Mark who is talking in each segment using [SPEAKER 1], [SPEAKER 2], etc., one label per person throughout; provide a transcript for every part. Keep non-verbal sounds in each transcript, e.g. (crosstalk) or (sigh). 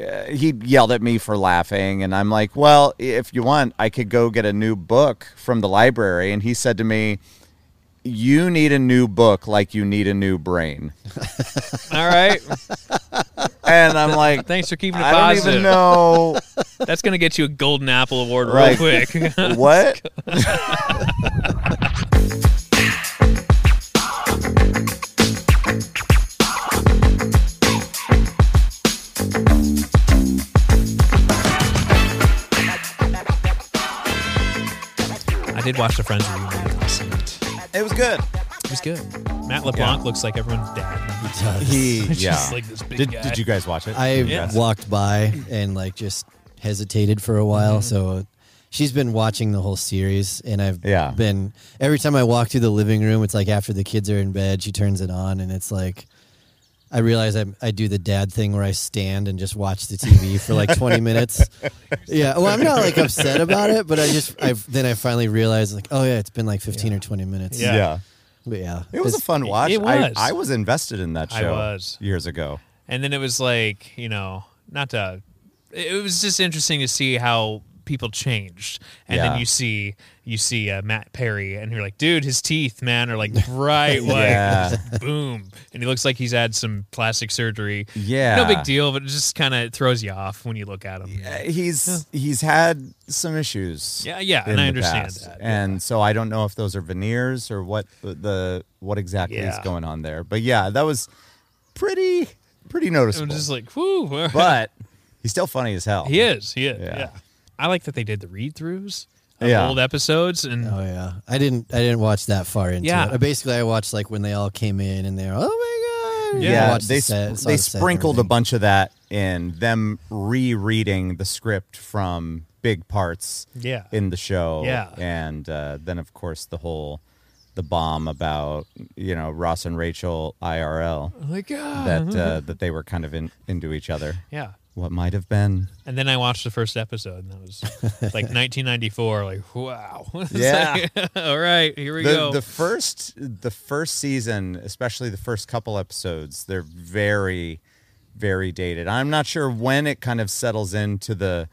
[SPEAKER 1] uh, he yelled at me for laughing, and I'm like, "Well, if you want, I could go get a new book from the library." And he said to me, "You need a new book, like you need a new brain."
[SPEAKER 2] All right.
[SPEAKER 1] And I'm
[SPEAKER 2] (laughs)
[SPEAKER 1] like,
[SPEAKER 2] Thanks for keeping it
[SPEAKER 1] "I don't
[SPEAKER 2] positive.
[SPEAKER 1] even
[SPEAKER 2] (laughs)
[SPEAKER 1] know
[SPEAKER 2] That's going to get you a Golden Apple Award real
[SPEAKER 1] Right.
[SPEAKER 2] quick.
[SPEAKER 1] (laughs) what."
[SPEAKER 2] I did watch the Friends review movie last night.
[SPEAKER 1] It was good.
[SPEAKER 2] It was good. Matt LeBlanc looks like everyone's dad.
[SPEAKER 1] He,
[SPEAKER 2] He's
[SPEAKER 1] yeah.
[SPEAKER 2] just like this big
[SPEAKER 1] did,
[SPEAKER 2] guy.
[SPEAKER 1] did you guys watch it?
[SPEAKER 3] I
[SPEAKER 2] Yeah.
[SPEAKER 3] walked by and like just hesitated for a while. So she's been watching the whole series, and I've
[SPEAKER 1] Yeah.
[SPEAKER 3] been every time I walk through the living room, it's like after the kids are in bed, she turns it on, and it's like. I realize I, I do the dad thing where I stand and just watch the TV for like
[SPEAKER 1] (laughs)
[SPEAKER 3] 20 minutes. Yeah. Well, I'm not like upset about it, but I just, I then I finally realized like, oh yeah, it's been like 15 or 20 minutes.
[SPEAKER 2] Yeah.
[SPEAKER 1] yeah.
[SPEAKER 3] But yeah.
[SPEAKER 1] It was a
[SPEAKER 3] It's-
[SPEAKER 1] fun watch.
[SPEAKER 2] It
[SPEAKER 1] I,
[SPEAKER 2] was.
[SPEAKER 1] I was invested in that
[SPEAKER 2] I
[SPEAKER 1] show
[SPEAKER 2] was.
[SPEAKER 1] years ago.
[SPEAKER 2] And then it was like, you know, not to. It was just interesting to see how people changed, and
[SPEAKER 1] Yeah.
[SPEAKER 2] then you see you see uh, Matt Perry, and you're like, dude, his teeth, man,
[SPEAKER 1] (laughs)
[SPEAKER 2] are like bright white,
[SPEAKER 1] Yeah.
[SPEAKER 2] boom, and he looks like he's had some plastic surgery.
[SPEAKER 1] Yeah.
[SPEAKER 2] no big deal, but it just kind of throws you off when you look at him.
[SPEAKER 1] Uh, He's he's had some issues.
[SPEAKER 2] Yeah, yeah,
[SPEAKER 1] in
[SPEAKER 2] and I
[SPEAKER 1] the
[SPEAKER 2] understand
[SPEAKER 1] past.
[SPEAKER 2] that,
[SPEAKER 1] And so I don't know if those are veneers or what the, the what exactly is
[SPEAKER 2] Yeah.
[SPEAKER 1] going on there. But yeah, that was pretty pretty
[SPEAKER 2] I'm
[SPEAKER 1] noticeable.
[SPEAKER 2] just like, (laughs) whoo,
[SPEAKER 1] but he's still funny as hell.
[SPEAKER 2] he is, he is,
[SPEAKER 1] Yeah.
[SPEAKER 2] yeah. I like that they did the read throughs of
[SPEAKER 1] Yeah.
[SPEAKER 2] old episodes, and
[SPEAKER 3] Oh yeah, I didn't. I didn't watch that far into
[SPEAKER 2] Yeah.
[SPEAKER 3] it. I basically, I watched like when they all came in and they're, oh my god.
[SPEAKER 1] Yeah,
[SPEAKER 3] I watched the
[SPEAKER 1] they
[SPEAKER 3] set,
[SPEAKER 1] sp-
[SPEAKER 3] saw
[SPEAKER 1] they
[SPEAKER 3] the set and
[SPEAKER 1] sprinkled a
[SPEAKER 3] everything.
[SPEAKER 1] bunch of that in them rereading the script from big parts
[SPEAKER 2] Yeah.
[SPEAKER 1] in the show.
[SPEAKER 2] Yeah.
[SPEAKER 1] and uh, then of course the whole the bomb about you know Ross and Rachel IRL
[SPEAKER 2] I'm like, ah.
[SPEAKER 1] that uh, that they were kind of in, into each other.
[SPEAKER 2] yeah.
[SPEAKER 1] What might have been?
[SPEAKER 2] And then I watched the first episode, and that
[SPEAKER 1] (laughs)
[SPEAKER 2] was like 1994. Like, wow. (laughs) It's
[SPEAKER 1] Yeah.
[SPEAKER 2] like, (laughs) all right, here we
[SPEAKER 1] The,
[SPEAKER 2] go.
[SPEAKER 1] the first the first season, especially the first couple episodes, they're very very dated. I'm not sure when it kind of settles into the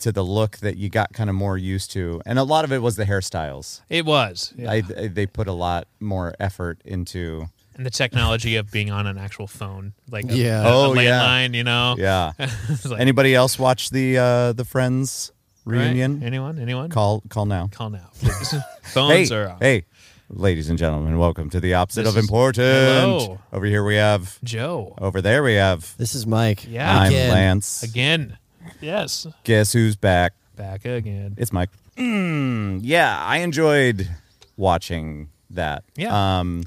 [SPEAKER 1] to the look that you got kind of more used to, and a lot of it was the hairstyles.
[SPEAKER 2] it was. Yeah.
[SPEAKER 1] I, I- they put a lot more effort into.
[SPEAKER 2] and the technology of being on an actual phone, like a, a,
[SPEAKER 3] Yeah.
[SPEAKER 1] Oh,
[SPEAKER 2] a
[SPEAKER 1] yeah.
[SPEAKER 2] landline, you know.
[SPEAKER 1] Yeah.
[SPEAKER 2] (laughs) It's like,
[SPEAKER 1] Anybody else watch the uh, the Friends
[SPEAKER 2] all right,
[SPEAKER 1] reunion?
[SPEAKER 2] Anyone? Anyone?
[SPEAKER 1] Call call now.
[SPEAKER 2] Call
[SPEAKER 1] (laughs)
[SPEAKER 2] now. please.
[SPEAKER 1] Hey,
[SPEAKER 2] Phones are off.
[SPEAKER 1] hey, ladies and gentlemen, welcome to the opposite
[SPEAKER 2] This
[SPEAKER 1] of
[SPEAKER 2] is-
[SPEAKER 1] important.
[SPEAKER 2] Hello.
[SPEAKER 1] Over here we have.
[SPEAKER 2] Joe.
[SPEAKER 1] Over there we have.
[SPEAKER 3] This is Mike.
[SPEAKER 2] Yeah.
[SPEAKER 1] I'm
[SPEAKER 3] Again.
[SPEAKER 1] Lance.
[SPEAKER 2] Again. Yes.
[SPEAKER 1] Guess who's back?
[SPEAKER 2] Back again.
[SPEAKER 1] It's Mike.
[SPEAKER 2] Hmm,
[SPEAKER 1] Mm, yeah, I enjoyed watching that.
[SPEAKER 2] Yeah.
[SPEAKER 1] Um,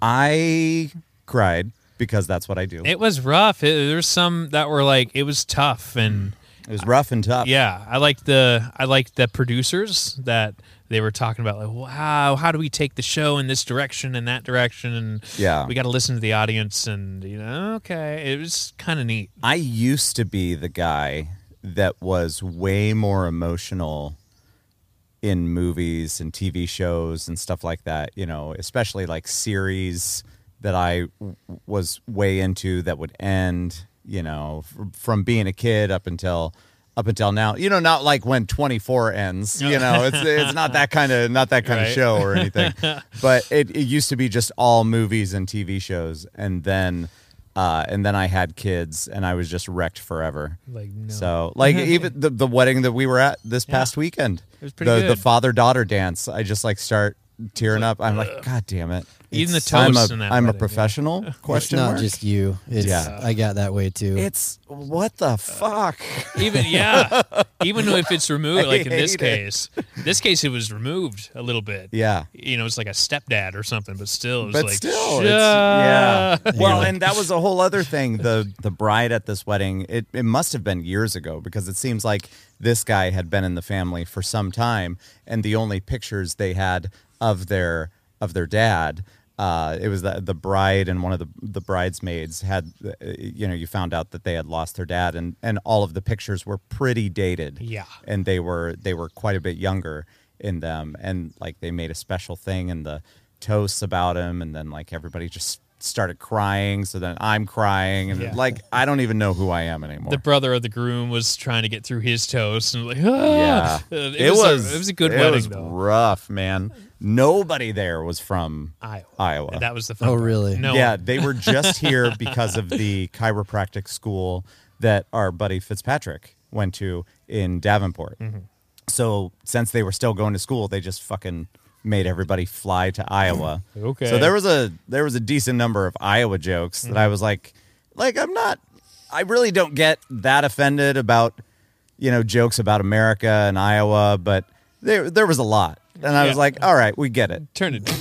[SPEAKER 1] I cried because that's what I do. It,
[SPEAKER 2] It was rough. It, there's some that were like, it was tough and.
[SPEAKER 1] was rough and tough.
[SPEAKER 2] Yeah, I like the I like the producers that they were talking about like wow, how do we take the show in this direction and that direction and
[SPEAKER 1] Yeah.
[SPEAKER 2] we got to listen to the audience and you know okay, it was kind of neat.
[SPEAKER 1] I used to be the guy that was way more emotional in movies and TV shows and stuff like that, you know, especially like series that I w- was way into that would end, you know, f- from being a kid up until up until now. You know, not like when 24 ends, you know, it's it's not that kind of not that kind of
[SPEAKER 2] Right.
[SPEAKER 1] show or
[SPEAKER 2] (laughs)
[SPEAKER 1] anything. but it, it used to be just all movies and TV shows and then uh, and then I had kids and I was just wrecked forever.
[SPEAKER 2] Like, no.
[SPEAKER 1] So (laughs)
[SPEAKER 2] (laughs)
[SPEAKER 1] like even the, the wedding that we were at this past weekend.
[SPEAKER 2] It was pretty
[SPEAKER 1] the, The
[SPEAKER 2] good.
[SPEAKER 1] father daughter dance. I just like start tearing up. I'm like, God damn it.
[SPEAKER 2] Even the
[SPEAKER 1] It's- I'm
[SPEAKER 2] toast
[SPEAKER 1] a,
[SPEAKER 2] in that
[SPEAKER 1] I'm a
[SPEAKER 2] wedding, yeah.
[SPEAKER 1] professional
[SPEAKER 3] It's
[SPEAKER 1] question
[SPEAKER 3] not
[SPEAKER 1] mark.
[SPEAKER 3] just you. It's,
[SPEAKER 1] Yeah.
[SPEAKER 3] I got that way too.
[SPEAKER 1] it's what the fuck.
[SPEAKER 2] Even yeah, even if it's removed, like in this
[SPEAKER 1] hate it.
[SPEAKER 2] case, this case it was removed a little bit.
[SPEAKER 1] Yeah.
[SPEAKER 2] you know it's like a stepdad or something, but still, it was
[SPEAKER 1] But
[SPEAKER 2] like,
[SPEAKER 1] still, it's,
[SPEAKER 2] (laughs)
[SPEAKER 1] yeah.
[SPEAKER 2] yeah,
[SPEAKER 1] Well, and that was a whole other thing. The the bride at this wedding, it, it must have been years ago because it seems like this guy had been in the family for some time, and the only pictures they had of their of their dad. Uh, it was the, the bride and one of the, the bridesmaids had, uh, you know, you found out that they had lost their dad, and, and all of the pictures were pretty dated
[SPEAKER 2] Yeah.
[SPEAKER 1] and they were they were quite a bit younger in them and like they made a special thing in the toasts about him and then like everybody just started crying. So then I'm crying, and
[SPEAKER 2] Yeah.
[SPEAKER 1] like I don't even know who I am anymore.
[SPEAKER 2] The brother of the groom was trying to get through his toast and like, ah. Uh, (laughs) It, was, a, it was a good
[SPEAKER 1] it
[SPEAKER 2] wedding
[SPEAKER 1] was
[SPEAKER 2] though.
[SPEAKER 1] Rough man. Nobody there was from
[SPEAKER 2] Iowa.
[SPEAKER 1] Iowa.
[SPEAKER 2] That was the fun
[SPEAKER 3] Oh,
[SPEAKER 2] part.
[SPEAKER 3] really?
[SPEAKER 2] No.
[SPEAKER 1] Yeah, they were just here because of the chiropractic school that our buddy Fitzpatrick went to in Davenport.
[SPEAKER 2] Mm-hmm.
[SPEAKER 1] So since they were still going to school, they just fucking made everybody fly to Iowa.
[SPEAKER 2] Okay. Mm-hmm.
[SPEAKER 1] So there was a there was a decent number of Iowa jokes that I was like, like I'm not, I really don't get that offended about, you know, jokes about America and Iowa, but there there was a lot, and I was
[SPEAKER 2] Yeah.
[SPEAKER 1] like, all right, we get it.
[SPEAKER 2] Turn it. down.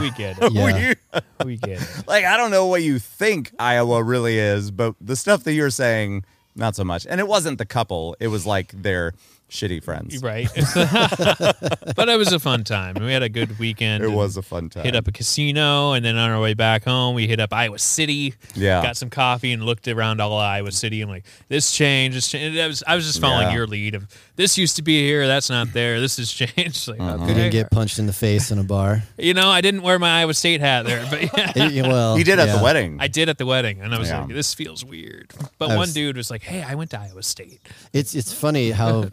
[SPEAKER 2] (laughs) We get
[SPEAKER 1] (laughs)
[SPEAKER 2] it.
[SPEAKER 3] Yeah.
[SPEAKER 1] We-
[SPEAKER 2] We get it.
[SPEAKER 1] like I don't know what you think Iowa really is, but the stuff that you're saying, not so much. And it wasn't the couple; it was like their shitty friends.
[SPEAKER 2] Right. (laughs) but it was a fun time. We had a good weekend.
[SPEAKER 1] It
[SPEAKER 2] and
[SPEAKER 1] was a fun time.
[SPEAKER 2] Hit up a casino, and then on our way back home, we hit up Iowa City.
[SPEAKER 1] Yeah.
[SPEAKER 2] got some coffee and looked around all of Iowa City. and like, this changed. This changed. I was, I was just following
[SPEAKER 1] Yeah.
[SPEAKER 2] your lead of this used to be here, that's not there. This has (laughs) changed. Like,
[SPEAKER 1] Uh-huh.
[SPEAKER 3] You
[SPEAKER 2] okay.
[SPEAKER 3] didn't get punched in the face in a bar.
[SPEAKER 2] You know, I didn't wear my Iowa State hat there, but (laughs) yeah,
[SPEAKER 3] It- yeah, well,
[SPEAKER 1] he did at
[SPEAKER 3] yeah.
[SPEAKER 1] the wedding.
[SPEAKER 2] I did at the wedding, and I was
[SPEAKER 1] Yeah.
[SPEAKER 2] like, this feels weird. But
[SPEAKER 3] I
[SPEAKER 2] one
[SPEAKER 3] was-
[SPEAKER 2] dude was like, hey, I went to Iowa State.
[SPEAKER 3] It's it's funny how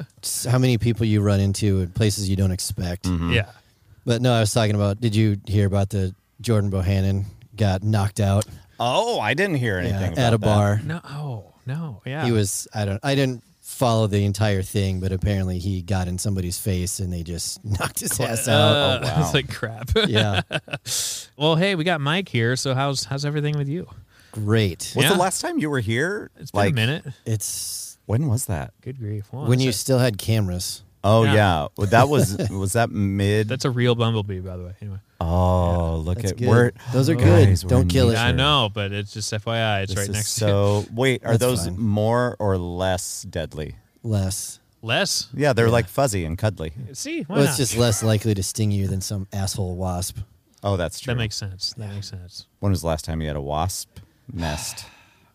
[SPEAKER 3] how many people you run into in places you don't expect.
[SPEAKER 1] Mm-hmm.
[SPEAKER 2] Yeah.
[SPEAKER 3] But no, I was talking about. Did you hear about the Jordan Bohannon got knocked out
[SPEAKER 1] oh, I didn't hear
[SPEAKER 3] yeah,
[SPEAKER 1] anything about
[SPEAKER 3] at a
[SPEAKER 1] that.
[SPEAKER 3] bar?
[SPEAKER 2] No, oh, no. Yeah.
[SPEAKER 3] He was. I don't. I didn't follow the entire thing, but apparently he got in somebody's face and they just (laughs) knocked his ass out.
[SPEAKER 2] (laughs) Uh,
[SPEAKER 1] Oh, wow.
[SPEAKER 2] It's like crap. (laughs)
[SPEAKER 3] Yeah,
[SPEAKER 2] well, hey, we got Mike here. So how's how's everything with you?
[SPEAKER 3] great.
[SPEAKER 1] Was
[SPEAKER 2] Yeah.
[SPEAKER 1] the last time you were here?
[SPEAKER 2] It's been
[SPEAKER 1] like,
[SPEAKER 2] a minute.
[SPEAKER 3] It's
[SPEAKER 1] When was that?
[SPEAKER 2] Good grief. Wow,
[SPEAKER 3] when
[SPEAKER 2] that's
[SPEAKER 3] you
[SPEAKER 2] a-
[SPEAKER 3] still had cameras.
[SPEAKER 1] Oh
[SPEAKER 2] Yeah.
[SPEAKER 1] yeah, Well, that
[SPEAKER 2] (laughs)
[SPEAKER 1] was was that mid.
[SPEAKER 2] that's a real bumblebee, by the way. Anyway,
[SPEAKER 1] oh, look
[SPEAKER 3] That's
[SPEAKER 1] at
[SPEAKER 3] good.
[SPEAKER 1] we're (gasps)
[SPEAKER 3] Those are
[SPEAKER 1] Guys,
[SPEAKER 3] good.
[SPEAKER 1] we're
[SPEAKER 3] Don't kill it.
[SPEAKER 1] Yeah,
[SPEAKER 2] I know, but it's just FYI. It's
[SPEAKER 1] this
[SPEAKER 2] right
[SPEAKER 1] is
[SPEAKER 2] next to
[SPEAKER 1] So wait, are
[SPEAKER 3] That's
[SPEAKER 1] those
[SPEAKER 3] fine.
[SPEAKER 1] more or less deadly?
[SPEAKER 3] Less.
[SPEAKER 2] less.
[SPEAKER 1] Yeah, they're like fuzzy and cuddly.
[SPEAKER 2] See, why
[SPEAKER 3] Well,
[SPEAKER 2] not?
[SPEAKER 3] it's just less likely to sting you than some asshole wasp.
[SPEAKER 1] Oh, that's true.
[SPEAKER 2] that makes sense. That makes sense.
[SPEAKER 1] When was the last time you had a wasp nest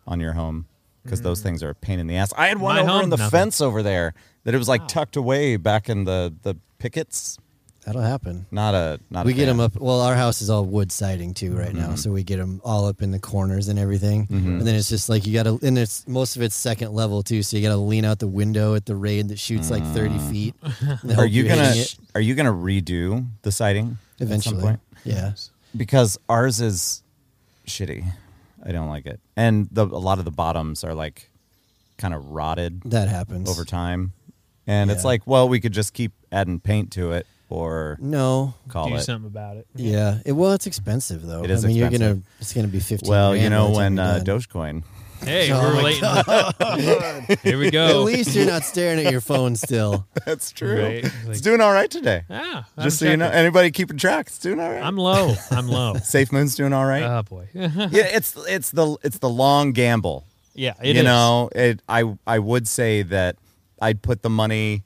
[SPEAKER 1] on your home? Because those things are a pain in the ass. I had one
[SPEAKER 2] Mm. My
[SPEAKER 1] over
[SPEAKER 2] home,
[SPEAKER 1] in the
[SPEAKER 2] nothing.
[SPEAKER 1] fence over there that it was like tucked away back in the the pickets.
[SPEAKER 3] That'll happen.
[SPEAKER 1] Not a not.
[SPEAKER 3] We
[SPEAKER 1] a
[SPEAKER 3] get
[SPEAKER 1] fan. Mm-hmm.
[SPEAKER 3] them up. Well, our house is all wood siding too right now, so we get them all up in the corners and everything. And then it's just like you got to, and it's most of it's second level too, so you got to lean out the window at the raid that shoots like thirty
[SPEAKER 2] (laughs)
[SPEAKER 3] feet. and
[SPEAKER 1] Mm. Are
[SPEAKER 3] hope
[SPEAKER 1] you
[SPEAKER 3] you're
[SPEAKER 1] gonna
[SPEAKER 3] hitting it
[SPEAKER 1] Are you gonna redo the siding At
[SPEAKER 3] eventually?
[SPEAKER 1] some point?
[SPEAKER 3] Yeah,
[SPEAKER 1] Because ours is shitty. I don't like it, and the, a lot of the bottoms are like kind of rotted
[SPEAKER 3] that happens
[SPEAKER 1] over time, and it's
[SPEAKER 3] Yeah.
[SPEAKER 1] like, well, we could just keep adding paint to it or
[SPEAKER 3] No,
[SPEAKER 1] call
[SPEAKER 2] Do
[SPEAKER 1] it
[SPEAKER 2] something about it.
[SPEAKER 3] yeah. It, well, it's expensive though.
[SPEAKER 1] It is
[SPEAKER 3] I mean, you're gonna
[SPEAKER 1] expensive.
[SPEAKER 3] it's gonna be fifteen.
[SPEAKER 1] Well, you
[SPEAKER 3] grand by
[SPEAKER 1] know
[SPEAKER 3] the time
[SPEAKER 1] when
[SPEAKER 3] you're
[SPEAKER 1] uh,
[SPEAKER 3] done.
[SPEAKER 1] Dogecoin.
[SPEAKER 2] Hey,
[SPEAKER 3] Oh
[SPEAKER 2] we're
[SPEAKER 3] my
[SPEAKER 2] late. (laughs) Here we
[SPEAKER 3] (laughs) At
[SPEAKER 2] go.
[SPEAKER 3] least you're not staring at your phone
[SPEAKER 1] (laughs)
[SPEAKER 3] still.
[SPEAKER 1] (laughs) That's
[SPEAKER 2] true. Right, like-
[SPEAKER 1] it's doing all right today.
[SPEAKER 2] Yeah, I'm
[SPEAKER 1] Just so you know,
[SPEAKER 2] checking.
[SPEAKER 1] anybody keeping track, it's doing all right.
[SPEAKER 2] I'm low. I'm low.
[SPEAKER 1] Safe Moon's doing all right.
[SPEAKER 2] oh boy.
[SPEAKER 1] (laughs)
[SPEAKER 2] (laughs)
[SPEAKER 1] yeah, it's it's the it's the long gamble.
[SPEAKER 2] yeah, it is.
[SPEAKER 1] you know, it. I I would say that I'd put the money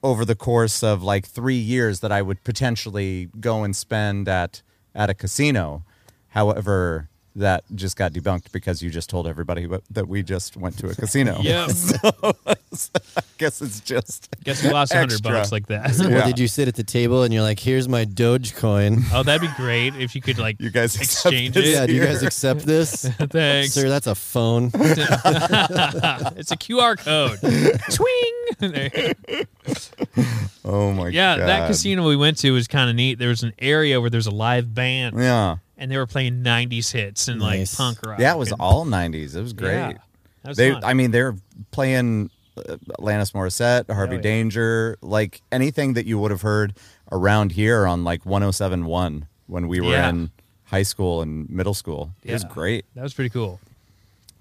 [SPEAKER 1] over the course of like three years that I would potentially go and spend at at a casino. However, that just got debunked because you just told everybody what- that we just went to a
[SPEAKER 2] (laughs)
[SPEAKER 1] casino. (laughs)
[SPEAKER 2] Yep.
[SPEAKER 1] I guess it's just
[SPEAKER 2] Guess we lost 100
[SPEAKER 1] Extra.
[SPEAKER 2] bucks like that. (laughs)
[SPEAKER 1] Yeah.
[SPEAKER 3] Well, did you sit at the table and you're like, "Here's
[SPEAKER 1] (laughs)
[SPEAKER 3] my Dogecoin"?
[SPEAKER 2] Oh, that'd be great if you could like
[SPEAKER 1] You guys accept
[SPEAKER 2] exchange
[SPEAKER 1] this?
[SPEAKER 2] it.
[SPEAKER 3] Yeah, do you guys
[SPEAKER 1] Here.
[SPEAKER 3] accept
[SPEAKER 1] (laughs)
[SPEAKER 3] this?
[SPEAKER 2] (laughs) Thanks.
[SPEAKER 3] Sir, that's a phone.
[SPEAKER 2] (laughs) it's a
[SPEAKER 1] (laughs)
[SPEAKER 2] QR code. Twing. (laughs) There you go.
[SPEAKER 1] oh my
[SPEAKER 2] yeah,
[SPEAKER 1] god.
[SPEAKER 2] that casino we went to was kind of neat. There was an area where there's a live band,
[SPEAKER 1] Yeah.
[SPEAKER 2] and they were playing '90s hits and like
[SPEAKER 3] Nice.
[SPEAKER 2] punk rock.
[SPEAKER 1] That was
[SPEAKER 2] and-
[SPEAKER 1] all '90s. It was great.
[SPEAKER 2] Yeah, that was
[SPEAKER 1] they,
[SPEAKER 2] fun.
[SPEAKER 1] I mean, they're playing uh, Alanis Morissette, Harvey
[SPEAKER 2] Oh, yeah.
[SPEAKER 1] Danger, like anything that you would have heard around here on like 107.1 when we were
[SPEAKER 2] Yeah.
[SPEAKER 1] in high school and middle school. It was
[SPEAKER 2] Yeah.
[SPEAKER 1] great.
[SPEAKER 2] That was pretty cool.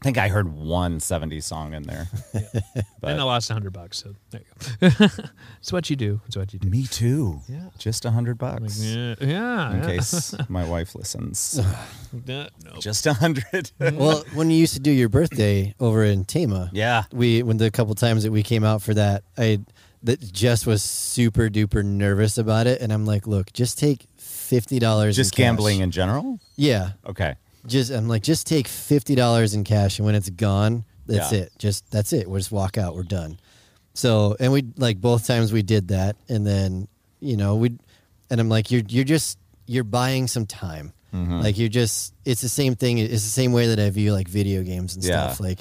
[SPEAKER 1] I think I heard one 70s song in there.
[SPEAKER 2] Then I
[SPEAKER 1] but
[SPEAKER 2] lost 100 bucks. So there you go. (laughs) it's what you do. It's what you do.
[SPEAKER 1] (laughs) me too.
[SPEAKER 2] Yeah.
[SPEAKER 1] Just a hundred bucks.
[SPEAKER 2] Yeah. Yeah.
[SPEAKER 1] In
[SPEAKER 2] yeah. (laughs)
[SPEAKER 1] case my wife listens,
[SPEAKER 2] No,
[SPEAKER 1] (laughs)
[SPEAKER 2] no.
[SPEAKER 1] just a
[SPEAKER 2] (laughs)
[SPEAKER 1] hundred.
[SPEAKER 3] well, when you used to do your birthday over in Tama,
[SPEAKER 1] yeah,
[SPEAKER 3] we when the couple times that we came out for that, I that Jess was super duper nervous about it, and I'm like, look, just take fifty dollars.
[SPEAKER 1] just gambling in general.
[SPEAKER 3] yeah,
[SPEAKER 1] Okay,
[SPEAKER 3] just I'm like, just take fifty dollars in cash, and when it's gone, that's
[SPEAKER 1] Yeah.
[SPEAKER 3] it. Just that's it. We'll just walk out. We're done. So, and we like both times we did that, and then you know we, and I'm like, you're you're just you're buying some time.
[SPEAKER 1] Mm-hmm.
[SPEAKER 3] Like you're just it's the same thing. It's the same way that I view like video games and
[SPEAKER 1] Yeah.
[SPEAKER 3] stuff. Like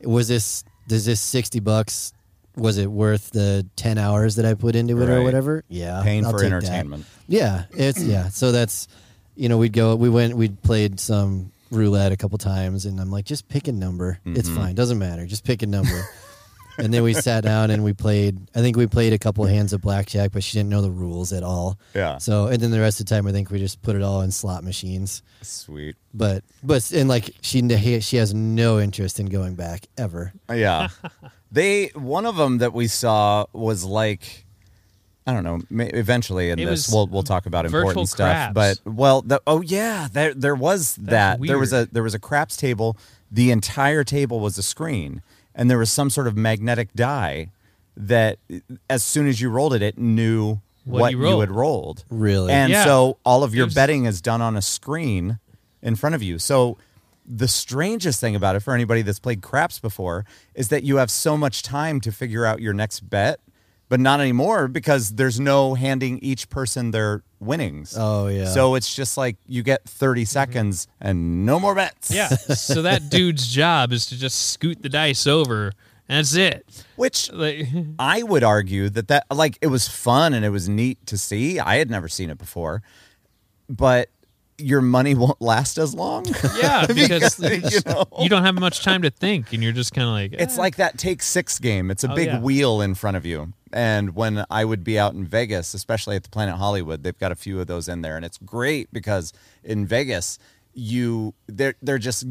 [SPEAKER 3] was this does this 60 bucks was it worth the 10 hours that I put into it or
[SPEAKER 1] Right.
[SPEAKER 3] whatever? Yeah.
[SPEAKER 1] Paying
[SPEAKER 3] I'll
[SPEAKER 1] for
[SPEAKER 3] take that.
[SPEAKER 1] entertainment.
[SPEAKER 3] Yeah, it's yeah. So that's you know we'd go we went we played some roulette a couple times and I'm like just pick a number. It's fine, doesn't matter. Just pick a number. (laughs) and then we sat down and we played. I think we played a couple hands of blackjack, but she didn't know the rules at all.
[SPEAKER 1] Yeah.
[SPEAKER 3] So and then the rest of the time I think we just put it all in slot machines.
[SPEAKER 1] Sweet.
[SPEAKER 3] But but and like she she has no interest in going back ever.
[SPEAKER 2] (laughs)
[SPEAKER 1] Yeah. they one of them that we saw was like I don't know. ma- Eventually, in
[SPEAKER 2] It
[SPEAKER 1] this,
[SPEAKER 2] was
[SPEAKER 1] we'll we'll talk about
[SPEAKER 2] virtual
[SPEAKER 1] important stuff.
[SPEAKER 2] craps.
[SPEAKER 1] But well, the, oh yeah, there there was that. There was a
[SPEAKER 2] weird.
[SPEAKER 1] there was a craps table. The entire table was a screen, and there was some sort of magnetic die that, as soon as you rolled it, it knew
[SPEAKER 2] What
[SPEAKER 1] what,
[SPEAKER 2] you
[SPEAKER 1] you,
[SPEAKER 2] rolled.
[SPEAKER 1] had rolled.
[SPEAKER 3] Really?
[SPEAKER 1] And
[SPEAKER 2] Yeah.
[SPEAKER 1] so Oh, all of your
[SPEAKER 2] There's-
[SPEAKER 1] betting is done on a screen in front of you. So the strangest thing about it for anybody that's played craps before is that you have so much time to figure out your next bet, but not anymore because there's no handing each person their winnings.
[SPEAKER 3] Oh, yeah.
[SPEAKER 1] So it's just like you get 30 seconds and no more bets.
[SPEAKER 2] Mm-hmm. Yeah. so that dude's job is to just scoot the dice over, and that's it.
[SPEAKER 1] Which
[SPEAKER 2] Like, (laughs)
[SPEAKER 1] I would argue that that like it was fun and it was neat to see. I had never seen it before, but your money (laughs) won't last as long. (laughs)
[SPEAKER 2] yeah, because
[SPEAKER 1] you know.
[SPEAKER 2] you don't have much time to think, and you're just kind of like,
[SPEAKER 1] It's
[SPEAKER 2] "Eh."
[SPEAKER 1] like that take six game. It's a
[SPEAKER 2] Oh,
[SPEAKER 1] big
[SPEAKER 2] yeah.
[SPEAKER 1] wheel in front of you. And when I would be out in Vegas, especially at the Planet Hollywood, they've got a few of those in there, and it's great because in Vegas, you they're they're just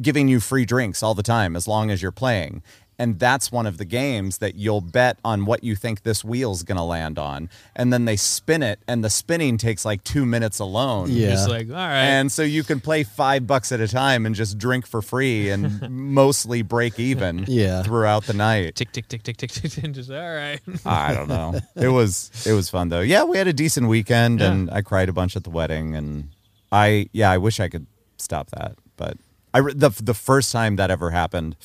[SPEAKER 1] giving you free drinks all the time as long as you're playing. And that's one of the games that you'll bet on what you think this wheel's gonna land on. And then they spin it, and the spinning takes like two minutes alone.
[SPEAKER 3] Yeah.
[SPEAKER 2] You're eh, just like, all right,
[SPEAKER 1] And so you can play five bucks at a time and just drink for free and (laughs) mostly break even
[SPEAKER 3] Yeah.
[SPEAKER 1] throughout the night.
[SPEAKER 2] tick tick tick tick tick tick, and just all right.
[SPEAKER 1] I don't know. (laughs) It was it was fun though. Yeah, we had a decent weekend and I cried a bunch at the wedding and I yeah, I wish I could stop that, but I re- the the first time that ever happened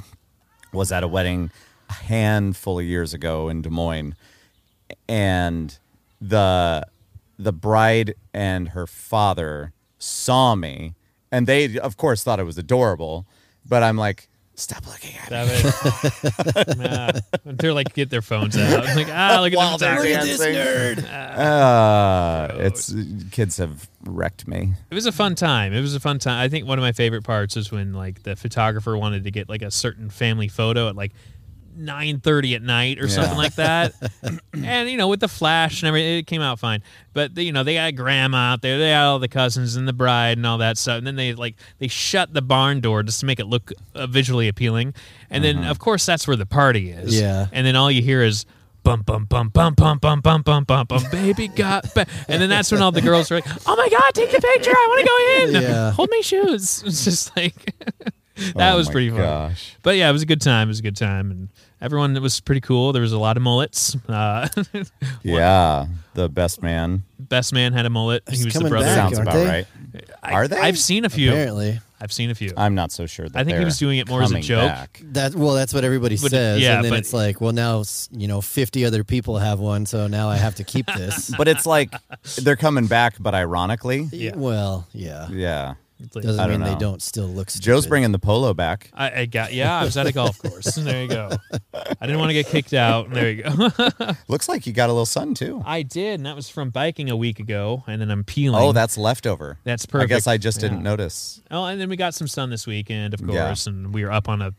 [SPEAKER 1] was at a wedding a handful of years ago in Des Moines and the the bride and her father saw me and they of course thought it was adorable, but I'm like stop looking at me.
[SPEAKER 2] Stop it. (laughs) Nah. They're like, get their phones
[SPEAKER 1] (laughs)
[SPEAKER 2] out. I'm like, ah, look
[SPEAKER 1] While
[SPEAKER 2] at them
[SPEAKER 1] they're
[SPEAKER 2] talking.
[SPEAKER 1] dancing. Uh, it's kids have wrecked me.
[SPEAKER 2] It was a fun time. It was a fun time. I think one of my favorite parts is when like the photographer wanted to get like a certain family photo at like nine thirty at night or something like that. and you know, with the flash and everything, it came out fine. But they, you know, they got grandma out there, they got all the cousins and the bride and all that stuff. And then they like they shut the barn door just to make it look uh, visually appealing. And then of course that's where the party is.
[SPEAKER 3] Yeah.
[SPEAKER 2] And then all you hear is bum bum bum bum bum bum bum bum bum bum baby got ba-. and then that's when all the girls are like, "Oh my god, take the picture! I want to go in.
[SPEAKER 3] (laughs) Yeah.
[SPEAKER 2] Hold my shoes." (laughs) It's just like that
[SPEAKER 1] Oh
[SPEAKER 2] was
[SPEAKER 1] my
[SPEAKER 2] pretty fun.
[SPEAKER 1] gosh.
[SPEAKER 2] But yeah, it was a good time. It was a good time, and everyone was pretty cool. There was a lot of mullets. Uh, (laughs)
[SPEAKER 1] Yeah, the best man
[SPEAKER 2] best man had a mullet. He
[SPEAKER 3] It's
[SPEAKER 2] was the
[SPEAKER 3] coming
[SPEAKER 2] brother.
[SPEAKER 3] back.
[SPEAKER 1] sounds
[SPEAKER 3] aren't
[SPEAKER 1] about
[SPEAKER 3] they?
[SPEAKER 1] right.
[SPEAKER 2] I,
[SPEAKER 1] Are they?
[SPEAKER 2] I've seen a few.
[SPEAKER 3] Apparently.
[SPEAKER 2] I've seen a few.
[SPEAKER 1] I'm not so sure. That
[SPEAKER 2] I think he
[SPEAKER 1] they're
[SPEAKER 2] was doing it more as a
[SPEAKER 1] coming
[SPEAKER 2] joke.
[SPEAKER 1] back.
[SPEAKER 3] That well, that's what everybody
[SPEAKER 2] But-
[SPEAKER 3] says,
[SPEAKER 2] yeah,
[SPEAKER 3] and then
[SPEAKER 2] but-
[SPEAKER 3] it's like, well, now s- you know, fifty other people have one, so now I have to keep this.
[SPEAKER 1] But it's like they're coming back, but ironically,
[SPEAKER 2] (laughs) Yeah.
[SPEAKER 3] Well, yeah,
[SPEAKER 1] yeah.
[SPEAKER 2] It's like-
[SPEAKER 3] doesn't
[SPEAKER 1] I don't
[SPEAKER 3] mean they
[SPEAKER 1] know.
[SPEAKER 3] don't still look. Stupid.
[SPEAKER 1] Joe's bringing the polo back.
[SPEAKER 2] I, I got yeah. I was at a golf course. There you go.
[SPEAKER 3] (laughs)
[SPEAKER 2] I didn't want to get kicked out. There you go.
[SPEAKER 1] Looks like you got a little sun too.
[SPEAKER 2] I did, and that was from biking a week ago, and then I'm peeling.
[SPEAKER 1] Oh, that's leftover.
[SPEAKER 2] that's
[SPEAKER 1] I
[SPEAKER 2] perfect.
[SPEAKER 1] guess I just didn't
[SPEAKER 2] Yeah.
[SPEAKER 1] notice.
[SPEAKER 2] Oh, and then we got some sun this weekend, of
[SPEAKER 1] Yeah.
[SPEAKER 2] course, and we were up on a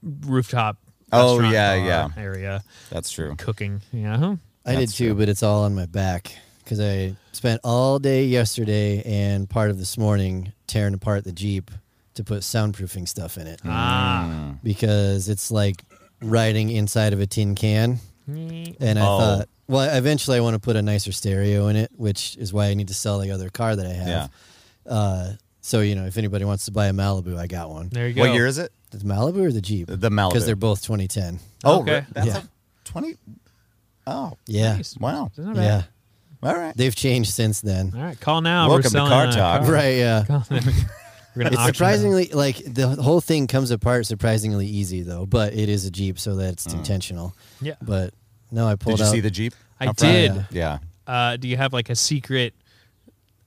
[SPEAKER 2] rooftop.
[SPEAKER 1] Oh,
[SPEAKER 2] restaurant
[SPEAKER 1] yeah,
[SPEAKER 2] bar
[SPEAKER 1] yeah.
[SPEAKER 2] area
[SPEAKER 1] That's true.
[SPEAKER 2] cooking. Yeah,
[SPEAKER 3] I did
[SPEAKER 1] That's
[SPEAKER 3] too, but it's all on my back because I spent all day yesterday and part of this morning tearing apart the Jeep to put soundproofing stuff in it
[SPEAKER 2] ah,
[SPEAKER 1] Mm.
[SPEAKER 3] because it's like riding inside of a tin can. And I
[SPEAKER 1] Oh.
[SPEAKER 3] thought, well, eventually I want to put a nicer stereo in it, which is why I need to sell the other car that I have.
[SPEAKER 1] Yeah.
[SPEAKER 3] Uh, so you know, if anybody wants to buy a Malibu, I got one.
[SPEAKER 2] there you go.
[SPEAKER 1] What year is it?
[SPEAKER 3] The Malibu or the Jeep?
[SPEAKER 1] The Malibu.
[SPEAKER 3] Because they're both 2010.
[SPEAKER 1] Oh,
[SPEAKER 2] Okay.
[SPEAKER 1] re- that's
[SPEAKER 3] Yeah.
[SPEAKER 1] a 20. Oh,
[SPEAKER 3] Yeah,
[SPEAKER 2] Nice.
[SPEAKER 1] wow.
[SPEAKER 2] Isn't that bad?
[SPEAKER 3] yeah.
[SPEAKER 1] All right.
[SPEAKER 3] They've changed since then.
[SPEAKER 2] All right, call now.
[SPEAKER 1] Welcome
[SPEAKER 2] We're
[SPEAKER 1] to
[SPEAKER 2] selling
[SPEAKER 1] Car
[SPEAKER 2] a
[SPEAKER 1] Talk.
[SPEAKER 2] car.
[SPEAKER 3] (laughs) Right? Yeah.
[SPEAKER 2] (laughs) We're gonna
[SPEAKER 3] It's
[SPEAKER 2] auction it.
[SPEAKER 3] surprisingly like the whole thing comes apart surprisingly easy though, but it is a Jeep, so that's intentional.
[SPEAKER 2] Yeah.
[SPEAKER 3] But no, I pulled
[SPEAKER 1] Hmm. Did you
[SPEAKER 3] out.
[SPEAKER 1] see the Jeep?
[SPEAKER 2] I
[SPEAKER 1] out front?
[SPEAKER 2] did.
[SPEAKER 1] Yeah.
[SPEAKER 2] Uh, do you have like a secret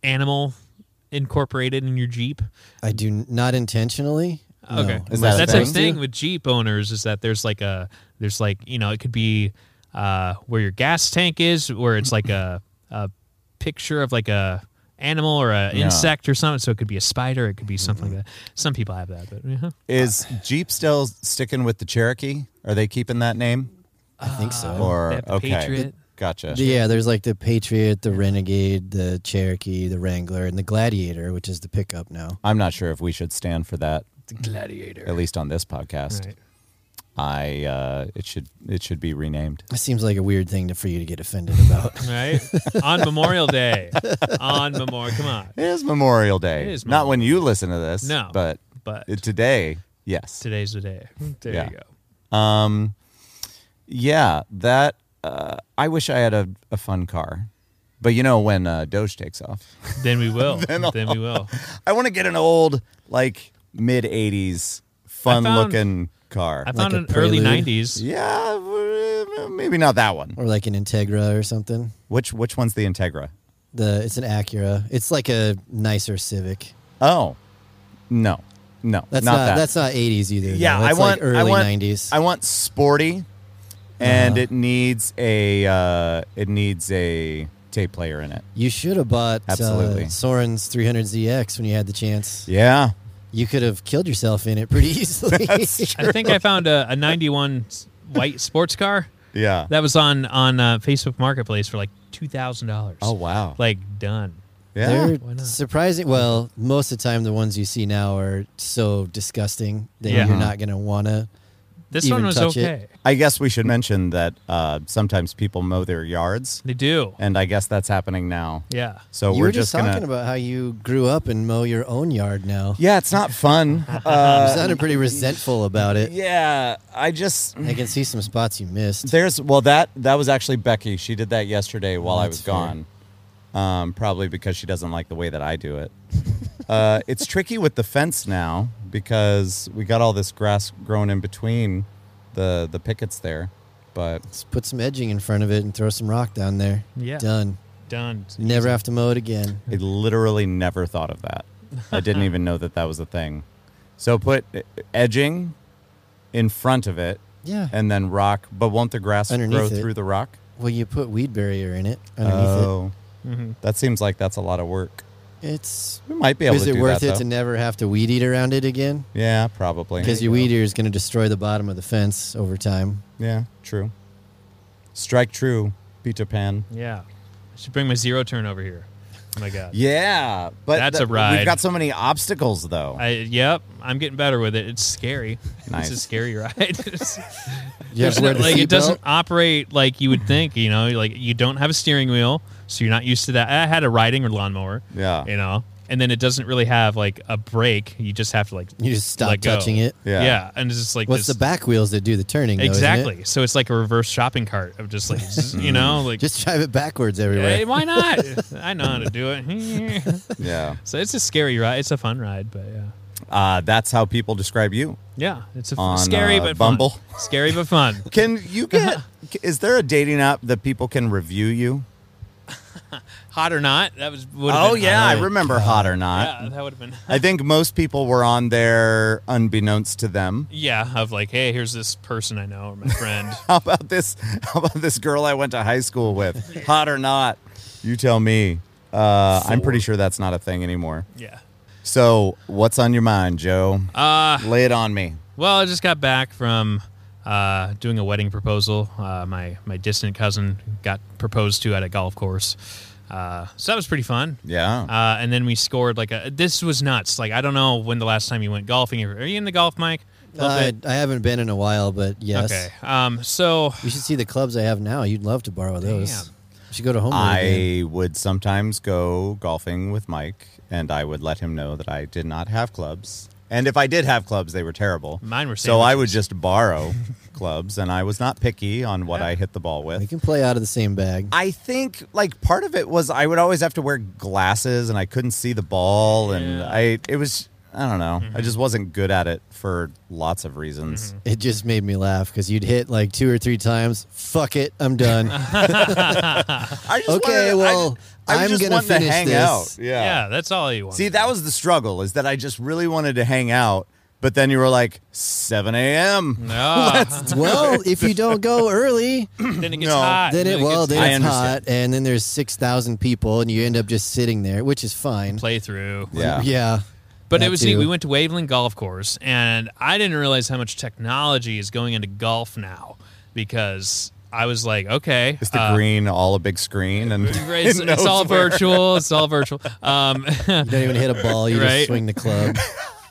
[SPEAKER 2] animal incorporated in your Jeep?
[SPEAKER 3] I do n- not intentionally.
[SPEAKER 2] Okay,
[SPEAKER 3] No.
[SPEAKER 1] Is
[SPEAKER 3] Am I
[SPEAKER 1] that
[SPEAKER 2] that's
[SPEAKER 3] supposed
[SPEAKER 2] the
[SPEAKER 1] thing?
[SPEAKER 2] thing with Jeep owners is that there's like a there's like you know it could be uh, where your gas tank is, where it's like a a picture of like a animal or an
[SPEAKER 1] Yeah.
[SPEAKER 2] insect or something. So it could be a spider, it could be something like that. Some people have that, but yeah.
[SPEAKER 1] Is Jeep still sticking with the Cherokee? Are they keeping that name?
[SPEAKER 3] I think so.
[SPEAKER 1] Oh. Or
[SPEAKER 2] they have the
[SPEAKER 1] okay,
[SPEAKER 2] Patriot.
[SPEAKER 1] gotcha.
[SPEAKER 3] The- yeah, there's like the Patriot, the Renegade, the Cherokee, the Wrangler, and the Gladiator, which is the pickup now.
[SPEAKER 1] I'm not sure if we should stand for that,
[SPEAKER 2] the gladiator.
[SPEAKER 1] at least on this podcast.
[SPEAKER 2] Right.
[SPEAKER 1] I uh, it should it should be renamed.
[SPEAKER 3] It seems like a weird thing to, for you to get offended
[SPEAKER 1] (laughs)
[SPEAKER 3] about.
[SPEAKER 2] Right on Memorial Day, on Memorial. Come on,
[SPEAKER 1] It is Memorial Day.
[SPEAKER 2] It is
[SPEAKER 1] Not when you listen to this.
[SPEAKER 2] No.
[SPEAKER 1] but
[SPEAKER 2] but
[SPEAKER 1] today, yes.
[SPEAKER 2] today's the day. There
[SPEAKER 1] Yeah.
[SPEAKER 2] you go.
[SPEAKER 1] Um, yeah, that. Uh, I wish I had a, a fun car, but you know when uh, Doge takes off,
[SPEAKER 2] Then we will. then, we will.
[SPEAKER 1] I want to get an old like mid '80s fun looking car. (laughs)
[SPEAKER 2] I found
[SPEAKER 3] a
[SPEAKER 2] an early
[SPEAKER 3] Prelude.
[SPEAKER 2] '90s.
[SPEAKER 1] yeah, w- maybe not that one.
[SPEAKER 3] or like an Integra or something.
[SPEAKER 1] Which which one's the Integra?
[SPEAKER 3] The it's an Acura. It's like a nicer Civic.
[SPEAKER 1] Oh, no, no,
[SPEAKER 3] That's
[SPEAKER 1] not,
[SPEAKER 3] not,
[SPEAKER 1] that.
[SPEAKER 3] that's not 80s either.
[SPEAKER 1] yeah,
[SPEAKER 3] though.
[SPEAKER 1] I
[SPEAKER 3] That's
[SPEAKER 1] want
[SPEAKER 3] like early
[SPEAKER 1] I want
[SPEAKER 3] 90s.
[SPEAKER 1] I want sporty, and
[SPEAKER 3] Uh-huh.
[SPEAKER 1] it needs a uh, it needs a tape player in it.
[SPEAKER 3] you should have bought uh,
[SPEAKER 1] Absolutely.
[SPEAKER 3] Soren's 300ZX when you had the chance.
[SPEAKER 1] Yeah,
[SPEAKER 3] You could have killed yourself in
[SPEAKER 1] (laughs)
[SPEAKER 3] it pretty easily.
[SPEAKER 2] I think I found a, a 91 s- white sports car
[SPEAKER 1] yeah.
[SPEAKER 2] that was on on uh, Facebook Marketplace for like $2,000.
[SPEAKER 1] Oh wow!
[SPEAKER 2] Like done.
[SPEAKER 1] yeah,
[SPEAKER 3] They're
[SPEAKER 2] Why not?
[SPEAKER 3] surprising. Well, most of the time, the ones you see now are so disgusting that
[SPEAKER 2] Yeah.
[SPEAKER 3] you're not going to want to.
[SPEAKER 2] This
[SPEAKER 3] Even
[SPEAKER 2] one was
[SPEAKER 3] touch it.
[SPEAKER 2] okay.
[SPEAKER 1] I guess we should mention that uh, sometimes people mow their yards,
[SPEAKER 2] They do.
[SPEAKER 1] and I guess that's happening now.
[SPEAKER 2] Yeah.
[SPEAKER 1] So
[SPEAKER 3] you
[SPEAKER 1] we're
[SPEAKER 3] were just,
[SPEAKER 1] gonna.
[SPEAKER 3] talking about how you grew up and mow your own yard now.
[SPEAKER 1] yeah, it's not fun.
[SPEAKER 3] (laughs) You
[SPEAKER 1] Uh,
[SPEAKER 3] sounded pretty resentful about it.
[SPEAKER 1] yeah, I just
[SPEAKER 3] I can see some spots you missed.
[SPEAKER 1] there's well that that was actually Becky. She did that yesterday while I
[SPEAKER 3] That's
[SPEAKER 1] was gone. Um, probably because she doesn't like the way that I do
[SPEAKER 3] (laughs)
[SPEAKER 1] it. uh, it's tricky with the fence now because we got all this grass grown in between the the pickets there, but
[SPEAKER 3] Just put some edging in front of it and throw some rock down there.
[SPEAKER 2] Yeah.
[SPEAKER 3] Done.
[SPEAKER 2] Done.
[SPEAKER 3] Never have to mow it again.
[SPEAKER 1] I literally never thought of that. I didn't even know that that was a thing. So put e, edging in front of it
[SPEAKER 3] Yeah.
[SPEAKER 1] and then rock, but won't the grass grow
[SPEAKER 3] Underneath it.
[SPEAKER 1] through the rock?
[SPEAKER 3] well, you put weed barrier in it underneath
[SPEAKER 1] Oh,
[SPEAKER 2] hmm
[SPEAKER 1] that seems like that's a lot of work.
[SPEAKER 3] it. It's.
[SPEAKER 1] We might be able
[SPEAKER 3] is
[SPEAKER 1] to
[SPEAKER 3] it
[SPEAKER 1] do
[SPEAKER 3] worth
[SPEAKER 1] that,
[SPEAKER 3] it
[SPEAKER 1] though.
[SPEAKER 3] to never have to weed eat around it again?
[SPEAKER 1] yeah, probably.
[SPEAKER 3] Because your weed eater is going to destroy the bottom of the fence over time.
[SPEAKER 1] Yeah, true. Strike true, Peter Pan.
[SPEAKER 2] Yeah. I should bring my zero turn over here. Oh my
[SPEAKER 3] (laughs)
[SPEAKER 2] God.
[SPEAKER 1] Yeah, but
[SPEAKER 2] That's a
[SPEAKER 1] We've
[SPEAKER 2] ride.
[SPEAKER 1] got so many obstacles, though.
[SPEAKER 2] I, yep, I'm getting better with it. It's scary. (laughs)
[SPEAKER 1] Nice.
[SPEAKER 2] It's a scary ride. (laughs) It's-
[SPEAKER 3] You have
[SPEAKER 2] There's
[SPEAKER 3] to wear
[SPEAKER 2] no-
[SPEAKER 3] the
[SPEAKER 2] like it doesn't
[SPEAKER 3] seatbelt?
[SPEAKER 2] operate like you would think. You know, like you don't have a steering wheel, so you're not used to that. I had a riding or lawnmower.
[SPEAKER 1] Yeah.
[SPEAKER 2] You know, and then it doesn't really have like a brake. You just have to like
[SPEAKER 3] You just stop
[SPEAKER 2] let go.
[SPEAKER 3] touching it.
[SPEAKER 1] Yeah.
[SPEAKER 2] Yeah. and it's just like
[SPEAKER 3] What's
[SPEAKER 2] this-
[SPEAKER 3] the back wheels that do the turning? though, isn't it?
[SPEAKER 2] exactly. So it's like a reverse shopping cart of
[SPEAKER 3] (laughs)
[SPEAKER 2] just like zzz, you know like
[SPEAKER 3] Mm-hmm. Just drive it backwards everywhere.
[SPEAKER 2] hey, why
[SPEAKER 3] (laughs)
[SPEAKER 2] not? I know how to do it. (laughs)
[SPEAKER 1] yeah.
[SPEAKER 2] so it's a scary ride. It's a fun ride, but yeah.
[SPEAKER 1] Uh, that's how people describe you.
[SPEAKER 2] Yeah, it's a f-
[SPEAKER 1] On,
[SPEAKER 2] scary
[SPEAKER 1] uh,
[SPEAKER 2] but
[SPEAKER 1] Bumble.
[SPEAKER 2] fun. Scary but
[SPEAKER 1] (laughs)
[SPEAKER 2] fun.
[SPEAKER 1] Can you
[SPEAKER 2] (laughs)
[SPEAKER 1] get? is there a dating app that people can review you?
[SPEAKER 2] Hot or not? That was would have
[SPEAKER 1] Oh
[SPEAKER 2] been
[SPEAKER 1] yeah,
[SPEAKER 2] hot.
[SPEAKER 1] I remember Hot or Not.
[SPEAKER 2] Yeah, that would have been (laughs)
[SPEAKER 1] I think most people were on there unbeknownst to them. (laughs)
[SPEAKER 2] Yeah, of like, hey, here's this person I know or my friend.
[SPEAKER 1] How about this? How about this girl I went to high school with? Hot or not? You tell me. Uh, I'm pretty sure that's not a thing anymore.
[SPEAKER 2] yeah.
[SPEAKER 1] So, what's on your mind, Joe?
[SPEAKER 2] Uh,
[SPEAKER 1] Lay it on me.
[SPEAKER 2] well, I just got back from uh, doing a wedding proposal. Uh, my my distant cousin got proposed to at a golf course, uh, so that was pretty fun.
[SPEAKER 1] Yeah.
[SPEAKER 2] Uh, and then we scored like a. This was nuts. Like I don't know when the last time you went golfing. Are you in the golf, Mike? A little
[SPEAKER 3] Uh,
[SPEAKER 2] bit?
[SPEAKER 3] I haven't been in a while, but yes.
[SPEAKER 2] Okay. Um. So
[SPEAKER 3] You should see the clubs I have now. You'd love to borrow those.
[SPEAKER 2] Damn.
[SPEAKER 3] You should go to home.
[SPEAKER 1] I
[SPEAKER 3] again.
[SPEAKER 1] would sometimes go golfing with Mike, and I would let him know that I did not have clubs. And if I did have clubs, they were terrible.
[SPEAKER 2] Mine were
[SPEAKER 1] so I
[SPEAKER 2] sandwiches.
[SPEAKER 1] would just borrow (laughs) clubs, and I was not picky on what I hit the ball
[SPEAKER 3] We
[SPEAKER 1] with.
[SPEAKER 3] can play out of the same bag.
[SPEAKER 1] I think like part of it was I would always have to wear glasses, and I couldn't see the ball, and
[SPEAKER 2] Yeah. Mm-hmm.
[SPEAKER 1] I it was I don't know I just wasn't good at it for lots of reasons.
[SPEAKER 3] It just made me laugh because you'd hit
[SPEAKER 2] (laughs)
[SPEAKER 3] like two or three times. Fuck it, I'm done. (laughs)
[SPEAKER 1] I just
[SPEAKER 3] okay,
[SPEAKER 1] wanted- I-
[SPEAKER 3] well,
[SPEAKER 1] I was
[SPEAKER 3] I'm
[SPEAKER 1] just
[SPEAKER 3] gonna
[SPEAKER 1] wanting to
[SPEAKER 3] finish
[SPEAKER 1] hang
[SPEAKER 3] this.
[SPEAKER 1] out.
[SPEAKER 2] Yeah.
[SPEAKER 1] Yeah.
[SPEAKER 2] that's all you want.
[SPEAKER 1] See, that was the struggle is that I just really wanted to hang out, but then you were like, 7 a.m. (laughs)
[SPEAKER 2] No,
[SPEAKER 3] well, if you don't go
[SPEAKER 2] (coughs)
[SPEAKER 3] early,
[SPEAKER 2] Oh, (laughs) then it gets
[SPEAKER 1] No.
[SPEAKER 2] hot.
[SPEAKER 3] then it well,
[SPEAKER 2] gets
[SPEAKER 1] I
[SPEAKER 3] then it's hot,
[SPEAKER 1] understand.
[SPEAKER 3] and then there's six thousand people, and you end up just sitting there, which is fine.
[SPEAKER 2] play through.
[SPEAKER 1] Yeah.
[SPEAKER 3] Yeah,
[SPEAKER 2] But
[SPEAKER 3] That
[SPEAKER 2] it was neat.
[SPEAKER 3] too.
[SPEAKER 2] We went to Waveland Golf Course, and I didn't realize how much technology is going into golf now because I was like, okay,
[SPEAKER 1] Is the
[SPEAKER 2] uh,
[SPEAKER 1] green all a big screen?
[SPEAKER 3] (laughs)
[SPEAKER 1] And
[SPEAKER 2] it's,
[SPEAKER 1] it
[SPEAKER 2] (laughs) it's
[SPEAKER 1] knows
[SPEAKER 2] all
[SPEAKER 1] where-
[SPEAKER 2] virtual. It's all virtual. Um, (laughs)
[SPEAKER 3] you don't even hit a ball; you
[SPEAKER 2] Right.
[SPEAKER 3] just swing the club.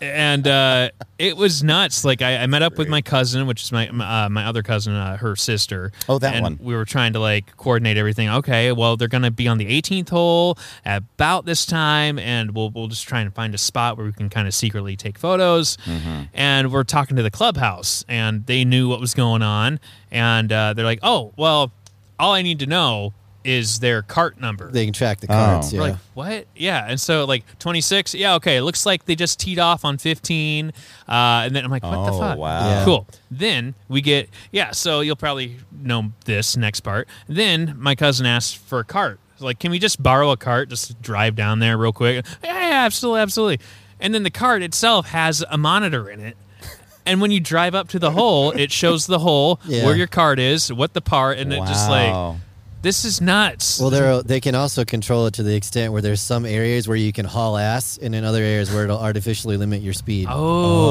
[SPEAKER 2] and uh, it was nuts. Like I, I met up with my cousin, which is my my, uh, my other cousin, uh, her sister.
[SPEAKER 1] Oh, that
[SPEAKER 2] and
[SPEAKER 1] one.
[SPEAKER 2] We were trying to like coordinate everything. Okay, well they're gonna be on the 18th hole at about this time, and we'll we'll just try and find a spot where we can kind of secretly take photos.
[SPEAKER 1] Mm-hmm.
[SPEAKER 2] And we're talking to the clubhouse, and they knew what was going on, and uh, they're like, oh well, all I need to know is their cart number.
[SPEAKER 3] They can track the cards.
[SPEAKER 1] Oh.
[SPEAKER 3] Yeah,
[SPEAKER 2] We're like, what? Yeah. And so, like, 26, yeah, okay. It looks like they just teed off on 15. Uh, and then I'm like, what the
[SPEAKER 1] Oh,
[SPEAKER 2] fuck?
[SPEAKER 1] wow.
[SPEAKER 3] Yeah.
[SPEAKER 2] Cool. Then we get, yeah, so you'll probably know this next part. Then my cousin asked for a cart. Like, can we just borrow a cart? Just drive down there real quick. Yeah, yeah, absolutely, absolutely. And then the cart itself has a monitor in it. And when you drive up to the hole, it shows the hole,
[SPEAKER 3] Yeah.
[SPEAKER 2] where your cart is, what the part, and it just like,
[SPEAKER 1] Wow.
[SPEAKER 2] this is nuts.
[SPEAKER 3] Well, they're, they can also control it to the extent where there's some areas where you can haul ass, and in other areas where it'll artificially limit your speed.
[SPEAKER 2] oh.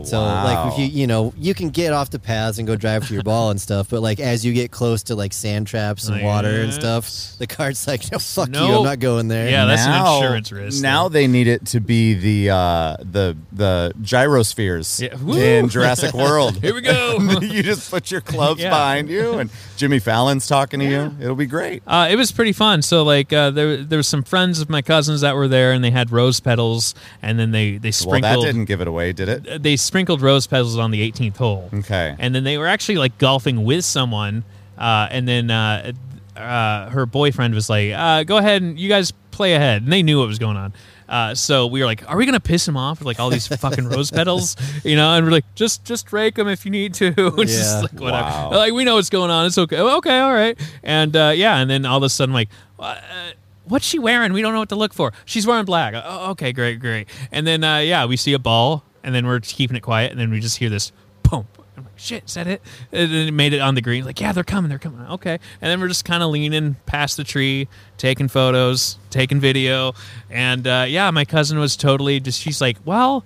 [SPEAKER 1] Oh,
[SPEAKER 3] So like if you you know you can get off the paths and go drive to your ball and stuff, but like as you get close to like sand traps and
[SPEAKER 2] Like,
[SPEAKER 3] water and
[SPEAKER 2] uh,
[SPEAKER 3] stuff, the cart's like (laughs) no fuck you,
[SPEAKER 2] Nope.
[SPEAKER 3] I'm not going there.
[SPEAKER 2] Yeah, that's an
[SPEAKER 1] now,
[SPEAKER 2] insurance risk,
[SPEAKER 1] Now they need it to be the uh, the the gyrospheres
[SPEAKER 2] Yeah, woo. (laughs)
[SPEAKER 1] in Jurassic World.
[SPEAKER 2] Here
[SPEAKER 1] (laughs)
[SPEAKER 2] we go.
[SPEAKER 1] you just put
[SPEAKER 2] (laughs)
[SPEAKER 1] your clubs
[SPEAKER 2] Yeah.
[SPEAKER 1] behind you, and Jimmy Fallon's talking to you. It'll be great.
[SPEAKER 2] Uh, it was pretty fun. So like uh, there there was some friends of my cousins that were there, and they had rose petals, and then they they
[SPEAKER 1] Well,
[SPEAKER 2] sprinkled uh,
[SPEAKER 1] that didn't give it away, did
[SPEAKER 3] Uh,
[SPEAKER 1] it?
[SPEAKER 2] they sprinkled rose petals on the 18th hole.
[SPEAKER 1] Okay.
[SPEAKER 2] and then they were actually like golfing with someone, uh, and then uh, uh, her boyfriend was like, uh, "Go ahead and you guys play ahead," and they knew what was going on. Uh, so we were like, "Are we gonna piss him off with like all these fucking rose petals?" (laughs) You know, and we're like, "Just just rake them if you need to." (laughs) just
[SPEAKER 3] Yeah.
[SPEAKER 2] like whatever.
[SPEAKER 1] Wow.
[SPEAKER 2] They're Like we know what's going on. It's okay. "Oh, Okay, all right. And uh, yeah, and then all of a sudden, like. Uh, What's she wearing? We don't know what to look for. She's wearing black. Oh, okay, great, great. And then, uh, yeah, we see a ball, and then we're just keeping it quiet, and then we just hear this boom. I'm like, shit, is that it? And then it made it on the green. Like, yeah, they're coming, they're coming. Okay. And then we're just kind of leaning past the tree, taking photos, taking video. And uh, yeah, my cousin was totally just, she's like, well,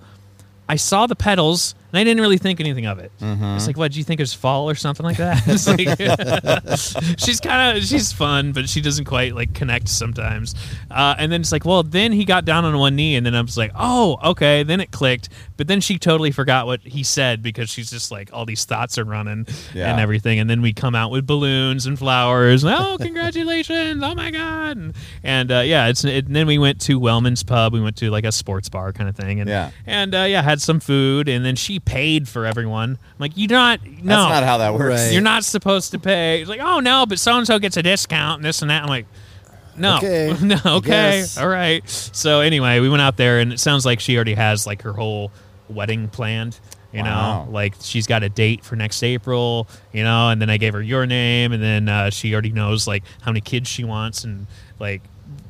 [SPEAKER 2] I saw the pedals and I didn't really think anything of it. It's like, what do you think it was fall or something like that? (laughs) It's like, (laughs) she's kind of she's fun, but she doesn't quite like connect sometimes. Uh, and then it's like, well, then he got down on one knee, and then I was like, oh, okay. Then it clicked, but then she totally forgot what he said because she's just like all these thoughts are running
[SPEAKER 1] Yeah.
[SPEAKER 2] and everything. And then we come out with balloons and flowers. and, oh, congratulations! oh my god! And, and, uh, yeah, it's it, and then we went to Wellman's Pub. We went to like a sports bar kind of thing, and
[SPEAKER 1] Yeah.
[SPEAKER 2] and uh, yeah, had some food, and then she paid for everyone. I'm like, you're not, no,
[SPEAKER 1] That's not how that works.
[SPEAKER 3] Right. (laughs)
[SPEAKER 2] you're not supposed to pay. It's like, oh no, but so and so gets a discount and this and that. I'm like, no,
[SPEAKER 3] Okay,
[SPEAKER 2] (laughs) no,
[SPEAKER 3] I
[SPEAKER 2] okay,
[SPEAKER 3] guess.
[SPEAKER 2] all right. So anyway, we went out there, and it sounds like she already has like her whole wedding planned. You
[SPEAKER 1] Wow.
[SPEAKER 2] know, like she's got a date for next April. You know, and then I gave her your name, and then uh, she already knows like how many kids she wants, and like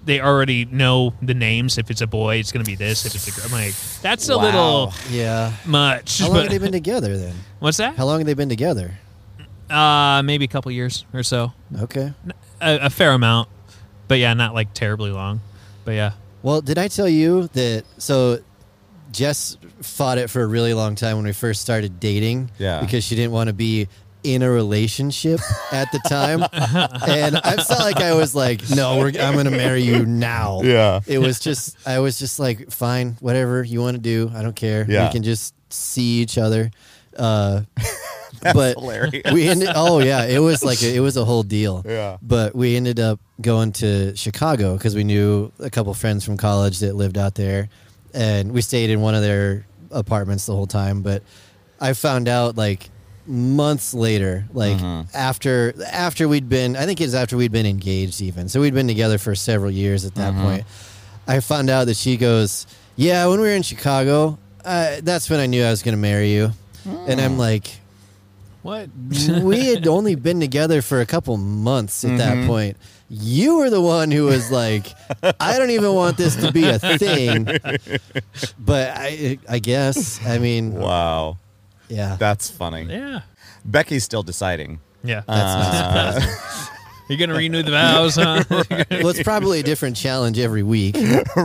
[SPEAKER 2] they already know the names. If it's a boy, it's gonna be this. If it's a girl, I'm like that's a
[SPEAKER 1] Wow.
[SPEAKER 2] little
[SPEAKER 3] Yeah.
[SPEAKER 2] much. (laughs)
[SPEAKER 3] How long
[SPEAKER 2] but-
[SPEAKER 3] have they been together then?
[SPEAKER 2] what's that?
[SPEAKER 3] How long have they been together?
[SPEAKER 2] Uh, maybe a couple years or so.
[SPEAKER 3] Okay.
[SPEAKER 2] a, a fair amount, but yeah, not like terribly long. But yeah,
[SPEAKER 3] Well, did I tell you that? So, Jess fought it for a really long time when we first started dating.
[SPEAKER 1] Yeah.
[SPEAKER 3] Because she didn't want to be in a relationship at the
[SPEAKER 1] (laughs)
[SPEAKER 3] time, and I felt like I was like, "No, we're, I'm going to marry you now."
[SPEAKER 1] Yeah.
[SPEAKER 3] It was just, I was just like, "Fine, whatever you want to do, I don't care.
[SPEAKER 1] Yeah.
[SPEAKER 3] We can just see each other."
[SPEAKER 1] (laughs)
[SPEAKER 3] Uh, but
[SPEAKER 1] hilarious.
[SPEAKER 3] we ended. Oh yeah, it was like a, it was a whole deal.
[SPEAKER 1] Yeah.
[SPEAKER 3] But we ended up going to Chicago because we knew a couple friends from college that lived out there, and we stayed in one of their apartments the whole time. But I found out like months later, like after after we'd been, I think it was after we'd been engaged even. So we'd been together for several years at that point. I found out that she goes, "Yeah, when we were in Chicago, uh, that's when I knew I was going to marry you," and I'm like
[SPEAKER 2] What?
[SPEAKER 3] (laughs) we had only been together for a couple months at that point. You were the one who was like, "I don't even want this to be a thing," but I, I guess I mean,
[SPEAKER 1] Wow.
[SPEAKER 3] yeah,
[SPEAKER 1] That's funny.
[SPEAKER 2] Yeah.
[SPEAKER 1] Becky's still deciding.
[SPEAKER 2] Yeah.
[SPEAKER 1] Uh,
[SPEAKER 3] that's not.
[SPEAKER 2] You're going to renew the vows, (laughs) huh?
[SPEAKER 3] well, it's probably a different challenge every week.
[SPEAKER 1] (laughs)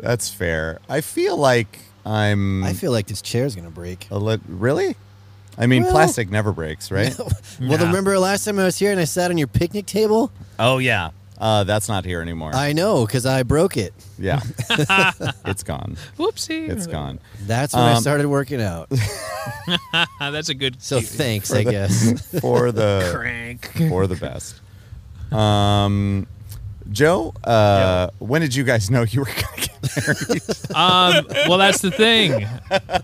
[SPEAKER 1] That's fair. I feel like I'm
[SPEAKER 3] I feel like this chair's gonna break. (laughs)
[SPEAKER 1] a lit- really? I mean,
[SPEAKER 3] Well-
[SPEAKER 1] plastic never breaks, right?
[SPEAKER 3] Well,
[SPEAKER 2] Nah.
[SPEAKER 3] remember last time I was here and I sat on your picnic table?
[SPEAKER 1] oh yeah. Uh, that's not here anymore.
[SPEAKER 3] I know because I broke it. (laughs)
[SPEAKER 1] yeah. (laughs) it's gone.
[SPEAKER 2] Whoopsie.
[SPEAKER 1] It's gone.
[SPEAKER 3] That's when I
[SPEAKER 1] Um,
[SPEAKER 3] started working out.
[SPEAKER 2] Ah, that's a good (laughs)
[SPEAKER 3] So thanks, I guess.
[SPEAKER 1] For the
[SPEAKER 2] crank.
[SPEAKER 1] for the best. Um Joe, uh, when did you guys know you were going to get
[SPEAKER 2] Um, well, that's the thing.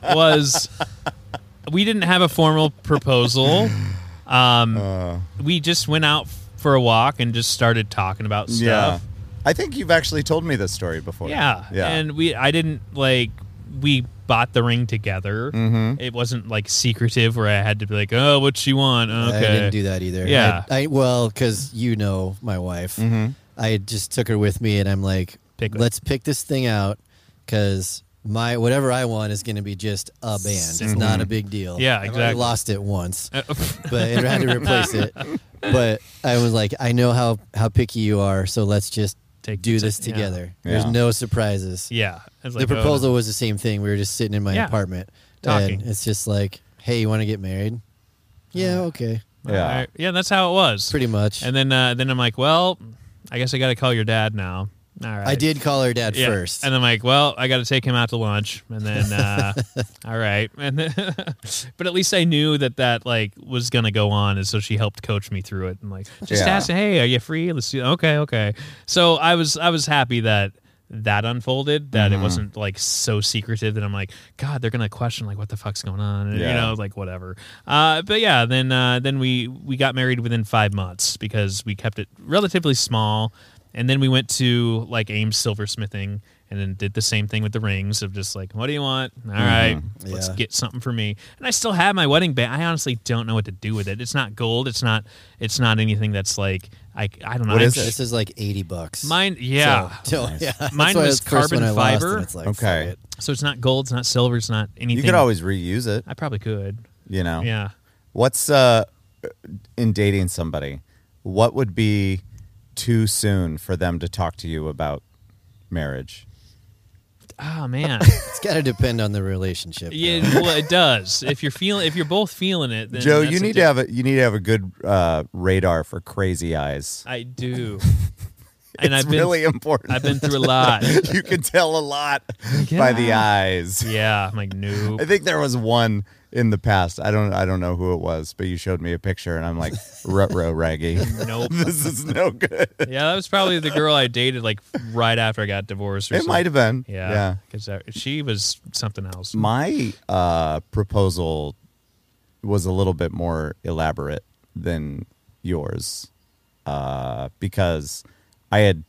[SPEAKER 2] Was we didn't have a formal proposal. Um, we just went out f- for a walk and just started talking about stuff.
[SPEAKER 1] I think you've actually told me this story before.
[SPEAKER 2] Yeah.
[SPEAKER 1] Yeah.
[SPEAKER 2] And we, I didn't like. We bought the ring together. Mm-hmm. It wasn't like secretive where I had to be like, "Oh, what she want?" Okay.
[SPEAKER 3] I didn't do that either.
[SPEAKER 2] Yeah. Mm-hmm.
[SPEAKER 3] I, I well, because you know my wife. I just took her with me, and I'm like,
[SPEAKER 2] Pick one.
[SPEAKER 3] let's pick this thing out because my whatever I want is going to be just a band. It's not a big deal.
[SPEAKER 2] Yeah,
[SPEAKER 3] I've already
[SPEAKER 2] exactly.
[SPEAKER 3] lost
[SPEAKER 2] (laughs)
[SPEAKER 3] it once,
[SPEAKER 2] Uh,
[SPEAKER 3] but it had to replace it. But I was like, I know how how picky you are, so let's just
[SPEAKER 2] Take-
[SPEAKER 3] do this
[SPEAKER 2] yeah.
[SPEAKER 3] together.
[SPEAKER 1] Yeah.
[SPEAKER 3] There's no surprises.
[SPEAKER 2] yeah. I was
[SPEAKER 3] The
[SPEAKER 2] like, oh,
[SPEAKER 3] proposal was the same thing. We were just sitting in my
[SPEAKER 2] Yeah.
[SPEAKER 3] apartment
[SPEAKER 2] Talking.
[SPEAKER 3] And it's just like, hey, you want to get married? Yeah, okay.
[SPEAKER 2] all
[SPEAKER 1] Yeah.
[SPEAKER 2] right. Yeah. That's how it was.
[SPEAKER 3] Pretty much.
[SPEAKER 2] And then, uh, then I'm like, well, I guess I got to call your dad now. All right.
[SPEAKER 3] I did call her dad
[SPEAKER 2] Yeah.
[SPEAKER 3] first.
[SPEAKER 2] And I'm like, well, I got to take him out to lunch, and
[SPEAKER 1] (laughs)
[SPEAKER 2] then, uh, all right, and then, (laughs) but at least I knew that that like was gonna go on, and so she helped coach me through it, and like just
[SPEAKER 1] Yeah.
[SPEAKER 2] ask, hey, are you free? Let's do. Okay, okay. So I was I was happy that that unfolded that
[SPEAKER 1] Mm-hmm.
[SPEAKER 2] it wasn't like so secretive that i'm like god they're gonna question like what the fuck's going on and, you
[SPEAKER 1] Yeah.
[SPEAKER 2] know like whatever uh but yeah then uh then we we got married within five months because we kept it relatively small and then we went to like ames silversmithing and then did the same thing with the rings of just like what do you want
[SPEAKER 1] Mm-hmm.
[SPEAKER 2] All right, let's
[SPEAKER 3] Yeah.
[SPEAKER 2] get something for me and i still have my wedding band i honestly don't know what to do with it it's not gold it's not it's not anything that's like i i don't know
[SPEAKER 1] What
[SPEAKER 2] I'm
[SPEAKER 1] is
[SPEAKER 2] sh-
[SPEAKER 1] it?
[SPEAKER 3] this is like 80 bucks.
[SPEAKER 2] mine yeah
[SPEAKER 3] (laughs) So, so- yeah. that's
[SPEAKER 2] Mine
[SPEAKER 3] why
[SPEAKER 2] was
[SPEAKER 3] the first
[SPEAKER 2] carbon
[SPEAKER 3] one I lost,
[SPEAKER 2] fiber.
[SPEAKER 3] and it's like,
[SPEAKER 1] Okay.
[SPEAKER 3] fuck it.
[SPEAKER 2] So it's not gold, it's not silver, it's not anything.
[SPEAKER 1] You could always Oh. reuse it,
[SPEAKER 2] I probably could.
[SPEAKER 1] you know.
[SPEAKER 2] Yeah.
[SPEAKER 1] What's uh in dating somebody? What would be too soon for them to talk to you about marriage?
[SPEAKER 2] Oh
[SPEAKER 1] (laughs)
[SPEAKER 2] man.
[SPEAKER 3] It's got to depend on the relationship.
[SPEAKER 2] yeah.
[SPEAKER 3] though.
[SPEAKER 2] Well, it does. If you're feeling, if you're both feeling it, then
[SPEAKER 1] Joe,
[SPEAKER 2] that's
[SPEAKER 1] you
[SPEAKER 2] a
[SPEAKER 1] need to
[SPEAKER 2] diff-
[SPEAKER 1] have a you need to have a good uh, radar for crazy eyes.
[SPEAKER 2] I do.
[SPEAKER 1] (laughs)
[SPEAKER 2] and
[SPEAKER 1] it's
[SPEAKER 2] I've been,
[SPEAKER 1] really important.
[SPEAKER 2] I've been through a lot.
[SPEAKER 1] (laughs) you can tell a lot
[SPEAKER 2] Yeah.
[SPEAKER 1] by the eyes.
[SPEAKER 2] Yeah. I'm like, nope.
[SPEAKER 1] I think there was one in the past. I don't I don't know who it was, but you showed me a picture and I'm like, Rutro Raggy. (laughs)
[SPEAKER 2] Nope.
[SPEAKER 1] this is no good.
[SPEAKER 2] Yeah, that was probably the girl I dated like right after I got divorced. Or
[SPEAKER 1] It
[SPEAKER 2] something.
[SPEAKER 1] might have been.
[SPEAKER 2] Yeah. Because she was something else.
[SPEAKER 1] My uh, proposal was a little bit more elaborate than yours uh, because I had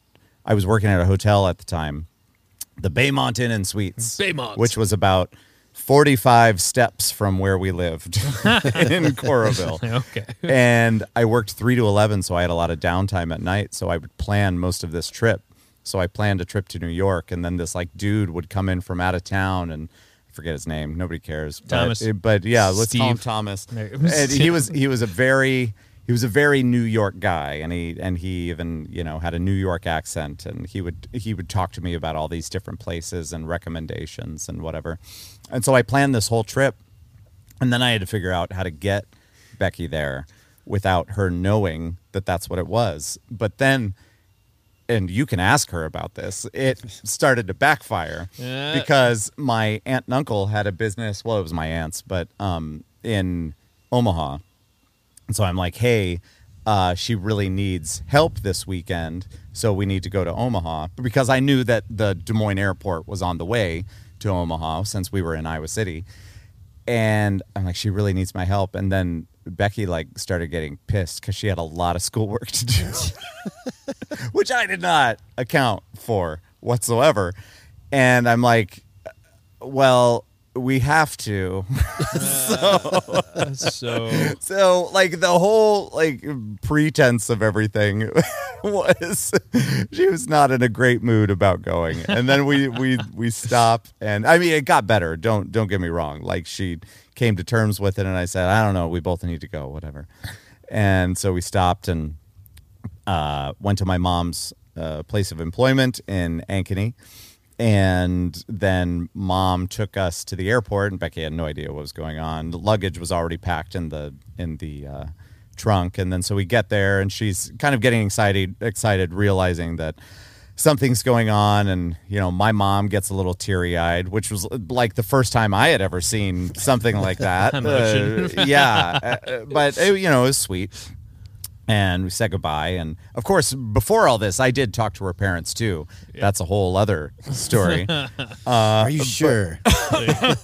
[SPEAKER 1] I was working at a hotel at the time, the Baymont Inn and Suites,
[SPEAKER 2] Baymont.
[SPEAKER 1] which was about forty five steps from where we lived (laughs) in Coralville
[SPEAKER 2] (laughs) okay. (laughs)
[SPEAKER 1] and I worked three to eleven, so I had a lot of downtime at night. So I would plan most of this trip. So I planned a trip to New York, and then this like dude would come in from out of town, and I forget his name. Nobody cares. But- eh,
[SPEAKER 2] Thomas.
[SPEAKER 1] But, yeah, let's call him
[SPEAKER 2] Steve.
[SPEAKER 1] Thomas.
[SPEAKER 2] There-
[SPEAKER 1] And
[SPEAKER 2] (laughs)
[SPEAKER 1] he was he was a very he was a very New York guy, and he and he even you know had a New York accent, and he would he would talk to me about all these different places and recommendations and whatever. And so I planned this whole trip. And then I had to figure out how to get Becky there without her knowing that that's what it was. But then, and you can ask her about this, it started to backfire
[SPEAKER 2] Yeah.
[SPEAKER 1] because my aunt and uncle had a business. Well, it was my aunt's, but um, in Omaha. And so I'm like, hey, uh, she really needs help this weekend. So we need to go to Omaha because I knew that the Des Moines airport was on the way to Omaha since we were in Iowa City. And I'm like, she really needs my help. And then Becky like started getting pissed because she had a lot of schoolwork to do, (laughs) which I did not account for whatsoever. And I'm like, well, we have to.
[SPEAKER 2] so
[SPEAKER 1] so like the whole like pretense of everything (laughs) was she was not in a great mood about going. And then we we we stop and I mean it got better. Don't don't get me wrong. Like she came to terms with it and I said, "I don't know, we both need to go, whatever." And so we stopped and uh, went to my mom's uh, place of employment in Ankeny. And then mom took us to the airport, and Becky had no idea what was going on. The luggage was already packed in the in the uh, trunk, and then so we get there, and she's kind of getting excited, excited, realizing that something's going on. And you know, my mom gets a little teary eyed, which was uh, like the first time I had ever seen something like that.
[SPEAKER 2] Emotion.
[SPEAKER 1] Uh, yeah, Uh, but it, you know, it was sweet and we said goodbye. And of course, before all this, I did talk to her parents too. That's a whole other story.
[SPEAKER 3] Are you sure?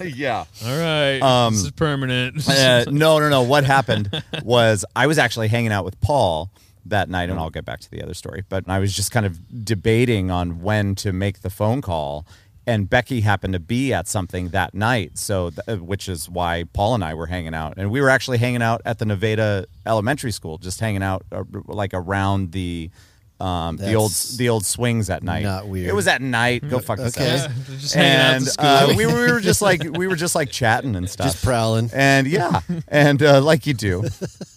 [SPEAKER 1] yeah.
[SPEAKER 2] all right,
[SPEAKER 1] Um,
[SPEAKER 2] this
[SPEAKER 1] (laughs)
[SPEAKER 2] is permanent.
[SPEAKER 1] Uh, no, no, no. What
[SPEAKER 2] (laughs)
[SPEAKER 1] happened was I was actually hanging out with Paul that night,
[SPEAKER 2] Mm.
[SPEAKER 1] and I'll get back to the other story. But I was just kind of debating on when to make the phone call. And Becky happened to be at something that night, so th- uh, which is why Paul and I were hanging out, and we were actually hanging out at the Nevada Elementary School, just hanging out uh, like around the um, the old
[SPEAKER 3] That's
[SPEAKER 1] the old swings at night.
[SPEAKER 3] not weird.
[SPEAKER 1] It was at night. Go fuck
[SPEAKER 3] Okay.
[SPEAKER 1] yourself.
[SPEAKER 2] Mm-hmm. yeah, they're just hanging out at
[SPEAKER 1] And
[SPEAKER 2] the school.
[SPEAKER 1] uh, we, were- we were just like we were just like chatting and stuff
[SPEAKER 3] Just prowling.
[SPEAKER 1] and yeah and uh, like you do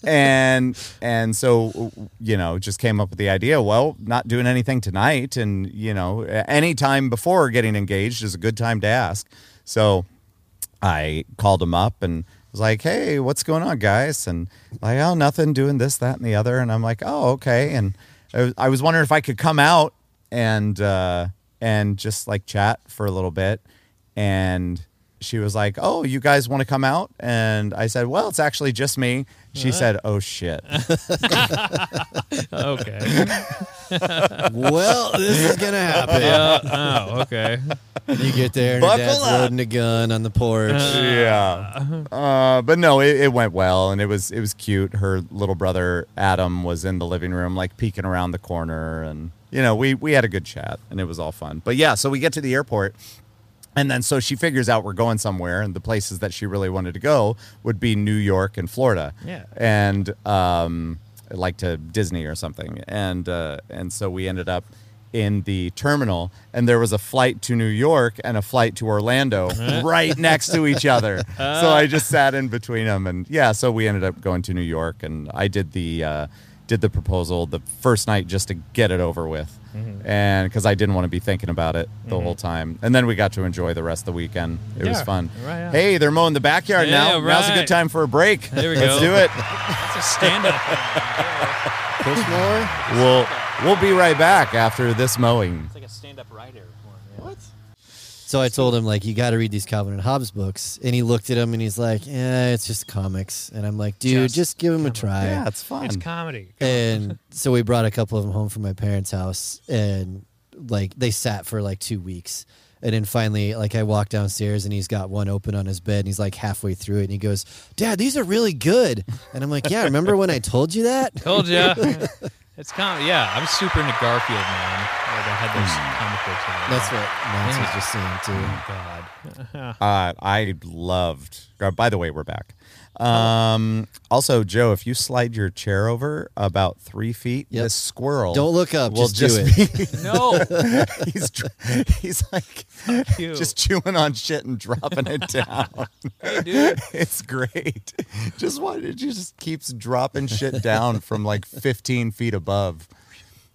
[SPEAKER 1] and and so you know just came up with the idea well not doing anything tonight and you know any time before getting engaged is a good time to ask so i called him up and was like hey what's going on guys and like oh nothing doing this that and the other and i'm like oh okay and i was, I was wondering if i could come out and uh and just like chat for a little bit and she was like, "Oh, you guys want to come out?" And I said, "Well, it's actually just me." She said, "Oh shit."
[SPEAKER 2] (laughs) okay.
[SPEAKER 3] (laughs) well, this is gonna happen.
[SPEAKER 2] Yeah. Oh, okay.
[SPEAKER 3] You get there, and your
[SPEAKER 1] Buckle
[SPEAKER 3] dad's
[SPEAKER 1] up.
[SPEAKER 3] loading a gun on the porch.
[SPEAKER 2] Uh-huh.
[SPEAKER 1] yeah. Uh, but no, it, it went well, and it was it was cute. Her little brother Adam was in the living room, like peeking around the corner, and you know we we had a good chat, and it was all fun. But yeah, so we get to the airport. And then so she figures out we're going somewhere, and the places that she really wanted to go would be New York and Florida.
[SPEAKER 2] Yeah.
[SPEAKER 1] and um, like to Disney or something. And uh, and so we ended up in the terminal, and there was a flight to New York and a flight to Orlando
[SPEAKER 2] (laughs)
[SPEAKER 1] right next to each other. so I just sat in between them, and yeah, so we ended up going to New York, and I did the. Uh, did the proposal the first night just to get it over with
[SPEAKER 2] Mm-hmm.
[SPEAKER 1] and because i didn't want to be thinking about it the whole time and then we got to enjoy the rest of the weekend it was
[SPEAKER 2] Yeah.
[SPEAKER 1] fun
[SPEAKER 2] Right, yeah.
[SPEAKER 1] hey they're mowing the backyard
[SPEAKER 2] Yeah,
[SPEAKER 1] now now's a
[SPEAKER 2] right.
[SPEAKER 1] good time for a break
[SPEAKER 2] There we
[SPEAKER 1] let's
[SPEAKER 2] go.
[SPEAKER 1] do it
[SPEAKER 2] That's a stand-up.
[SPEAKER 3] Push more.
[SPEAKER 1] We'll we'll be right back after this mowing.
[SPEAKER 2] like a stand-up writer.
[SPEAKER 3] What? So I told him like you got to read these Calvin and Hobbes books, and he looked at him and he's like, "Eh, it's just comics." And I'm like, "Dude,
[SPEAKER 2] Just
[SPEAKER 3] just, give him a try."
[SPEAKER 1] Yeah, it's fun.
[SPEAKER 2] It's comedy.
[SPEAKER 3] and so we brought a couple of them home from my parents' house, and like they sat for like two weeks, and then finally, like I walked downstairs and he's got one open on his bed, and he's like halfway through it, and he goes, "Dad, these are really good," and I'm like, "Yeah, remember when I told you that?"
[SPEAKER 1] (laughs)
[SPEAKER 2] Told ya. it's comedy. Yeah, I'm super into Garfield, man. Like, I had those comic books. when I was
[SPEAKER 1] Hmm.
[SPEAKER 3] That's what Max was
[SPEAKER 2] Yeah.
[SPEAKER 3] just saying too.
[SPEAKER 2] young. God.
[SPEAKER 1] Uh, I loved. uh, by the way, we're back. Um, also, Joe, if you slide your chair over about three feet,
[SPEAKER 3] Yep.
[SPEAKER 1] this squirrel
[SPEAKER 3] Don't look up,
[SPEAKER 1] will
[SPEAKER 3] just do
[SPEAKER 2] no.
[SPEAKER 1] be, (laughs) he's dr- he's like (laughs)
[SPEAKER 2] you.
[SPEAKER 1] just chewing on shit and dropping it down.
[SPEAKER 2] Hey, dude.
[SPEAKER 1] (laughs) it's great. Just why it just keeps dropping shit down from like 15 feet above.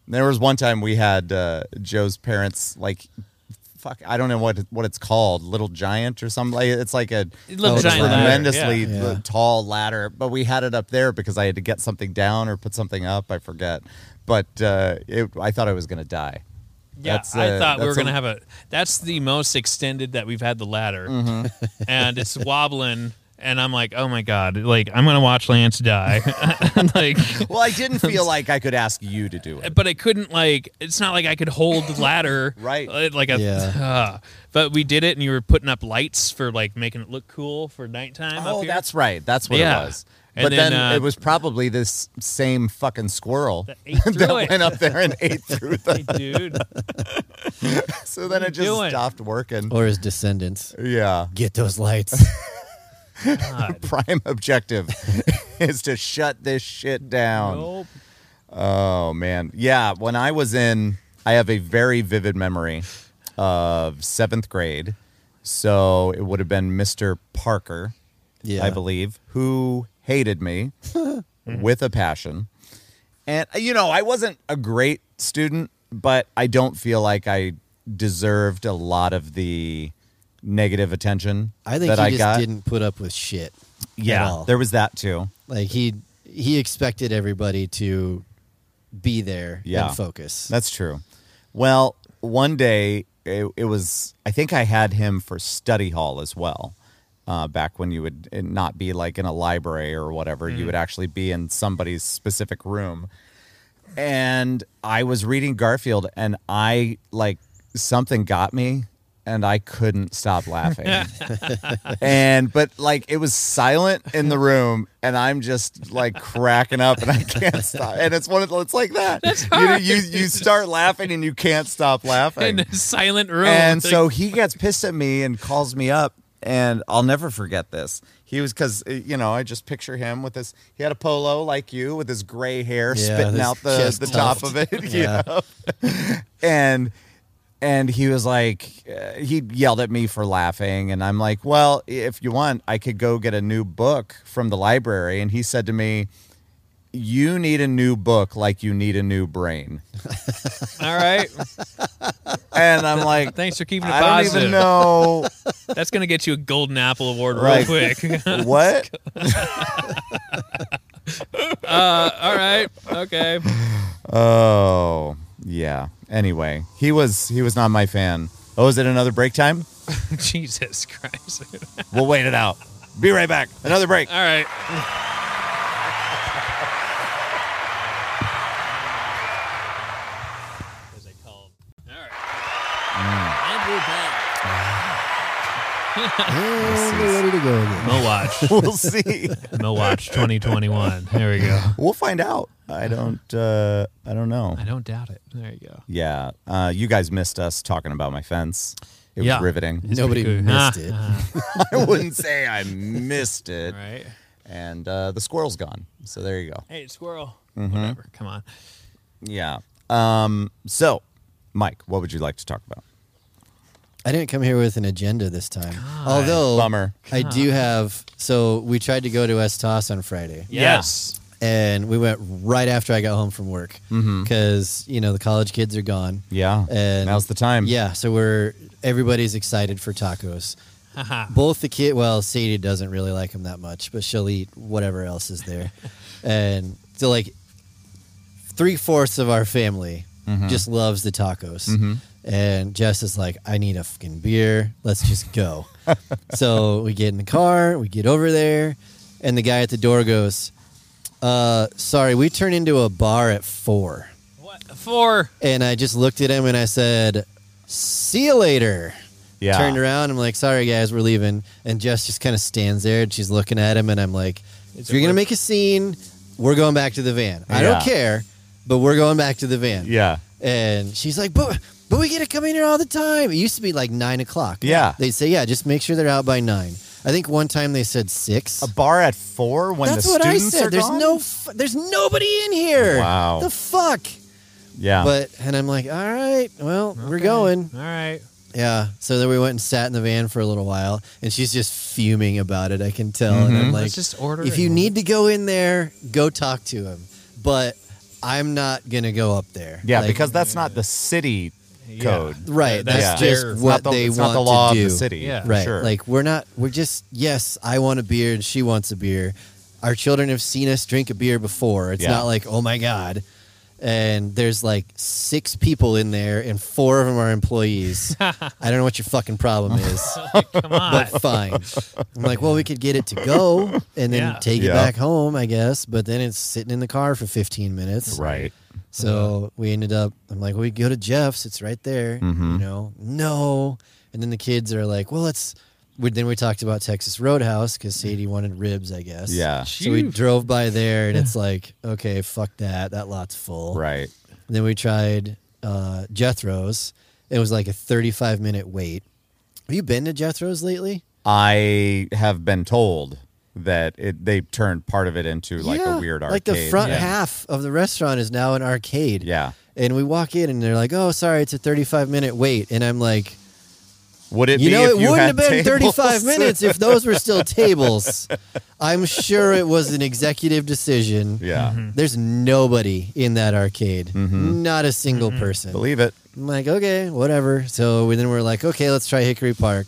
[SPEAKER 1] There was one time we had uh, Joe's parents like, fuck, I don't know what what it's called, little giant or something. Like, it's like a
[SPEAKER 2] Little
[SPEAKER 3] Oh,
[SPEAKER 2] giant
[SPEAKER 3] ladder,
[SPEAKER 1] tremendously
[SPEAKER 3] yeah.
[SPEAKER 1] l-
[SPEAKER 3] Yeah.
[SPEAKER 1] tall ladder, but we had it up there because I had to get something down or put something up. I forget, but uh, it, I thought I was gonna die.
[SPEAKER 2] Yeah,
[SPEAKER 1] That's,
[SPEAKER 2] I
[SPEAKER 1] uh,
[SPEAKER 2] thought we were
[SPEAKER 1] that's a-
[SPEAKER 2] gonna have a. That's the most extended that we've had the ladder,
[SPEAKER 1] Mm-hmm.
[SPEAKER 2] and it's wobbling. And I'm like, oh my god! Like I'm gonna watch Lance die. (laughs) like,
[SPEAKER 1] Well, I didn't
[SPEAKER 2] (laughs)
[SPEAKER 1] feel like I could ask you to do it.
[SPEAKER 2] but I couldn't. Like, it's not like I could hold the ladder.
[SPEAKER 1] (laughs) Right.
[SPEAKER 2] uh, Like a.
[SPEAKER 3] Yeah.
[SPEAKER 2] uh, (sighs) but we did it, and you were putting up lights for like making it look cool for nighttime.
[SPEAKER 1] Oh,
[SPEAKER 2] up here.
[SPEAKER 1] that's right. That's what
[SPEAKER 2] Yeah.
[SPEAKER 1] it was.
[SPEAKER 2] And
[SPEAKER 1] but then,
[SPEAKER 2] uh,
[SPEAKER 1] it was probably this same fucking squirrel
[SPEAKER 2] that ate
[SPEAKER 1] (laughs) that
[SPEAKER 2] through it.
[SPEAKER 1] went up there and ate through
[SPEAKER 2] Hey,
[SPEAKER 1] the.
[SPEAKER 2] dude.
[SPEAKER 1] So then
[SPEAKER 2] you
[SPEAKER 1] it just
[SPEAKER 2] doing? Oh,
[SPEAKER 1] stopped working.
[SPEAKER 3] (laughs) or his descendants.
[SPEAKER 1] Yeah.
[SPEAKER 3] Get those lights.
[SPEAKER 1] (laughs)
[SPEAKER 2] God.
[SPEAKER 1] Prime objective (laughs) is to shut this shit down.
[SPEAKER 2] Nope.
[SPEAKER 1] Oh man, yeah. When I was in, I have a very vivid memory of seventh grade. So it would have been Mr. Parker,
[SPEAKER 3] Yeah.
[SPEAKER 1] I believe, who hated
[SPEAKER 3] (laughs)
[SPEAKER 1] me with a passion. And you know, I wasn't a great student, but I don't feel like I deserved a lot of the negative attention
[SPEAKER 3] (laughs) I think
[SPEAKER 1] that
[SPEAKER 3] he
[SPEAKER 1] I
[SPEAKER 3] just
[SPEAKER 1] got.
[SPEAKER 3] didn't put up with shit. at
[SPEAKER 1] yeah,
[SPEAKER 3] all.
[SPEAKER 1] there was that too.
[SPEAKER 3] like he he expected everybody to be there
[SPEAKER 1] Yeah.
[SPEAKER 3] and focus.
[SPEAKER 1] That's true. Well, one day it, it was. I think I had him for study hall as well. Uh, back when you would uh, not be like in a library or whatever, you would actually be in somebody's specific room. And I was reading Garfield, and I like something got me, and I couldn't stop laughing. and but like it was silent in the room, and I'm just like cracking up, and I can't stop. And it's one of the, it's like that. you, know, you you start laughing, and you can't stop
[SPEAKER 2] In
[SPEAKER 1] laughing.
[SPEAKER 2] a silent room.
[SPEAKER 1] And
[SPEAKER 2] Like,
[SPEAKER 1] so he gets pissed at me and calls me up, and I'll never forget this. He was because you know I just picture him with this. He had a polo like you with his gray hair
[SPEAKER 3] Yeah,
[SPEAKER 1] spitting
[SPEAKER 3] this
[SPEAKER 1] out the
[SPEAKER 3] chest
[SPEAKER 1] the top
[SPEAKER 3] tuft.
[SPEAKER 1] of it. (laughs) you
[SPEAKER 3] Yeah.
[SPEAKER 1] know? and and he was like uh, he yelled at me for laughing and i'm like well if you want i could go get a new book from the library and he said to me you need a new book like you need a new brain
[SPEAKER 2] all right.
[SPEAKER 1] and i'm like
[SPEAKER 2] (laughs) Thanks for keeping
[SPEAKER 1] (laughs)
[SPEAKER 2] it
[SPEAKER 1] i don't
[SPEAKER 2] positive.
[SPEAKER 1] even know
[SPEAKER 2] That's gonna get you a golden apple award real
[SPEAKER 1] Right.
[SPEAKER 2] quick. (laughs) uh,
[SPEAKER 1] what
[SPEAKER 2] Uh, all right. Okay.
[SPEAKER 1] oh yeah anyway he was he was not my fan oh is it another break time
[SPEAKER 2] Jesus Christ. (laughs)
[SPEAKER 1] we'll wait it out be right back another break
[SPEAKER 2] all right. As I called. All right. And we're back.
[SPEAKER 3] And we're ready to go again.
[SPEAKER 2] Mo Watch. (laughs)
[SPEAKER 1] we'll see
[SPEAKER 2] Mo Watch 2021. There we go.
[SPEAKER 1] we'll find out i don't uh i don't know
[SPEAKER 2] I don't doubt it. There you go.
[SPEAKER 1] Yeah. Uh, you guys missed us talking about my fence. It
[SPEAKER 2] Yeah.
[SPEAKER 1] was
[SPEAKER 2] (laughs)
[SPEAKER 1] riveting.
[SPEAKER 3] Nobody
[SPEAKER 2] Pretty cool.
[SPEAKER 3] missed
[SPEAKER 2] Ah,
[SPEAKER 3] it.
[SPEAKER 2] ah,
[SPEAKER 1] I wouldn't say I missed it.
[SPEAKER 2] right.
[SPEAKER 1] And uh, the squirrel's gone. So there you go.
[SPEAKER 2] Hey, squirrel. Whatever. Come on.
[SPEAKER 1] Yeah. Um, so, Mike, what would you like to talk about?
[SPEAKER 3] I didn't come here with an agenda this time. Although
[SPEAKER 1] Bummer.
[SPEAKER 3] I do have so we tried to go to Estos on Friday.
[SPEAKER 2] Yes.
[SPEAKER 3] And we went right after I got home from work
[SPEAKER 1] Mm-hmm.
[SPEAKER 3] because you know the college kids are gone.
[SPEAKER 1] Yeah.
[SPEAKER 3] And
[SPEAKER 1] Now's the time.
[SPEAKER 3] Yeah, so we're everybody's excited for tacos.
[SPEAKER 2] Haha.
[SPEAKER 3] both the kid well sadie doesn't really like him that much but she'll eat whatever else is there and so like three-fourths of our family just loves the tacos and jess is like i need a fucking beer let's just go so we get in the car we get over there and the guy at the door goes uh sorry we turn into a bar at four
[SPEAKER 2] What for?
[SPEAKER 3] and i just looked at him and i said see you later
[SPEAKER 1] Yeah.
[SPEAKER 3] turned around. I'm like, sorry guys, we're leaving. And Jess just kind of stands there and she's looking at him. And I'm like,
[SPEAKER 2] It's
[SPEAKER 3] if you're
[SPEAKER 2] a
[SPEAKER 3] gonna
[SPEAKER 2] work-
[SPEAKER 3] make a scene, we're going back to the van. I don't
[SPEAKER 1] Yeah.
[SPEAKER 3] care, but we're going back to the van.
[SPEAKER 1] Yeah.
[SPEAKER 3] And she's like, but but we get to come in here all the time. It used to be like nine o'clock.
[SPEAKER 1] Yeah.
[SPEAKER 3] They'd say, yeah, just make sure they're out by nine. I think one time they said six.
[SPEAKER 1] A bar at four when
[SPEAKER 3] That's
[SPEAKER 1] the
[SPEAKER 3] what I
[SPEAKER 1] students are
[SPEAKER 3] said. There's
[SPEAKER 1] gone?
[SPEAKER 3] no, f- there's nobody in here.
[SPEAKER 1] Wow.
[SPEAKER 3] The fuck.
[SPEAKER 1] Yeah.
[SPEAKER 3] But and I'm like, all right, well, we're
[SPEAKER 2] Okay.
[SPEAKER 3] going.
[SPEAKER 2] All right.
[SPEAKER 3] Yeah. So then we went and sat in the van for a little while, and she's just fuming about it. I can tell. And
[SPEAKER 1] Mm-hmm.
[SPEAKER 3] I'm like,
[SPEAKER 2] Let's just order.
[SPEAKER 3] if you
[SPEAKER 2] and-
[SPEAKER 3] need to go in there, go talk to him. But I'm not gonna go up there.
[SPEAKER 1] yeah,
[SPEAKER 3] Like,
[SPEAKER 1] because that's not the city
[SPEAKER 2] Yeah.
[SPEAKER 1] code.
[SPEAKER 3] right, that's
[SPEAKER 1] Yeah.
[SPEAKER 3] just
[SPEAKER 2] their-
[SPEAKER 1] It's not
[SPEAKER 3] what
[SPEAKER 1] the,
[SPEAKER 3] they
[SPEAKER 1] it's
[SPEAKER 3] want
[SPEAKER 1] not the law
[SPEAKER 3] to do.
[SPEAKER 1] of the city.
[SPEAKER 2] Yeah.
[SPEAKER 1] for
[SPEAKER 3] right?
[SPEAKER 1] Sure.
[SPEAKER 3] Like we're not. We're just yes. I want a beer, and she wants a beer. Our children have seen us drink a beer before. It's
[SPEAKER 1] Yeah.
[SPEAKER 3] not like oh my god. And there's like six people in there, and four of them are
[SPEAKER 1] (laughs)
[SPEAKER 3] employees. I don't know what your fucking problem is.
[SPEAKER 2] (laughs) Come on.
[SPEAKER 3] but fine. I'm like, well, we could get it to go and then
[SPEAKER 2] Yeah.
[SPEAKER 3] take
[SPEAKER 1] Yeah.
[SPEAKER 3] it back home, I guess. But then it's sitting in the car for 15 minutes.
[SPEAKER 1] right. Uh-huh.
[SPEAKER 3] So we ended up, I'm like, well, we
[SPEAKER 1] Mm-hmm.
[SPEAKER 3] go to Jeff's. It's right there. You know, no. And then the kids are like, well, let's we, then we talked about Texas Roadhouse because Sadie wanted ribs, I guess.
[SPEAKER 1] Mm. Yeah.
[SPEAKER 3] So we
[SPEAKER 2] Phew.
[SPEAKER 3] drove by there, and it's like, okay, fuck that. That lot's full.
[SPEAKER 1] Right.
[SPEAKER 3] And then we tried uh, Jethro's. It was like a 35 minute wait. Have you been to Jethro's lately?
[SPEAKER 1] I have been told that it they turned part of it into like
[SPEAKER 3] Yeah,
[SPEAKER 1] a weird arcade.
[SPEAKER 3] Like the front
[SPEAKER 1] yeah.
[SPEAKER 3] half of the restaurant is now an arcade.
[SPEAKER 1] Yeah.
[SPEAKER 3] And we walk in and they're like, "Oh, sorry, it's a 35 minute wait." And I'm like,
[SPEAKER 1] Would it
[SPEAKER 3] "You
[SPEAKER 1] be
[SPEAKER 3] know,
[SPEAKER 1] if
[SPEAKER 3] it
[SPEAKER 1] you
[SPEAKER 3] wouldn't
[SPEAKER 1] had
[SPEAKER 3] have
[SPEAKER 1] (laughs)
[SPEAKER 3] been
[SPEAKER 1] tables?
[SPEAKER 3] 35 minutes if those were still tables." I'm sure it was an executive decision.
[SPEAKER 1] yeah.
[SPEAKER 3] There's nobody in that arcade. Not a single person.
[SPEAKER 1] Mm-hmm. Believe it.
[SPEAKER 3] I'm like, okay, whatever. So we, then we're like, okay, let's try Hickory Park.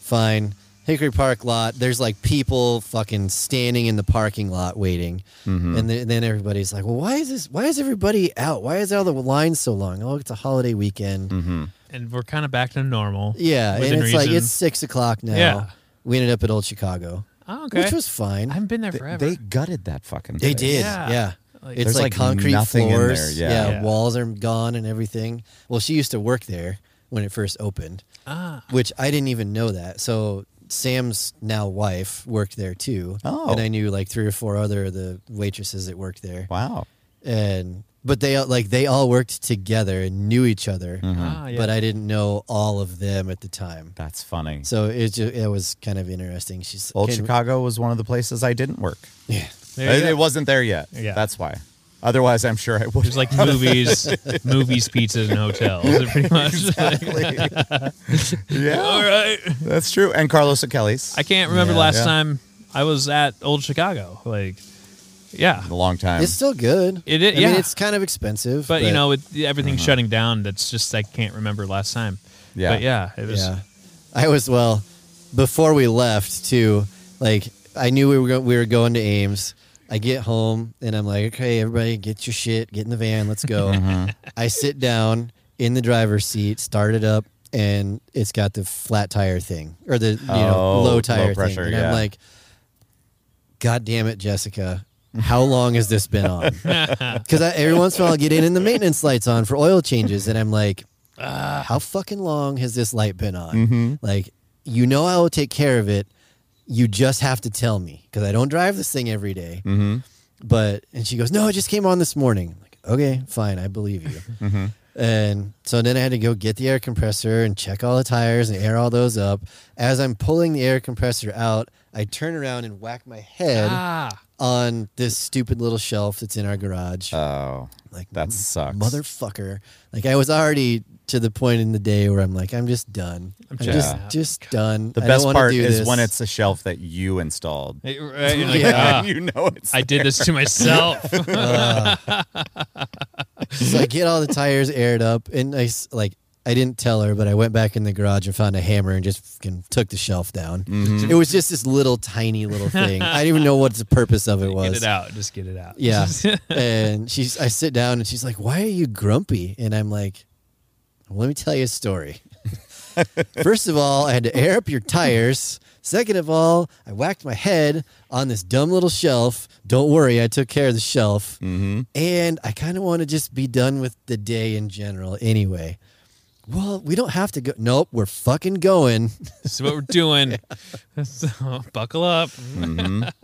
[SPEAKER 3] Fine. Hickory Park lot. There's like people fucking standing in the parking lot waiting,
[SPEAKER 1] Mm-hmm.
[SPEAKER 3] and then, then everybody's like, "Well, why is this? Why is everybody out? Why is all the lines so long? Oh, it's a holiday weekend.
[SPEAKER 2] and we're kind of back to normal.
[SPEAKER 3] Yeah, and
[SPEAKER 2] within
[SPEAKER 3] it's like
[SPEAKER 2] reason.
[SPEAKER 3] it's six o'clock now.
[SPEAKER 2] Yeah.
[SPEAKER 3] We ended up at Old Chicago,
[SPEAKER 2] oh, okay.
[SPEAKER 3] which was fine.
[SPEAKER 2] I haven't been there
[SPEAKER 1] They,
[SPEAKER 2] forever.
[SPEAKER 1] they gutted that fucking
[SPEAKER 3] They
[SPEAKER 1] thing.
[SPEAKER 3] did. Yeah.
[SPEAKER 2] Yeah. Like-
[SPEAKER 3] it's
[SPEAKER 1] There's,
[SPEAKER 3] like,
[SPEAKER 1] like,
[SPEAKER 3] concrete
[SPEAKER 1] nothing in there,
[SPEAKER 3] floors.
[SPEAKER 1] yeah.
[SPEAKER 2] Yeah.
[SPEAKER 3] Walls are gone and everything. Well, she used to work there when it first opened,
[SPEAKER 2] ah,
[SPEAKER 3] which I didn't even know that. So Sam's now wife worked there too.
[SPEAKER 1] Oh.
[SPEAKER 3] And I knew like three or four other of the waitresses that worked there.
[SPEAKER 1] Wow.
[SPEAKER 3] And but they all- like they all worked together and knew each other.
[SPEAKER 1] Mm-hmm.
[SPEAKER 2] ah, yeah.
[SPEAKER 3] But I didn't know all of them at the time.
[SPEAKER 1] That's funny.
[SPEAKER 3] So it just, it was kind of interesting. She's
[SPEAKER 1] Old
[SPEAKER 3] can-
[SPEAKER 1] Chicago was one of the places I didn't work.
[SPEAKER 3] Yeah.
[SPEAKER 2] There you
[SPEAKER 1] it,
[SPEAKER 2] go.
[SPEAKER 1] it wasn't there yet.
[SPEAKER 2] Yeah.
[SPEAKER 1] That's why. Otherwise, I'm sure I would. (laughs)
[SPEAKER 2] There's like movies, movies, pizzas, and hotels, pretty
[SPEAKER 3] (laughs)
[SPEAKER 2] much. All (laughs)
[SPEAKER 1] yeah,
[SPEAKER 2] right.
[SPEAKER 1] that's true. And Carlos O'Kelly's.
[SPEAKER 2] I can't remember
[SPEAKER 3] Yeah.
[SPEAKER 2] last
[SPEAKER 1] Yeah.
[SPEAKER 2] time I was at Old Chicago. Like, yeah,
[SPEAKER 1] a long time.
[SPEAKER 3] It's still good.
[SPEAKER 2] It is-
[SPEAKER 3] I mean,
[SPEAKER 2] yeah.
[SPEAKER 3] it's kind of expensive,
[SPEAKER 2] but you know, with everything shutting down, that's just I can't remember last time.
[SPEAKER 1] Yeah.
[SPEAKER 2] but yeah, it was.
[SPEAKER 3] uh-huh. yeah, I was well before we left too. Like I knew we were go- we were going to Ames. I get home and I'm like, okay, everybody, get your shit, get in the van, let's go.
[SPEAKER 1] Mm-hmm.
[SPEAKER 3] (laughs) I sit down in the driver's seat, start it up, and it's got the flat tire thing or the you know
[SPEAKER 1] Oh,
[SPEAKER 3] low
[SPEAKER 1] low
[SPEAKER 3] tire
[SPEAKER 1] pressure,
[SPEAKER 3] thing, and I'm
[SPEAKER 1] yeah.
[SPEAKER 3] like, God damn it, Jessica. How long has this
[SPEAKER 1] (laughs)
[SPEAKER 3] been on?
[SPEAKER 2] (laughs)
[SPEAKER 3] Because every once in a while I get in and the maintenance light's on for oil changes, and I'm like, "Ah, how fucking long has this light been on? Like, you know, I will take care of it. You just have to tell me because I don't drive this thing every day. But, and she goes, no, it just came on this morning. I'm like, okay, fine. I believe you. And so then I had to go get the air compressor and check all the tires and air all those up. As I'm pulling the air compressor out, I turn around and whack my head
[SPEAKER 2] Ah,
[SPEAKER 3] on this stupid little shelf that's in our garage.
[SPEAKER 1] oh,
[SPEAKER 3] like
[SPEAKER 1] that sucks.
[SPEAKER 3] motherfucker. Like I was already to the point in the day where I'm like, I'm just done. I'm
[SPEAKER 2] just
[SPEAKER 3] just
[SPEAKER 2] out.
[SPEAKER 3] just done.
[SPEAKER 1] the
[SPEAKER 3] I don't
[SPEAKER 1] best
[SPEAKER 3] wanna
[SPEAKER 1] part
[SPEAKER 3] do
[SPEAKER 1] is
[SPEAKER 3] this.
[SPEAKER 1] when it's a shelf that you
[SPEAKER 2] (laughs)
[SPEAKER 1] installed.
[SPEAKER 2] It- right, you're like,
[SPEAKER 3] Yeah.
[SPEAKER 1] (laughs)
[SPEAKER 2] ah,
[SPEAKER 1] you know it's.
[SPEAKER 2] I did this to
[SPEAKER 3] (laughs)
[SPEAKER 2] myself.
[SPEAKER 3] so I get all the tires aired up, and I s- like I didn't tell her, but I went back in the garage and found a hammer and just fucking took the shelf down.
[SPEAKER 1] Mm-hmm.
[SPEAKER 3] It was just this little tiny little thing. I didn't even know what the purpose of it was.
[SPEAKER 2] Get it out. Just get it out. (laughs)
[SPEAKER 3] Yeah. and she's I sit down and she's like, Why are you grumpy? And I'm like, Let me tell you a story. (laughs) First of all, I had to air up your tires. Second of all, I whacked my head on this dumb little shelf. Don't worry, I took care of the shelf. Mm-hmm. And I kind of want to just be done with the day in general anyway. Well, we don't have to go. Nope, we're fucking going.
[SPEAKER 2] This is what we're
[SPEAKER 3] (laughs)
[SPEAKER 2] doing. (laughs) So, buckle up.
[SPEAKER 3] The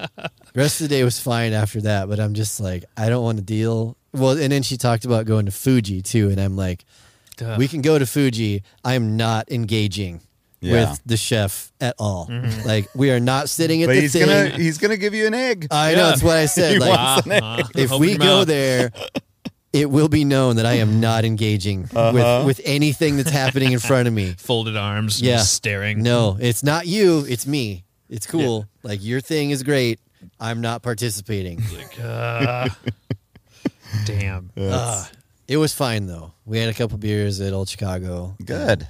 [SPEAKER 3] rest of the day was fine after that, but I'm just like, I don't want to deal. Well, and then she talked about going to Fuji too, and I'm like,
[SPEAKER 2] Duh.
[SPEAKER 3] we can go to Fuji. I'm not engaging
[SPEAKER 1] Yeah.
[SPEAKER 3] with the chef at all. Like, we are not sitting at
[SPEAKER 1] but
[SPEAKER 3] the
[SPEAKER 1] he's
[SPEAKER 3] thing. Uh,
[SPEAKER 1] gonna he's gonna give you an egg.
[SPEAKER 3] I know
[SPEAKER 2] Yeah.
[SPEAKER 3] that's what
[SPEAKER 1] (laughs)
[SPEAKER 3] I
[SPEAKER 1] He
[SPEAKER 3] said. Like,
[SPEAKER 1] wants-
[SPEAKER 2] Ah, ah,
[SPEAKER 3] if
[SPEAKER 2] open
[SPEAKER 3] we
[SPEAKER 2] your
[SPEAKER 3] go
[SPEAKER 2] mouth.
[SPEAKER 3] there, it will be known that I am not engaging
[SPEAKER 1] Uh-huh.
[SPEAKER 3] with with anything that's happening in front of me.
[SPEAKER 2] folded arms,
[SPEAKER 3] Yeah.
[SPEAKER 2] yeah, staring.
[SPEAKER 3] No, it's not you. It's me. It's cool. Like your thing is great. I'm not participating.
[SPEAKER 2] Like, uh, damn.
[SPEAKER 3] Ah, it was fine though. We had a couple beers at Old Chicago.
[SPEAKER 1] Good.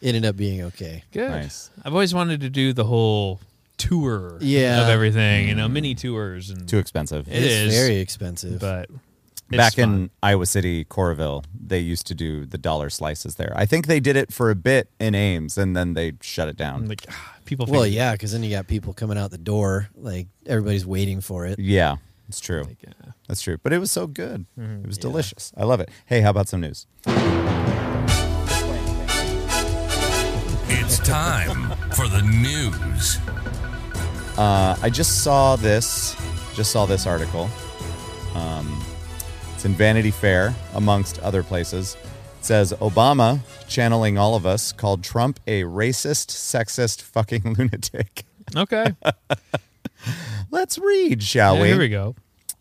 [SPEAKER 3] It ended up being okay.
[SPEAKER 2] Good.
[SPEAKER 1] Nice.
[SPEAKER 2] I've always wanted to do the whole tour
[SPEAKER 3] Yeah. Mm.
[SPEAKER 2] of everything, you know, mini tours and
[SPEAKER 1] Too expensive.
[SPEAKER 2] It
[SPEAKER 3] it's
[SPEAKER 2] is,
[SPEAKER 3] very expensive.
[SPEAKER 2] but it's
[SPEAKER 1] Back
[SPEAKER 2] fun.
[SPEAKER 1] in Iowa City, Coralville, they used to do the dollar slices there. I think they did it for a bit in Ames, and then they shut it down.
[SPEAKER 2] like ah, people
[SPEAKER 3] well,
[SPEAKER 2] think,
[SPEAKER 3] yeah, because then you got people coming out the door. Like everybody's waiting for it.
[SPEAKER 1] Yeah, it's true.
[SPEAKER 2] like, uh,
[SPEAKER 1] That's true. But it was so good. It was delicious. I love it. Hey, how about some news?
[SPEAKER 4] It's time for the news.
[SPEAKER 1] Uh, I just saw this, just saw this article. Um, it's in Vanity Fair, amongst other places. It says Obama, channeling all of us, called Trump a racist, sexist, fucking (laughs) lunatic.
[SPEAKER 3] (laughs)
[SPEAKER 2] Okay.
[SPEAKER 1] Let's read, shall
[SPEAKER 2] Yeah,
[SPEAKER 1] we?
[SPEAKER 2] here we go.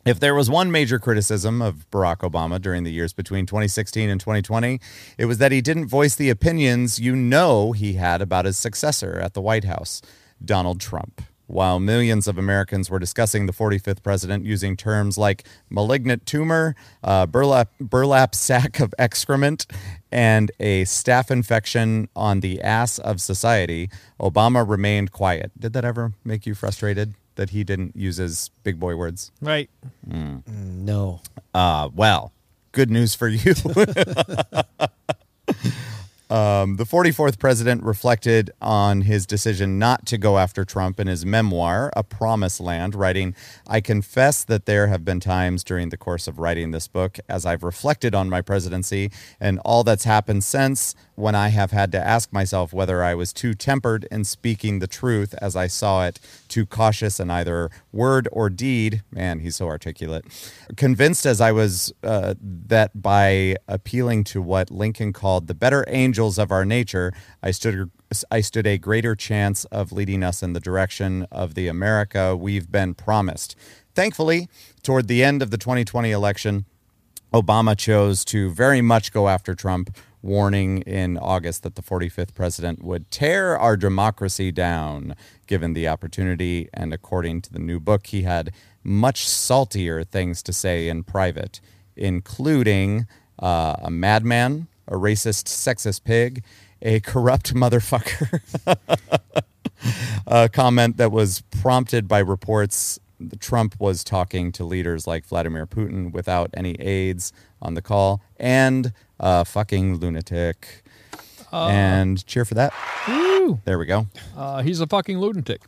[SPEAKER 1] If there was one major criticism of Barack Obama during the years between 2016 and 2020, it was that he didn't voice the opinions you know he had about his successor at the White House, Donald Trump. While millions of Americans were discussing the 45th president using terms like malignant tumor, uh, burlap, burlap sack of excrement, and a staph infection on the ass of society, Obama remained quiet. Did that ever make you frustrated that he didn't use his big boy words?
[SPEAKER 2] Right.
[SPEAKER 3] No. (laughs)
[SPEAKER 1] Uh, well, good news for you. (laughs) um, the 44th president reflected on his decision not to go after Trump in his memoir, A Promised Land, writing, I confess that there have been times during the course of writing this book as I've reflected on my presidency and all that's happened since when I have had to ask myself whether I was too tempered in speaking the truth as I saw it, too cautious in either word or deed. Man, he's so articulate. Convinced as I was uh, that by appealing to what Lincoln called the better angels of our nature, I stood. I stood a greater chance of leading us in the direction of the America we've been promised. Thankfully, toward the end of the 2020 election, Obama chose to very much go after Trump, warning in August that the 45th president would tear our democracy down given the opportunity. And according to the new book, he had much saltier things to say in private, including uh, a madman, a racist, sexist pig, a corrupt (laughs) motherfucker a comment that was prompted by reports that Trump was talking to leaders like Vladimir Putin without any aides on the call and a fucking lunatic. and cheer for that.
[SPEAKER 2] Uh. Woo.
[SPEAKER 1] There we go.
[SPEAKER 2] Uh, he's a fucking lunatic.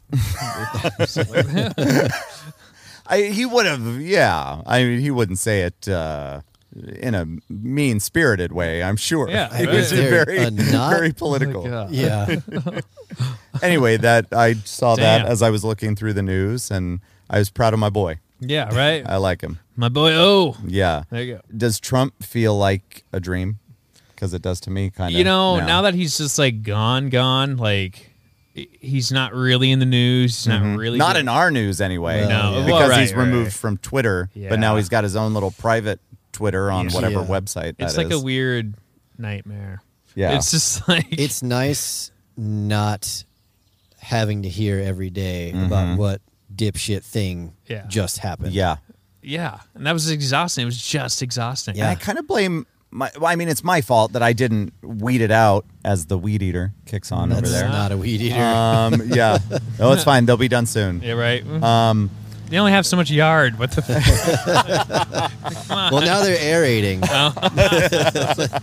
[SPEAKER 1] I, he would have, yeah. I mean, he wouldn't say it uh, in a mean spirited way, I'm sure.
[SPEAKER 2] Yeah,
[SPEAKER 1] (laughs) it was
[SPEAKER 3] right.
[SPEAKER 1] very,
[SPEAKER 3] They're
[SPEAKER 1] (laughs)
[SPEAKER 3] not- uh,
[SPEAKER 1] very political.
[SPEAKER 3] (laughs)
[SPEAKER 2] God.
[SPEAKER 3] Yeah.
[SPEAKER 1] anyway, that I saw that
[SPEAKER 2] Damn.
[SPEAKER 1] as I was looking through the news, and I was proud of my boy.
[SPEAKER 2] (laughs) yeah, right.
[SPEAKER 1] I like him.
[SPEAKER 2] My boy. Oh,
[SPEAKER 1] Yeah.
[SPEAKER 2] there you go.
[SPEAKER 1] Does Trump feel like a dream? Because it does to me, kind of.
[SPEAKER 2] You know, now that he's just like gone, gone, like he- he's not really in the news. He's not really
[SPEAKER 1] Mm-hmm. not in our news anyway,
[SPEAKER 2] No. Well,
[SPEAKER 1] because
[SPEAKER 2] right,
[SPEAKER 1] he's
[SPEAKER 2] right,
[SPEAKER 1] removed
[SPEAKER 2] right.
[SPEAKER 1] from Twitter,
[SPEAKER 2] Yeah.
[SPEAKER 1] but now he's got his own little private Twitter on
[SPEAKER 2] Yeah.
[SPEAKER 1] whatever
[SPEAKER 3] Yeah.
[SPEAKER 1] website that
[SPEAKER 2] It's like
[SPEAKER 1] is.
[SPEAKER 2] a weird nightmare.
[SPEAKER 1] Yeah.
[SPEAKER 2] It's just (laughs) like
[SPEAKER 3] it's nice not having to hear every day about what dipshit thing
[SPEAKER 2] Yeah.
[SPEAKER 3] just happened.
[SPEAKER 1] Mm-hmm. yeah,
[SPEAKER 2] yeah, and that was exhausting. It was just exhausting.
[SPEAKER 1] and I
[SPEAKER 3] Yeah.
[SPEAKER 1] kind of blame my. Well, I mean, it's my fault that I didn't weed it out as the weed eater kicks on
[SPEAKER 3] That's
[SPEAKER 1] over there.
[SPEAKER 3] not a weed eater.
[SPEAKER 1] um,
[SPEAKER 3] (laughs)
[SPEAKER 1] yeah, no, it's fine. They'll be done soon.
[SPEAKER 2] Yeah, right. Um, they only have so much yard.
[SPEAKER 1] (laughs)
[SPEAKER 2] What the? F- Ah.
[SPEAKER 3] well, now they're
[SPEAKER 1] (laughs)
[SPEAKER 3] aerating.
[SPEAKER 1] Uh,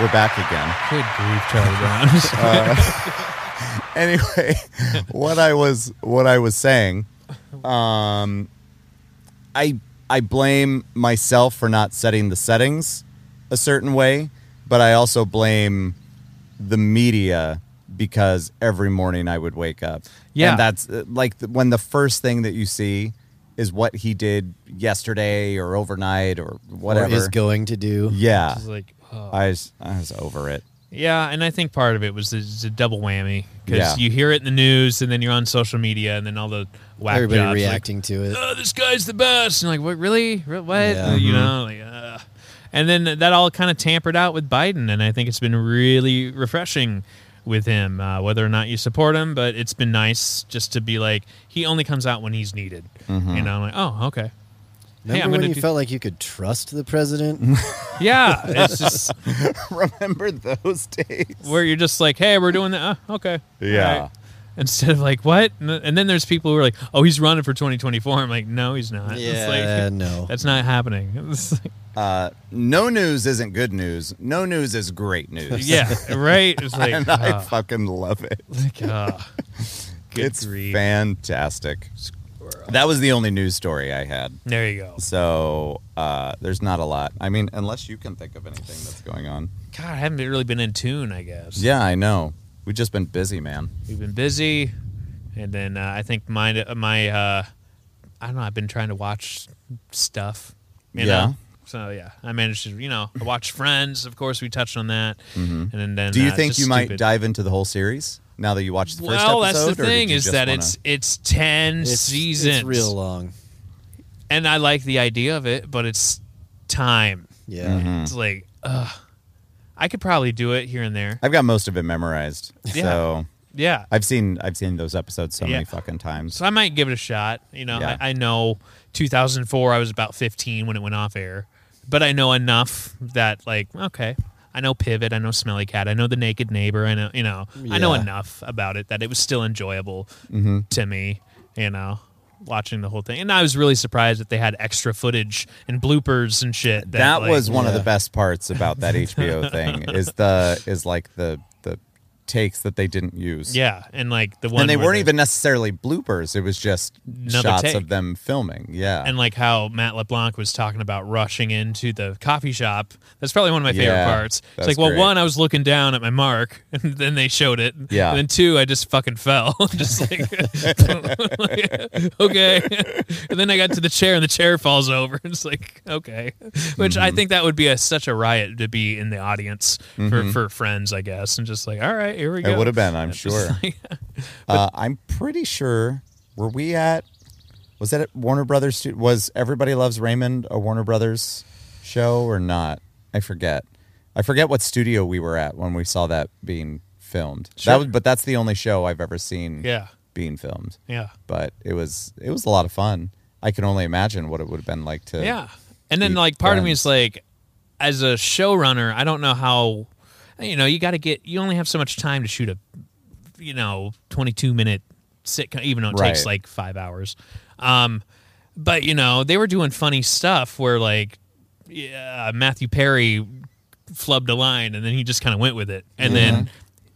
[SPEAKER 1] We're back again.
[SPEAKER 2] Good grief, Charlie Brown. (laughs)
[SPEAKER 1] anyway, (laughs) what I was what I was saying, um, I I blame myself for not setting the settings a certain way, but I also blame the media because every morning I would wake up.
[SPEAKER 2] Yeah.
[SPEAKER 1] and that's uh, like the, when the first thing that you see is what he did yesterday or overnight or
[SPEAKER 3] Or
[SPEAKER 1] whatever.
[SPEAKER 3] is going to do.
[SPEAKER 1] yeah,
[SPEAKER 2] It's like, oh.
[SPEAKER 1] I was I was over it. (laughs)
[SPEAKER 2] Yeah, and I think part of it was it's a double whammy because
[SPEAKER 1] Yeah.
[SPEAKER 2] you hear it in the news, and then you're on social media, and then all the whack
[SPEAKER 3] Everybody
[SPEAKER 2] jobs, like,
[SPEAKER 3] reacting to it.
[SPEAKER 2] oh, this guy's the best. And like, what, really? Re- What?
[SPEAKER 3] Yeah.
[SPEAKER 2] You know, like, uh. and then that all kind of tampered out with Biden. And I think it's been really refreshing with him, uh, whether or not you support him, but it's been nice just to be like, he only comes out when he's needed.
[SPEAKER 3] Mm-hmm.
[SPEAKER 2] You know, I'm like, oh, okay.
[SPEAKER 3] Remember
[SPEAKER 2] I'm
[SPEAKER 3] when
[SPEAKER 2] gonna
[SPEAKER 3] you
[SPEAKER 2] do-
[SPEAKER 3] felt like you could trust
[SPEAKER 1] (laughs)
[SPEAKER 3] the president?
[SPEAKER 2] Yeah. it's
[SPEAKER 3] (laughs)
[SPEAKER 2] just
[SPEAKER 1] Remember those days?
[SPEAKER 2] where you're just like, hey, we're doing that. Oh, okay.
[SPEAKER 1] Yeah.
[SPEAKER 2] All right. Instead of like, what? And th- and then there's people who are like, oh, he's running for 2024. I'm like, no, he's not. It's like,
[SPEAKER 3] yeah, no.
[SPEAKER 2] that's not happening. (laughs) It's like-
[SPEAKER 1] uh, no news isn't good news. No news is great news.
[SPEAKER 2] (laughs) yeah, right? It's like,
[SPEAKER 1] (laughs) and I
[SPEAKER 2] uh, (laughs)
[SPEAKER 1] fucking love it.
[SPEAKER 2] Like, ah, good
[SPEAKER 1] it's
[SPEAKER 2] grief.
[SPEAKER 1] fantastic.
[SPEAKER 2] world.
[SPEAKER 1] That was the only news story I had.
[SPEAKER 2] There you go.
[SPEAKER 1] So uh, there's not a lot. I mean, unless you can think of anything that's going on.
[SPEAKER 2] God, I haven't really been in tune. I guess.
[SPEAKER 1] Yeah, I know. We've just been busy, man.
[SPEAKER 2] We've been busy, and then uh, I think my my uh, I don't know. I've been trying to watch stuff. You
[SPEAKER 1] Yeah.
[SPEAKER 2] Know? So yeah, I managed to you know I watched Friends. Of course, we touched on that, and then, then
[SPEAKER 1] Mm-hmm. Do you
[SPEAKER 2] uh,
[SPEAKER 1] think
[SPEAKER 2] just
[SPEAKER 1] you might
[SPEAKER 2] stupid-
[SPEAKER 1] dive into the whole series now that you watched the first
[SPEAKER 2] Well,
[SPEAKER 1] episode?
[SPEAKER 2] that's the
[SPEAKER 1] or did
[SPEAKER 2] thing
[SPEAKER 1] you
[SPEAKER 2] is
[SPEAKER 1] just
[SPEAKER 2] that
[SPEAKER 1] wanna-
[SPEAKER 2] it's it's ten
[SPEAKER 3] It's,
[SPEAKER 2] seasons,
[SPEAKER 3] It's real long.
[SPEAKER 2] and I like the idea of it, but it's time.
[SPEAKER 3] Yeah.
[SPEAKER 1] Mm-hmm. Mm.
[SPEAKER 2] It's like, ugh. I could probably do it here and there.
[SPEAKER 1] I've got most of it memorized,
[SPEAKER 2] Yeah.
[SPEAKER 1] so
[SPEAKER 2] Yeah.
[SPEAKER 1] I've seen I've seen those episodes so
[SPEAKER 2] Yeah.
[SPEAKER 1] many fucking times.
[SPEAKER 2] So I might give it a shot. You know,
[SPEAKER 1] Yeah.
[SPEAKER 2] I, I know 2004, I was about 15 when it went off air, but I know enough that, like, okay, I know Pivot, I know Smelly Cat, I know The Naked Neighbor, I know, you know, I know
[SPEAKER 3] Yeah.
[SPEAKER 2] enough about it that it was still enjoyable
[SPEAKER 1] Mm-hmm.
[SPEAKER 2] to me, you know, watching the whole thing. And I was really surprised that they had extra footage and bloopers and shit.
[SPEAKER 1] That, was one of the
[SPEAKER 3] Yeah.
[SPEAKER 1] best parts about
[SPEAKER 2] (laughs)
[SPEAKER 1] that HBO thing is the is like the the takes that they didn't use.
[SPEAKER 2] Yeah. And like the one.
[SPEAKER 1] And they
[SPEAKER 2] where
[SPEAKER 1] weren't even necessarily bloopers. It was just
[SPEAKER 2] Another
[SPEAKER 1] shots
[SPEAKER 2] take.
[SPEAKER 1] of them filming. Yeah.
[SPEAKER 2] and like how Matt LeBlanc was talking about rushing into the coffee shop. That's probably one of my favorite
[SPEAKER 1] Yeah,
[SPEAKER 2] parts. It's
[SPEAKER 1] that's
[SPEAKER 2] like, well,
[SPEAKER 1] great.
[SPEAKER 2] one, I was looking down at my mark, (laughs) and then they showed it.
[SPEAKER 1] Yeah.
[SPEAKER 2] And then two, I just fucking fell, (laughs) just like, like, okay. and then I got to the chair, and the chair falls over. (laughs) It's like, okay. Which I
[SPEAKER 1] Mm-hmm.
[SPEAKER 2] think that would be a, such a riot to be in the audience for, for friends, I guess, and just like, all right, here we go.
[SPEAKER 1] Mm-hmm. it would have been, I'm
[SPEAKER 2] (laughs) It's just
[SPEAKER 1] sure.
[SPEAKER 2] like-
[SPEAKER 1] uh, I'm pretty sure. Were we at? Was that at Warner Brothers? stu- Was Everybody Loves Raymond a Warner Brothers show or not? I forget. I forget what studio we were at when we saw that being filmed.
[SPEAKER 2] Sure.
[SPEAKER 1] That was, but that's the only show I've ever seen.
[SPEAKER 2] Yeah.
[SPEAKER 1] being filmed.
[SPEAKER 2] yeah.
[SPEAKER 1] But it was it was a lot of fun. I can only imagine what it would have been like to.
[SPEAKER 2] Yeah. And then
[SPEAKER 1] be
[SPEAKER 2] like part of me
[SPEAKER 1] friends.
[SPEAKER 2] is like as a showrunner, I don't know how you know, you got to get you only have so much time to shoot a you know, 22 minute sitcom even though it takes
[SPEAKER 1] Right.
[SPEAKER 2] like 5 hours. Um but you know, they were doing funny stuff where like yeah, Matthew Perry flubbed a line and then he just kind of went with it. And
[SPEAKER 1] Mm-hmm.
[SPEAKER 2] then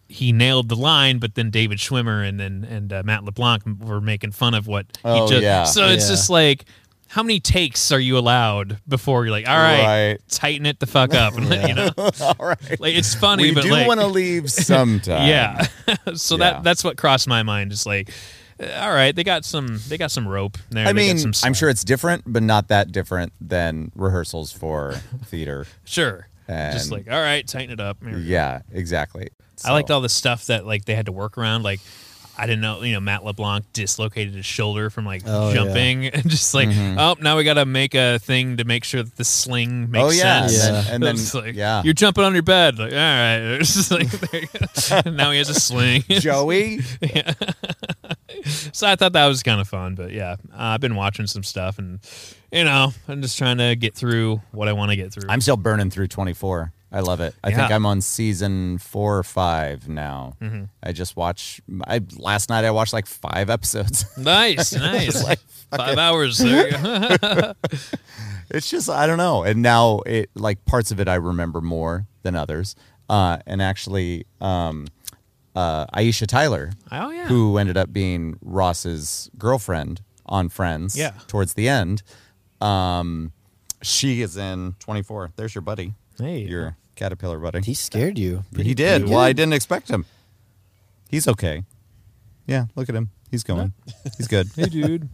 [SPEAKER 2] he nailed the line, but then David Schwimmer and then and uh, Matt LeBlanc were making fun of what
[SPEAKER 1] Oh,
[SPEAKER 2] he just.
[SPEAKER 1] yeah.
[SPEAKER 2] So it's
[SPEAKER 3] Yeah.
[SPEAKER 2] just like, how many takes are you allowed before you're like, all right,
[SPEAKER 1] Right.
[SPEAKER 2] tighten it the fuck up?
[SPEAKER 1] (laughs)
[SPEAKER 2] And, you know,
[SPEAKER 1] (laughs) All right.
[SPEAKER 2] like it's funny,
[SPEAKER 1] We
[SPEAKER 2] but
[SPEAKER 1] do
[SPEAKER 2] like,
[SPEAKER 1] want to
[SPEAKER 2] (laughs)
[SPEAKER 1] leave sometime.
[SPEAKER 2] yeah. (laughs) so
[SPEAKER 1] Yeah.
[SPEAKER 2] that that's what crossed my mind. Is like, uh, all right, they got some, they got some rope there.
[SPEAKER 1] I
[SPEAKER 2] they got
[SPEAKER 1] mean,
[SPEAKER 2] some
[SPEAKER 1] I'm
[SPEAKER 2] slack.
[SPEAKER 1] sure it's different, but not that different than rehearsals
[SPEAKER 2] (laughs)
[SPEAKER 1] for theater.
[SPEAKER 2] sure. just
[SPEAKER 1] And-
[SPEAKER 2] like, all right, tighten it up. Here we go.
[SPEAKER 1] yeah, exactly.
[SPEAKER 2] I liked
[SPEAKER 1] So-
[SPEAKER 2] all the stuff that like they had to work around. Like I didn't know, you know, Matt LeBlanc dislocated his shoulder from like
[SPEAKER 3] Oh, yeah.
[SPEAKER 2] jumping (laughs) and just like,
[SPEAKER 1] Mm-hmm.
[SPEAKER 2] oh, now we gotta make a thing to make sure that the sling makes
[SPEAKER 1] Oh yeah,
[SPEAKER 2] sense.
[SPEAKER 3] Yeah.
[SPEAKER 1] and
[SPEAKER 2] (laughs)
[SPEAKER 1] then, and then
[SPEAKER 2] It's like,
[SPEAKER 1] yeah,
[SPEAKER 2] you're jumping on your bed. Like, all right, (laughs) it's just like (laughs) there you go. now he has
[SPEAKER 1] (laughs)
[SPEAKER 2] a sling.
[SPEAKER 1] Joey.
[SPEAKER 2] (laughs) so I thought that was kind of fun. But yeah, uh, I've been watching some stuff, and you know, I'm just trying to get through what I want to get through.
[SPEAKER 1] I'm still burning through 24. I love it. I think
[SPEAKER 2] Yeah. Mm-hmm.
[SPEAKER 1] I'm on season four or five now. I just watch. I last night I watched like five episodes. (laughs)
[SPEAKER 2] nice, nice. Five hours. There you go.
[SPEAKER 1] it's just I don't know. And now it like parts of it I remember more than others. Uh, and actually, um, uh, Aisha Tyler,
[SPEAKER 2] Oh, yeah.
[SPEAKER 1] who ended up being Ross's girlfriend on Friends,
[SPEAKER 2] Yeah.
[SPEAKER 1] towards the end. Um, she is in 24. There's your buddy,
[SPEAKER 2] Hey.
[SPEAKER 1] your caterpillar buddy.
[SPEAKER 3] He scared you.
[SPEAKER 1] He did. Well, I didn't expect him. He's okay. Yeah, look at him. He's going. He's
[SPEAKER 2] (laughs)
[SPEAKER 1] good.
[SPEAKER 2] hey, dude.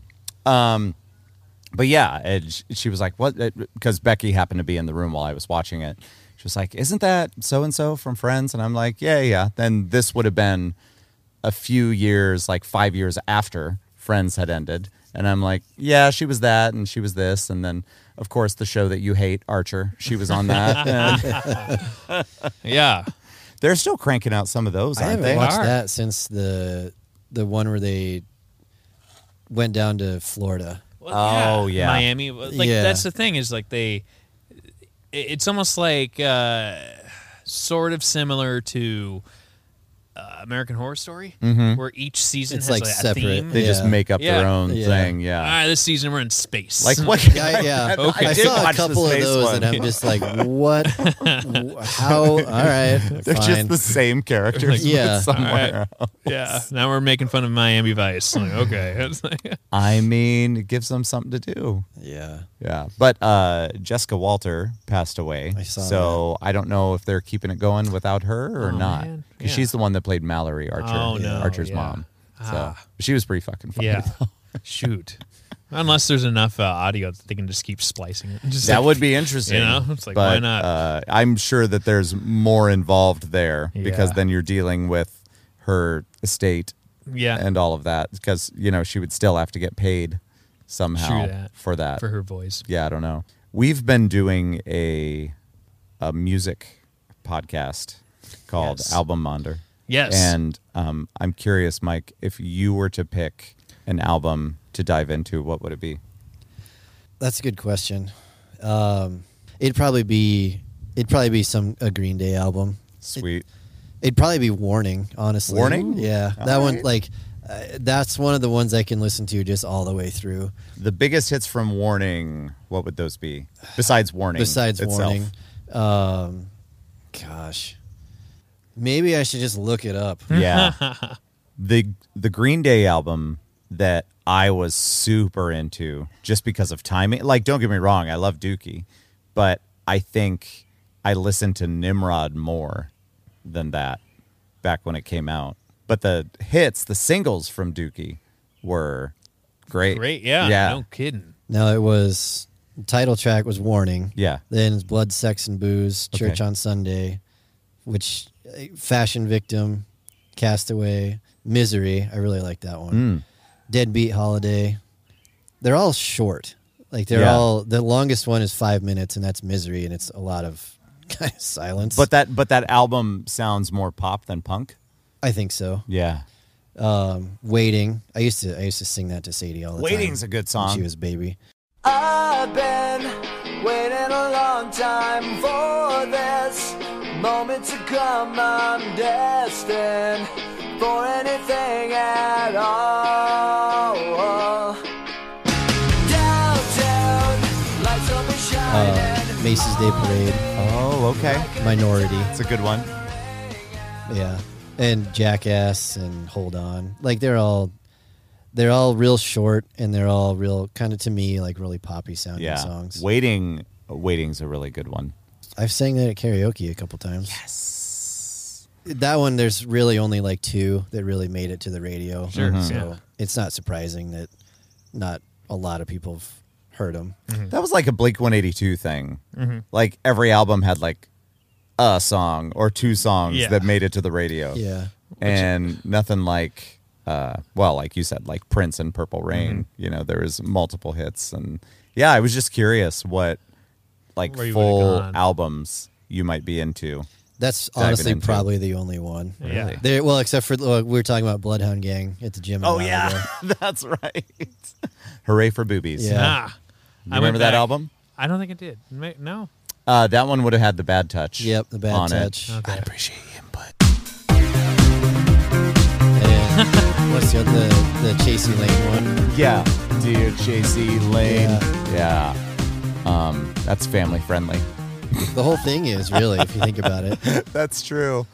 [SPEAKER 1] But yeah, and sh- she was like, "What?" Because Becky happened to be in the room while I was watching it. She was like, "Isn't that so and so from Friends?" And I'm like, "Yeah, yeah." Then this would have been a few years, like five years after Friends had ended, and I'm like, "Yeah, she was that, and she was this, and then." Of course, the show that you hate, Archer, she was on
[SPEAKER 3] (laughs)
[SPEAKER 1] that. And
[SPEAKER 2] (laughs) Yeah.
[SPEAKER 1] they're still cranking out some of those,
[SPEAKER 3] I
[SPEAKER 1] aren't
[SPEAKER 3] haven't
[SPEAKER 1] they?
[SPEAKER 3] watched
[SPEAKER 2] are.
[SPEAKER 3] that since the the one where they went down to Florida.
[SPEAKER 2] Well,
[SPEAKER 1] Oh, yeah.
[SPEAKER 2] Miami. uh, Like
[SPEAKER 3] Yeah.
[SPEAKER 2] that's the thing is like they. it- It's almost like uh, sort of similar to uh, American Horror Story,
[SPEAKER 1] Mhm.
[SPEAKER 2] where each season
[SPEAKER 3] It's,
[SPEAKER 2] has
[SPEAKER 3] like,
[SPEAKER 2] like,
[SPEAKER 3] separate.
[SPEAKER 2] a theme.
[SPEAKER 1] They just
[SPEAKER 3] Yeah.
[SPEAKER 1] make up their
[SPEAKER 2] Yeah.
[SPEAKER 1] own
[SPEAKER 3] Yeah.
[SPEAKER 1] thing.
[SPEAKER 2] All
[SPEAKER 1] Yeah.
[SPEAKER 2] right, this season we're in space.
[SPEAKER 1] like what?
[SPEAKER 3] (laughs) Yeah, yeah.
[SPEAKER 1] I,
[SPEAKER 2] Okay.
[SPEAKER 1] I
[SPEAKER 3] I
[SPEAKER 1] did
[SPEAKER 3] saw a
[SPEAKER 1] watch the
[SPEAKER 3] couple of
[SPEAKER 1] space
[SPEAKER 3] those,
[SPEAKER 1] one.
[SPEAKER 3] and I'm just like, what? Wh- How? All right,
[SPEAKER 1] (laughs) (laughs) They're
[SPEAKER 3] fine.
[SPEAKER 1] just the same characters. but
[SPEAKER 3] (laughs) Yeah.
[SPEAKER 1] somewhere
[SPEAKER 2] All
[SPEAKER 1] else.
[SPEAKER 2] (laughs) yeah. Now we're making fun of Miami
[SPEAKER 1] (laughs)
[SPEAKER 2] Vice. Like, okay. (laughs) It's like-
[SPEAKER 1] I mean, it gives them something to do.
[SPEAKER 3] yeah.
[SPEAKER 1] Yeah, but uh, Jessica Walter passed away,
[SPEAKER 3] I saw
[SPEAKER 1] so I don't know if they're keeping it going without her or
[SPEAKER 2] Oh,
[SPEAKER 1] not.
[SPEAKER 2] man.
[SPEAKER 1] Because
[SPEAKER 2] Yeah.
[SPEAKER 1] she's the one that played Mallory Archer,
[SPEAKER 2] Oh, no,
[SPEAKER 1] Archer's
[SPEAKER 2] yeah.
[SPEAKER 1] mom. So
[SPEAKER 2] Ah.
[SPEAKER 1] she was pretty fucking funny.
[SPEAKER 2] yeah. Shoot. Unless there's enough uh, audio that they can just keep splicing it.
[SPEAKER 1] (laughs)
[SPEAKER 2] Just
[SPEAKER 1] That
[SPEAKER 2] like-
[SPEAKER 1] would be interesting.
[SPEAKER 2] You know, it's like,
[SPEAKER 1] but,
[SPEAKER 2] why not?
[SPEAKER 1] Uh, I'm sure that there's more involved there because
[SPEAKER 2] Yeah.
[SPEAKER 1] then you're dealing with her estate
[SPEAKER 2] yeah.
[SPEAKER 1] and all of that. Because you know she would still have to get paid somehow
[SPEAKER 2] True that.
[SPEAKER 1] for that.
[SPEAKER 2] for her voice.
[SPEAKER 1] yeah, I don't know. We've been doing a a music podcast called
[SPEAKER 2] Yes.
[SPEAKER 1] Album Monder.
[SPEAKER 2] Yes.
[SPEAKER 1] And um, I'm curious, Mike, if you were to pick an album to dive into, what would it be?
[SPEAKER 3] That's a good question. Um, it'd probably be it'd probably be some a Green Day album.
[SPEAKER 1] Sweet.
[SPEAKER 3] It'd probably be Warning, honestly.
[SPEAKER 1] Warning?
[SPEAKER 3] Yeah,
[SPEAKER 1] All
[SPEAKER 3] that one
[SPEAKER 1] right.
[SPEAKER 3] like uh, that's one of the ones I can listen to just all the way through.
[SPEAKER 1] The biggest hits from Warning, what would those be? Besides Warning.
[SPEAKER 3] Besides
[SPEAKER 1] itself.
[SPEAKER 3] Warning, um, gosh, maybe I should just look it up.
[SPEAKER 1] Hmm.
[SPEAKER 2] (laughs)
[SPEAKER 1] Yeah. the the Green Day album that I was super into just because of timing. Like don't get me wrong, I love Dookie, but I think I listened to Nimrod more than that back when it came out. But the hits, the singles from Dookie were great.
[SPEAKER 2] Great. Yeah.
[SPEAKER 1] Yeah.
[SPEAKER 2] No kidding.
[SPEAKER 3] Now it was title track was Warning.
[SPEAKER 1] Yeah.
[SPEAKER 3] Then it's Blood, Sex, and Booze,
[SPEAKER 1] Okay.
[SPEAKER 3] Church on Sunday, which eh, Fashion Victim, Castaway, Misery. I really like that
[SPEAKER 1] Hmm.
[SPEAKER 3] one. Deadbeat Holiday. They're all short. Like they're
[SPEAKER 1] Yeah.
[SPEAKER 3] all the longest one is five minutes, and that's Misery, and it's a lot of (laughs) kind of silence.
[SPEAKER 1] But that but that album sounds more pop than punk.
[SPEAKER 3] I think so.
[SPEAKER 1] Yeah.
[SPEAKER 3] Um, Waiting. I used to I used to sing that to Sadie all the time.
[SPEAKER 1] Waiting's a good
[SPEAKER 3] when
[SPEAKER 1] song.
[SPEAKER 3] She was a baby.
[SPEAKER 5] I've been waiting a long time for this moment to come. I'm destined for anything at all. Downtown, lights will be
[SPEAKER 3] Uh,
[SPEAKER 5] shining.
[SPEAKER 3] Macy's Day Parade.
[SPEAKER 1] Oh, okay.
[SPEAKER 3] Minority.
[SPEAKER 1] It's a good one.
[SPEAKER 3] Yeah. And Jackass and Hold On. Like they're all they're all real short and they're all real kind of to me like really poppy sounding
[SPEAKER 1] Yeah.
[SPEAKER 3] songs.
[SPEAKER 1] Waiting Waiting's a really good one.
[SPEAKER 3] I've sang that at karaoke a couple times. Yes. That one there's really only like two that really made it to the radio. Uh-huh.
[SPEAKER 2] Sure, Mhm.
[SPEAKER 3] So
[SPEAKER 2] yeah.
[SPEAKER 3] it's not surprising that not a lot of people have heard them.
[SPEAKER 2] Mm-hmm.
[SPEAKER 1] That was like a Blink 182 thing. Like every album had like a song or two songs
[SPEAKER 2] Yeah.
[SPEAKER 1] that made it to the radio.
[SPEAKER 3] Yeah.
[SPEAKER 1] And nothing like uh well, like you said like Prince and Purple Rain,
[SPEAKER 2] Mm-hmm.
[SPEAKER 1] you know, there was multiple hits and yeah, I was just curious what like
[SPEAKER 2] Where you would've
[SPEAKER 1] full
[SPEAKER 2] gone.
[SPEAKER 1] albums you might be into.
[SPEAKER 3] That's
[SPEAKER 1] Diving
[SPEAKER 3] honestly
[SPEAKER 1] into.
[SPEAKER 3] probably the only one.
[SPEAKER 2] Yeah.
[SPEAKER 3] There, well, except for well, we were talking about Bloodhound Gang at the gym. a
[SPEAKER 1] Oh
[SPEAKER 3] while ago.
[SPEAKER 1] yeah, (laughs) that's right. Hooray for boobies.
[SPEAKER 3] Yeah.
[SPEAKER 2] Ah.
[SPEAKER 1] You
[SPEAKER 2] I went
[SPEAKER 1] remember that
[SPEAKER 2] back.
[SPEAKER 1] album?
[SPEAKER 2] I don't think it did. Ma- No.
[SPEAKER 1] Uh, that one would have had the bad touch.
[SPEAKER 3] Yep, the bad
[SPEAKER 1] on it.
[SPEAKER 3] touch.
[SPEAKER 2] Okay.
[SPEAKER 1] Appreciate your input. (laughs)
[SPEAKER 3] And what's the other the, the Chasey Lane one?
[SPEAKER 1] Yeah. Dear JC Lane. Yeah.
[SPEAKER 3] Yeah.
[SPEAKER 1] Um, that's family friendly.
[SPEAKER 3] The whole thing is really, if you think about it.
[SPEAKER 1] (laughs) that's true.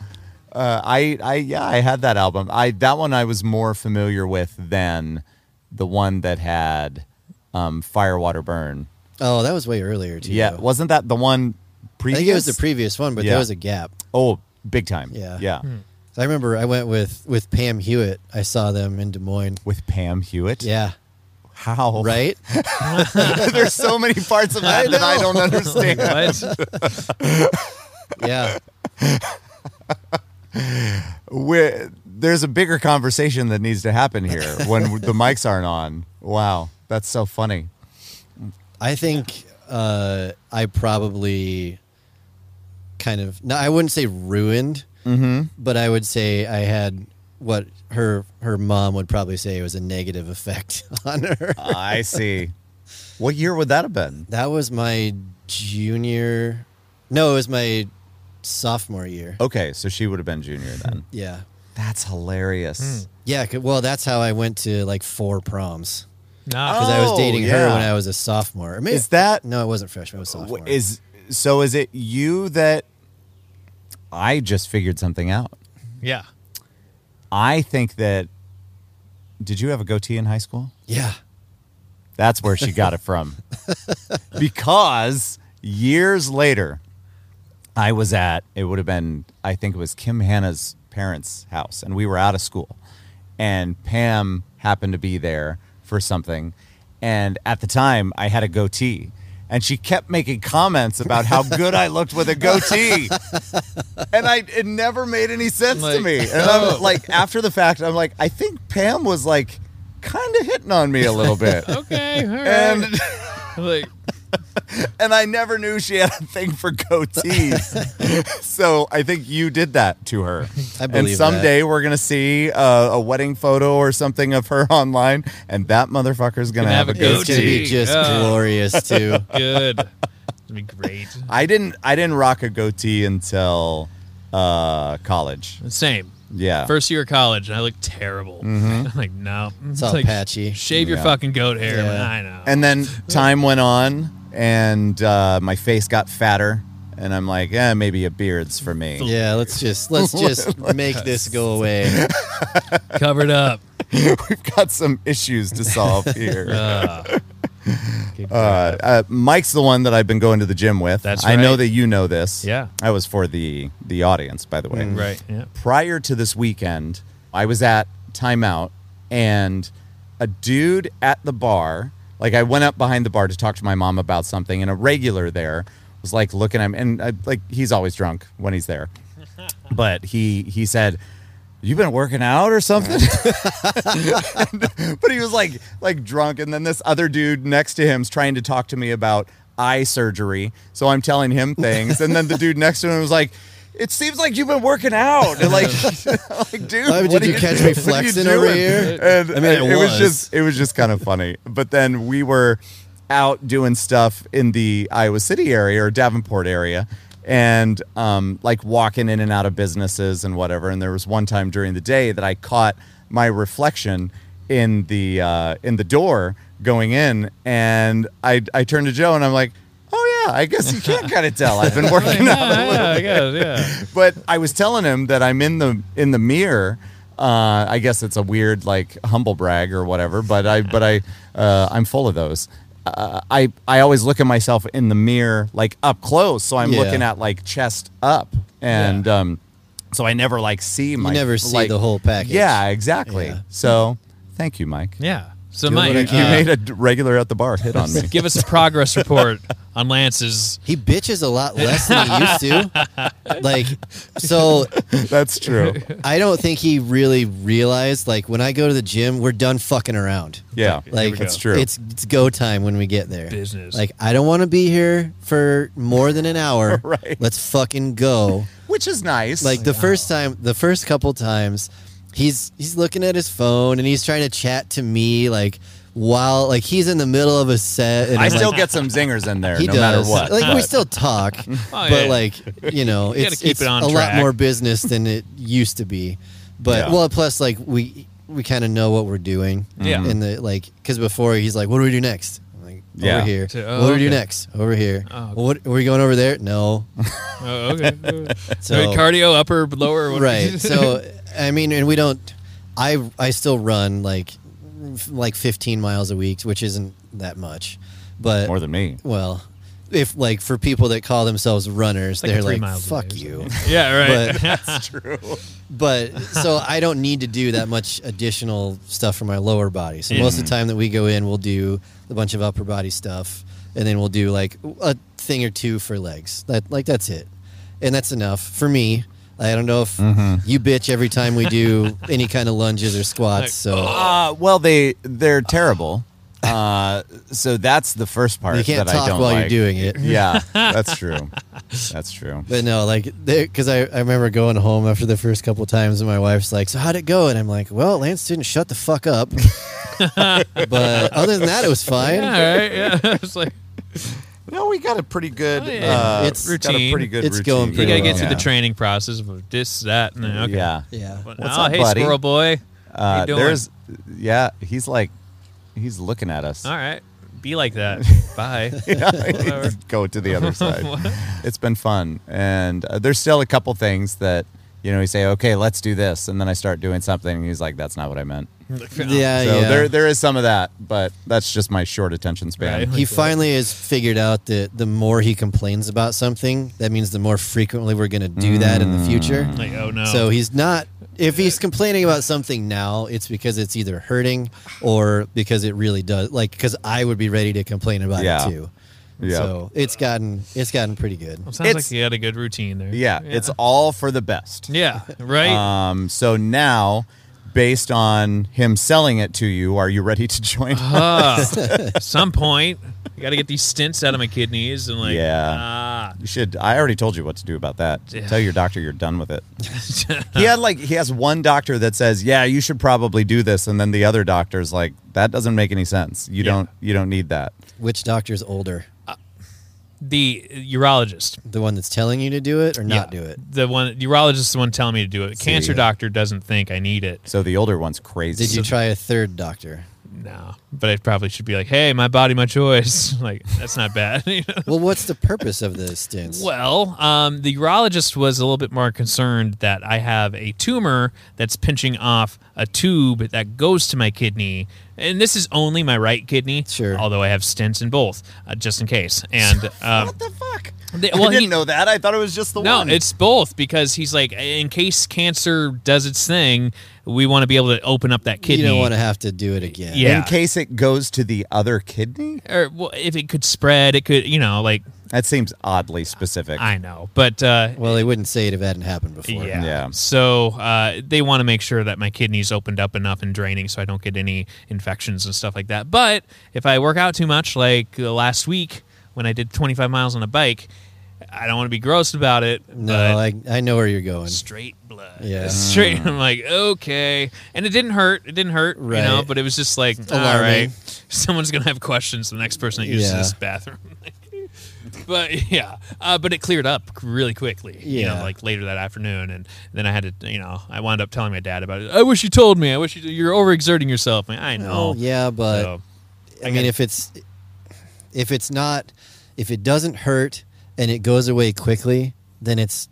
[SPEAKER 1] Uh, I, I, yeah, I had that album. I, that one I was more familiar with than the one that had, um, Fire, Water, Burn.
[SPEAKER 3] Oh, that was way earlier too.
[SPEAKER 1] Yeah.
[SPEAKER 3] though.
[SPEAKER 1] Wasn't that the one
[SPEAKER 3] I
[SPEAKER 1] previous?
[SPEAKER 3] think it was the previous one, but
[SPEAKER 1] Yeah.
[SPEAKER 3] there was a gap.
[SPEAKER 1] Oh, big time.
[SPEAKER 3] Yeah.
[SPEAKER 1] Yeah.
[SPEAKER 3] I remember I went with with Pam Hewitt. I saw them in Des Moines.
[SPEAKER 1] With Pam Hewitt.
[SPEAKER 3] Yeah,
[SPEAKER 1] How?
[SPEAKER 3] right.
[SPEAKER 1] (laughs) There's so many parts
[SPEAKER 3] (laughs)
[SPEAKER 1] of that that I don't understand.
[SPEAKER 2] What?
[SPEAKER 3] Yeah,
[SPEAKER 1] we're, there's a bigger conversation that needs to happen (laughs) here when the mics aren't on. Wow, that's so funny.
[SPEAKER 3] I think uh, I probably kind of no, I wouldn't say ruined, but I would say I had what her her mom would probably say was a negative effect (laughs) on her.
[SPEAKER 1] I see. What year would that have been?
[SPEAKER 3] That was my junior. No, it was my sophomore year.
[SPEAKER 1] Oh. Okay, so she would have been junior then.
[SPEAKER 3] Yeah.
[SPEAKER 1] (laughs) That's hilarious.
[SPEAKER 3] Yeah, 'cause- well, that's how I went to like four proms
[SPEAKER 2] Nah,
[SPEAKER 3] because I was
[SPEAKER 1] Oh,
[SPEAKER 3] dating her
[SPEAKER 1] yeah.
[SPEAKER 3] when I was a sophomore. Or maybe-
[SPEAKER 1] Is that
[SPEAKER 3] no? I wasn't freshman. I was sophomore.
[SPEAKER 1] is so? Is it you that I just figured something out?
[SPEAKER 2] yeah.
[SPEAKER 1] I think that. Did you have a goatee in high school?
[SPEAKER 3] yeah.
[SPEAKER 1] That's where she got it from. because years later, I was at, it would have been, I think it was Kim Hanna's parents' house, and we were out of school. And Pam happened to be there for something. And at the time, I had a goatee. And she kept making comments about how good I looked with a goatee. And I it never made any sense to
[SPEAKER 2] Like,
[SPEAKER 1] me. And I'm like after the fact, I'm like, I think Pam was like kind of hitting on me a little bit
[SPEAKER 2] Oh, Okay, (laughs) all right.
[SPEAKER 1] and
[SPEAKER 3] (laughs)
[SPEAKER 2] like,
[SPEAKER 1] and I never knew she had a thing for
[SPEAKER 3] (laughs)
[SPEAKER 1] goatees. so I think you did that to her.
[SPEAKER 3] I believe
[SPEAKER 1] and someday we're gonna see uh, a wedding photo or something of her (laughs) online, and that motherfucker's gonna,
[SPEAKER 2] Gonna
[SPEAKER 1] have,
[SPEAKER 2] have
[SPEAKER 1] a
[SPEAKER 2] a
[SPEAKER 1] goatee.
[SPEAKER 3] It's gonna be
[SPEAKER 2] Goatee.
[SPEAKER 3] just
[SPEAKER 2] Yeah.
[SPEAKER 3] glorious too.
[SPEAKER 2] good. It'd be great.
[SPEAKER 1] I didn't. I didn't rock a goatee until uh, college.
[SPEAKER 2] Same.
[SPEAKER 1] Yeah.
[SPEAKER 2] First year of college, and I look terrible. I'm (laughs) like, no.
[SPEAKER 3] Mm-hmm. It's all
[SPEAKER 2] like,
[SPEAKER 3] patchy.
[SPEAKER 2] Shave your
[SPEAKER 1] Yeah.
[SPEAKER 2] fucking goat hair.
[SPEAKER 3] Yeah.
[SPEAKER 2] man, I know.
[SPEAKER 1] And then time went on, and uh, my face got fatter, and I'm like, yeah, maybe a beard's for me.
[SPEAKER 3] Yeah, let's just let's just make this go away.
[SPEAKER 2] covered
[SPEAKER 3] (laughs)
[SPEAKER 2] up.
[SPEAKER 1] (laughs) We've got some issues to solve here.
[SPEAKER 2] (laughs) Uh,
[SPEAKER 1] Uh, uh, Mike's the one that I've been going to the gym with.
[SPEAKER 2] That's
[SPEAKER 1] I know
[SPEAKER 2] right.
[SPEAKER 1] that you know this.
[SPEAKER 2] Yeah. Mm.
[SPEAKER 1] I was for the the audience, by the way.
[SPEAKER 2] right. Yeah.
[SPEAKER 1] Prior to this weekend, I was at timeout and a dude at the bar, like I went up behind the bar to talk to my mom about something, and a regular there was like looking at him, and I, like he's always drunk when he's there, but he he said. You been working out or something? (laughs) but he was like like drunk and then this other dude next to him's trying to talk to me about eye surgery so i'm telling him things and then the dude next to him was like it seems like you've been working out (laughs) and like, like dude
[SPEAKER 3] Why
[SPEAKER 1] what
[SPEAKER 3] did
[SPEAKER 1] are
[SPEAKER 3] you catch me
[SPEAKER 1] (laughs) what are you
[SPEAKER 3] flexing over
[SPEAKER 1] doing?
[SPEAKER 3] here?
[SPEAKER 1] and
[SPEAKER 3] I mean, it
[SPEAKER 1] it, was.
[SPEAKER 3] was.
[SPEAKER 1] just it was just kind of funny but then we were out doing stuff in the iowa city area or davenport area and um, like walking in and out of businesses and whatever and there was one time during the day that i caught my reflection in the uh, in the door going in and i i turned to joe and i'm like oh yeah i guess you can kind of tell i've been working out a little
[SPEAKER 2] Yeah, yeah, yeah, yeah.
[SPEAKER 1] but I was telling him that I'm in the in the mirror. Uh, I guess it's a weird like humble brag or whatever, but I but I uh, I'm full of those. Uh, I I always look at myself in the mirror like up close, so I'm
[SPEAKER 3] Yeah.
[SPEAKER 1] looking at like chest up, and um, so I never like see my
[SPEAKER 3] never see
[SPEAKER 1] like-
[SPEAKER 3] the whole package.
[SPEAKER 1] Yeah, exactly.
[SPEAKER 3] Yeah.
[SPEAKER 1] So thank you, Mike.
[SPEAKER 2] Yeah. So,
[SPEAKER 3] Doing
[SPEAKER 2] Mike,
[SPEAKER 3] what I
[SPEAKER 1] You
[SPEAKER 3] can.
[SPEAKER 2] uh,
[SPEAKER 1] made a d- regular at the bar hit on
[SPEAKER 3] (laughs)
[SPEAKER 1] me.
[SPEAKER 2] give us a progress report on Lance's.
[SPEAKER 3] He bitches a lot less than he used to. Like, so
[SPEAKER 1] That's
[SPEAKER 2] (laughs)
[SPEAKER 1] true.
[SPEAKER 3] I don't think he really realized. Like, when I go to the gym, we're done fucking around.
[SPEAKER 1] Yeah,
[SPEAKER 3] Like,
[SPEAKER 1] that's true.
[SPEAKER 3] It's it's go time when we get there.
[SPEAKER 2] Business.
[SPEAKER 3] Like, I don't want to be here for more than an hour.
[SPEAKER 1] (laughs) Right.
[SPEAKER 3] Let's fucking go.
[SPEAKER 1] which is nice.
[SPEAKER 3] like the first time the first couple times he's he's looking at his phone and he's trying to chat to me like while like he's in the middle of a set and
[SPEAKER 1] I
[SPEAKER 3] I'm
[SPEAKER 1] still
[SPEAKER 3] like,
[SPEAKER 1] get some zingers in there,
[SPEAKER 3] he
[SPEAKER 1] no
[SPEAKER 3] does
[SPEAKER 1] matter what.
[SPEAKER 3] like we
[SPEAKER 1] but-
[SPEAKER 3] still talk
[SPEAKER 2] yeah.
[SPEAKER 3] but like you know
[SPEAKER 2] You gotta
[SPEAKER 3] it's,
[SPEAKER 2] keep
[SPEAKER 3] it's
[SPEAKER 2] it on
[SPEAKER 3] a
[SPEAKER 2] track.
[SPEAKER 3] lot more business than it used to be but
[SPEAKER 1] Yeah.
[SPEAKER 3] well plus like we we kind of know what we're doing
[SPEAKER 2] Yeah.
[SPEAKER 3] in the like because before he's like what do we do next I'm like over
[SPEAKER 1] Yeah.
[SPEAKER 3] here
[SPEAKER 2] So, oh,
[SPEAKER 3] what do we do
[SPEAKER 2] okay.
[SPEAKER 3] next over here
[SPEAKER 2] Oh,
[SPEAKER 3] well, what are we going over there no
[SPEAKER 2] Oh, okay. (laughs) so,
[SPEAKER 3] So-
[SPEAKER 2] cardio, upper, lower. What (laughs)
[SPEAKER 3] right so i mean and we don't i i still run like f- like 15 miles a week which isn't that much but
[SPEAKER 1] more than me.
[SPEAKER 3] well if like for people that call themselves runners
[SPEAKER 2] like
[SPEAKER 3] they're
[SPEAKER 2] three
[SPEAKER 3] like
[SPEAKER 2] miles a day
[SPEAKER 3] fuck
[SPEAKER 2] or
[SPEAKER 3] you
[SPEAKER 2] yeah, right.
[SPEAKER 3] but
[SPEAKER 2] (laughs)
[SPEAKER 3] but
[SPEAKER 1] (laughs)
[SPEAKER 3] so i don't need to do that much additional stuff for my lower body so most of the
[SPEAKER 1] Mm-hmm.
[SPEAKER 3] time that we go in we'll do a bunch of upper body stuff and then we'll do like a thing or two for legs that like that's it and that's enough for me i don't know if
[SPEAKER 1] Mm-hmm.
[SPEAKER 3] you bitch every time
[SPEAKER 1] (laughs)
[SPEAKER 3] we do any kind of lunges or squats so
[SPEAKER 1] Uh, well, they they're terrible. Uh, so that's the first part
[SPEAKER 3] you can't
[SPEAKER 1] oh, that I
[SPEAKER 3] talk
[SPEAKER 1] don't
[SPEAKER 3] while
[SPEAKER 1] like.
[SPEAKER 3] you're doing it (laughs)
[SPEAKER 1] Yeah, that's true. That's true.
[SPEAKER 3] But no, like, because I, I remember going home after the first couple times, and my wife's like, "So how'd it go?" And I'm like, "Well, Lance didn't shut the fuck up." but other than that, it was
[SPEAKER 2] (laughs)
[SPEAKER 3] fine.
[SPEAKER 2] yeah, all right. Yeah. It's like,
[SPEAKER 6] No, we got a pretty good.
[SPEAKER 2] Oh, yeah.
[SPEAKER 6] uh,
[SPEAKER 3] It's
[SPEAKER 6] got a
[SPEAKER 2] routine.
[SPEAKER 6] pretty good.
[SPEAKER 3] It's
[SPEAKER 6] routine.
[SPEAKER 3] going
[SPEAKER 2] You
[SPEAKER 3] pretty
[SPEAKER 2] gotta
[SPEAKER 3] well.
[SPEAKER 2] get through
[SPEAKER 1] Yeah.
[SPEAKER 2] the training process of this, that, and okay.
[SPEAKER 1] Yeah.
[SPEAKER 3] Yeah.
[SPEAKER 2] But,
[SPEAKER 1] What's
[SPEAKER 2] oh,
[SPEAKER 1] up,
[SPEAKER 2] hey,
[SPEAKER 1] buddy?
[SPEAKER 2] squirrel boy. How
[SPEAKER 1] Uh,
[SPEAKER 2] you doing?
[SPEAKER 1] there's, yeah, he's like, he's looking at us.
[SPEAKER 6] Oh,
[SPEAKER 2] All right, be
[SPEAKER 1] (laughs)
[SPEAKER 2] like that. Bye. Whatever.
[SPEAKER 1] Go to the
[SPEAKER 2] (laughs)
[SPEAKER 1] other side. it's been fun, and uh, there's still a couple things that you know. You say, okay, let's do this, and then I start doing something, and he's like, that's not what I meant.
[SPEAKER 3] Yeah,
[SPEAKER 1] So
[SPEAKER 3] Uh, yeah.
[SPEAKER 1] there, there is some of that, but that's just my short attention span.
[SPEAKER 2] Right.
[SPEAKER 3] he finally has figured out that the more he complains about something, that means the more frequently we're going to do that in the future.
[SPEAKER 2] Like, oh no.
[SPEAKER 3] So he's not. If he's complaining about something now, it's because it's either hurting or because it really does. Like, because I would be ready to complain about
[SPEAKER 1] Yeah.
[SPEAKER 3] it too.
[SPEAKER 1] Yeah.
[SPEAKER 3] So it's gotten it's gotten pretty good.
[SPEAKER 2] Well, sounds
[SPEAKER 1] it's-
[SPEAKER 2] like you had a good routine
[SPEAKER 1] (laughs)
[SPEAKER 2] there.
[SPEAKER 1] Yeah, it's all for the best.
[SPEAKER 2] yeah, (laughs) right.
[SPEAKER 1] Um, so now, based on him selling it to you, are you ready to join?
[SPEAKER 2] (laughs)
[SPEAKER 1] (laughs)
[SPEAKER 2] Uh, some point, you got to get these stints out of my kidneys and like,
[SPEAKER 1] Yeah.
[SPEAKER 2] ah.
[SPEAKER 1] You should. I already told you what to do about that.
[SPEAKER 2] Yeah.
[SPEAKER 1] Tell your doctor you're done
[SPEAKER 2] (laughs)
[SPEAKER 1] with it. he had like he has one doctor that says, "Yeah, you should probably do this," and then the other doctor's like, "That doesn't make any sense. You
[SPEAKER 2] Yeah.
[SPEAKER 1] don't. You don't need that."
[SPEAKER 3] Which doctor's older,
[SPEAKER 2] the urologist,
[SPEAKER 3] the one that's telling you to do it or not
[SPEAKER 2] Yeah.
[SPEAKER 3] do it?
[SPEAKER 2] The one urologist is the one telling me to do it. Cancer
[SPEAKER 1] yeah.
[SPEAKER 2] doctor doesn't think I need it.
[SPEAKER 1] So the older one's crazy.
[SPEAKER 3] Did you try a third doctor?
[SPEAKER 2] No, but I probably should be like, hey, my body, my choice. (laughs) like that's not bad. (laughs) you know?
[SPEAKER 3] Well, what's the purpose of the stints?
[SPEAKER 2] Well, um, the urologist was a little bit more concerned that I have a tumor that's pinching off a tube that goes to my kidney. And this is only my right kidney,
[SPEAKER 3] Sure.
[SPEAKER 2] although I have stents in both, uh, just in case. And um,
[SPEAKER 1] What the fuck?
[SPEAKER 2] they-
[SPEAKER 1] I
[SPEAKER 2] well,
[SPEAKER 1] didn't
[SPEAKER 2] he-
[SPEAKER 1] know that. I thought it was just the
[SPEAKER 2] no,
[SPEAKER 1] one.
[SPEAKER 2] it's both because he's like, in case cancer does its thing, we want to be able to open up that kidney.
[SPEAKER 3] You don't want to have to do it again.
[SPEAKER 2] Yeah.
[SPEAKER 1] in case it goes to the other kidney.
[SPEAKER 2] or well, if it could spread, it could, you know, like
[SPEAKER 1] That seems oddly specific.
[SPEAKER 2] I know, but uh,
[SPEAKER 3] Well, they wouldn't say it if it hadn't happened before.
[SPEAKER 2] yeah.
[SPEAKER 1] Yeah.
[SPEAKER 2] So uh, they want to make sure that my kidneys opened up enough and draining, so I don't get any infections and stuff like that. But if I work out too much, like uh, last week when I did 25 miles on a bike, I don't want to be gross about it.
[SPEAKER 3] No,
[SPEAKER 2] but
[SPEAKER 3] I, I know where you're going.
[SPEAKER 2] straight blood.
[SPEAKER 3] Yeah.
[SPEAKER 2] Straight. I'm like, okay. And it didn't hurt. It didn't hurt, you know,
[SPEAKER 3] Right.
[SPEAKER 2] but it was just like, all
[SPEAKER 3] alarming.
[SPEAKER 2] right, someone's going to have questions the next person that uses
[SPEAKER 3] Yeah.
[SPEAKER 2] this bathroom. (laughs) but yeah, uh, but it cleared up really quickly, you know,
[SPEAKER 3] Yeah.
[SPEAKER 2] like later that afternoon. And then I had to, you know, I wound up telling my dad about it. I wish you told me. I wish you, you're overexerting yourself. I'm like, I know.
[SPEAKER 3] Oh, yeah, but
[SPEAKER 2] So,
[SPEAKER 3] I, mean, if it's if it's not if it doesn't hurt and it goes away quickly, then it's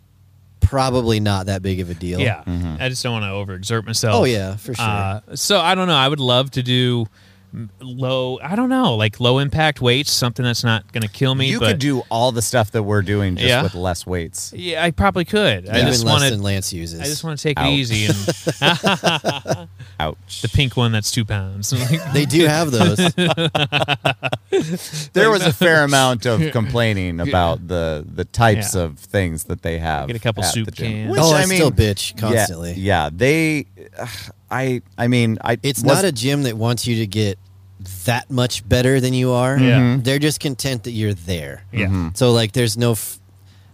[SPEAKER 3] probably not that big of a deal.
[SPEAKER 2] yeah, I just don't want to overexert myself.
[SPEAKER 3] Mm-hmm. Oh yeah, for sure.
[SPEAKER 2] Uh, so I don't know. I would love to do m- low. I don't know, like low impact weights, something that's not going to kill me.
[SPEAKER 1] you
[SPEAKER 2] but
[SPEAKER 1] could do all the stuff that we're doing just
[SPEAKER 2] Yeah.
[SPEAKER 1] with less weights.
[SPEAKER 2] Yeah, I probably could. I
[SPEAKER 3] Even
[SPEAKER 2] just
[SPEAKER 3] less
[SPEAKER 2] want
[SPEAKER 3] than
[SPEAKER 2] to.
[SPEAKER 3] Lance uses.
[SPEAKER 2] I just want to take
[SPEAKER 1] Ouch.
[SPEAKER 2] it easy
[SPEAKER 3] (laughs)
[SPEAKER 2] and
[SPEAKER 1] Ouch.
[SPEAKER 2] the pink one that's two pounds. (laughs)
[SPEAKER 3] they do have those.
[SPEAKER 1] there was a fair amount
[SPEAKER 2] (laughs)
[SPEAKER 1] of complaining about the the types
[SPEAKER 2] Yeah.
[SPEAKER 1] of things that they have.
[SPEAKER 2] Get a couple
[SPEAKER 1] at
[SPEAKER 2] soup
[SPEAKER 1] the gym.
[SPEAKER 2] cans.
[SPEAKER 1] Which,
[SPEAKER 3] oh, I,
[SPEAKER 1] I mean,
[SPEAKER 3] still bitch
[SPEAKER 1] yeah,
[SPEAKER 3] constantly.
[SPEAKER 1] Yeah, they. (sighs) ugh, I I mean I.
[SPEAKER 3] It's
[SPEAKER 1] was-
[SPEAKER 3] not a gym that wants you to get that much better than you are.
[SPEAKER 2] Yeah.
[SPEAKER 1] Mm-hmm.
[SPEAKER 2] Mhm.
[SPEAKER 3] They're just content that you're there.
[SPEAKER 2] yeah,
[SPEAKER 3] So like, there's no. F-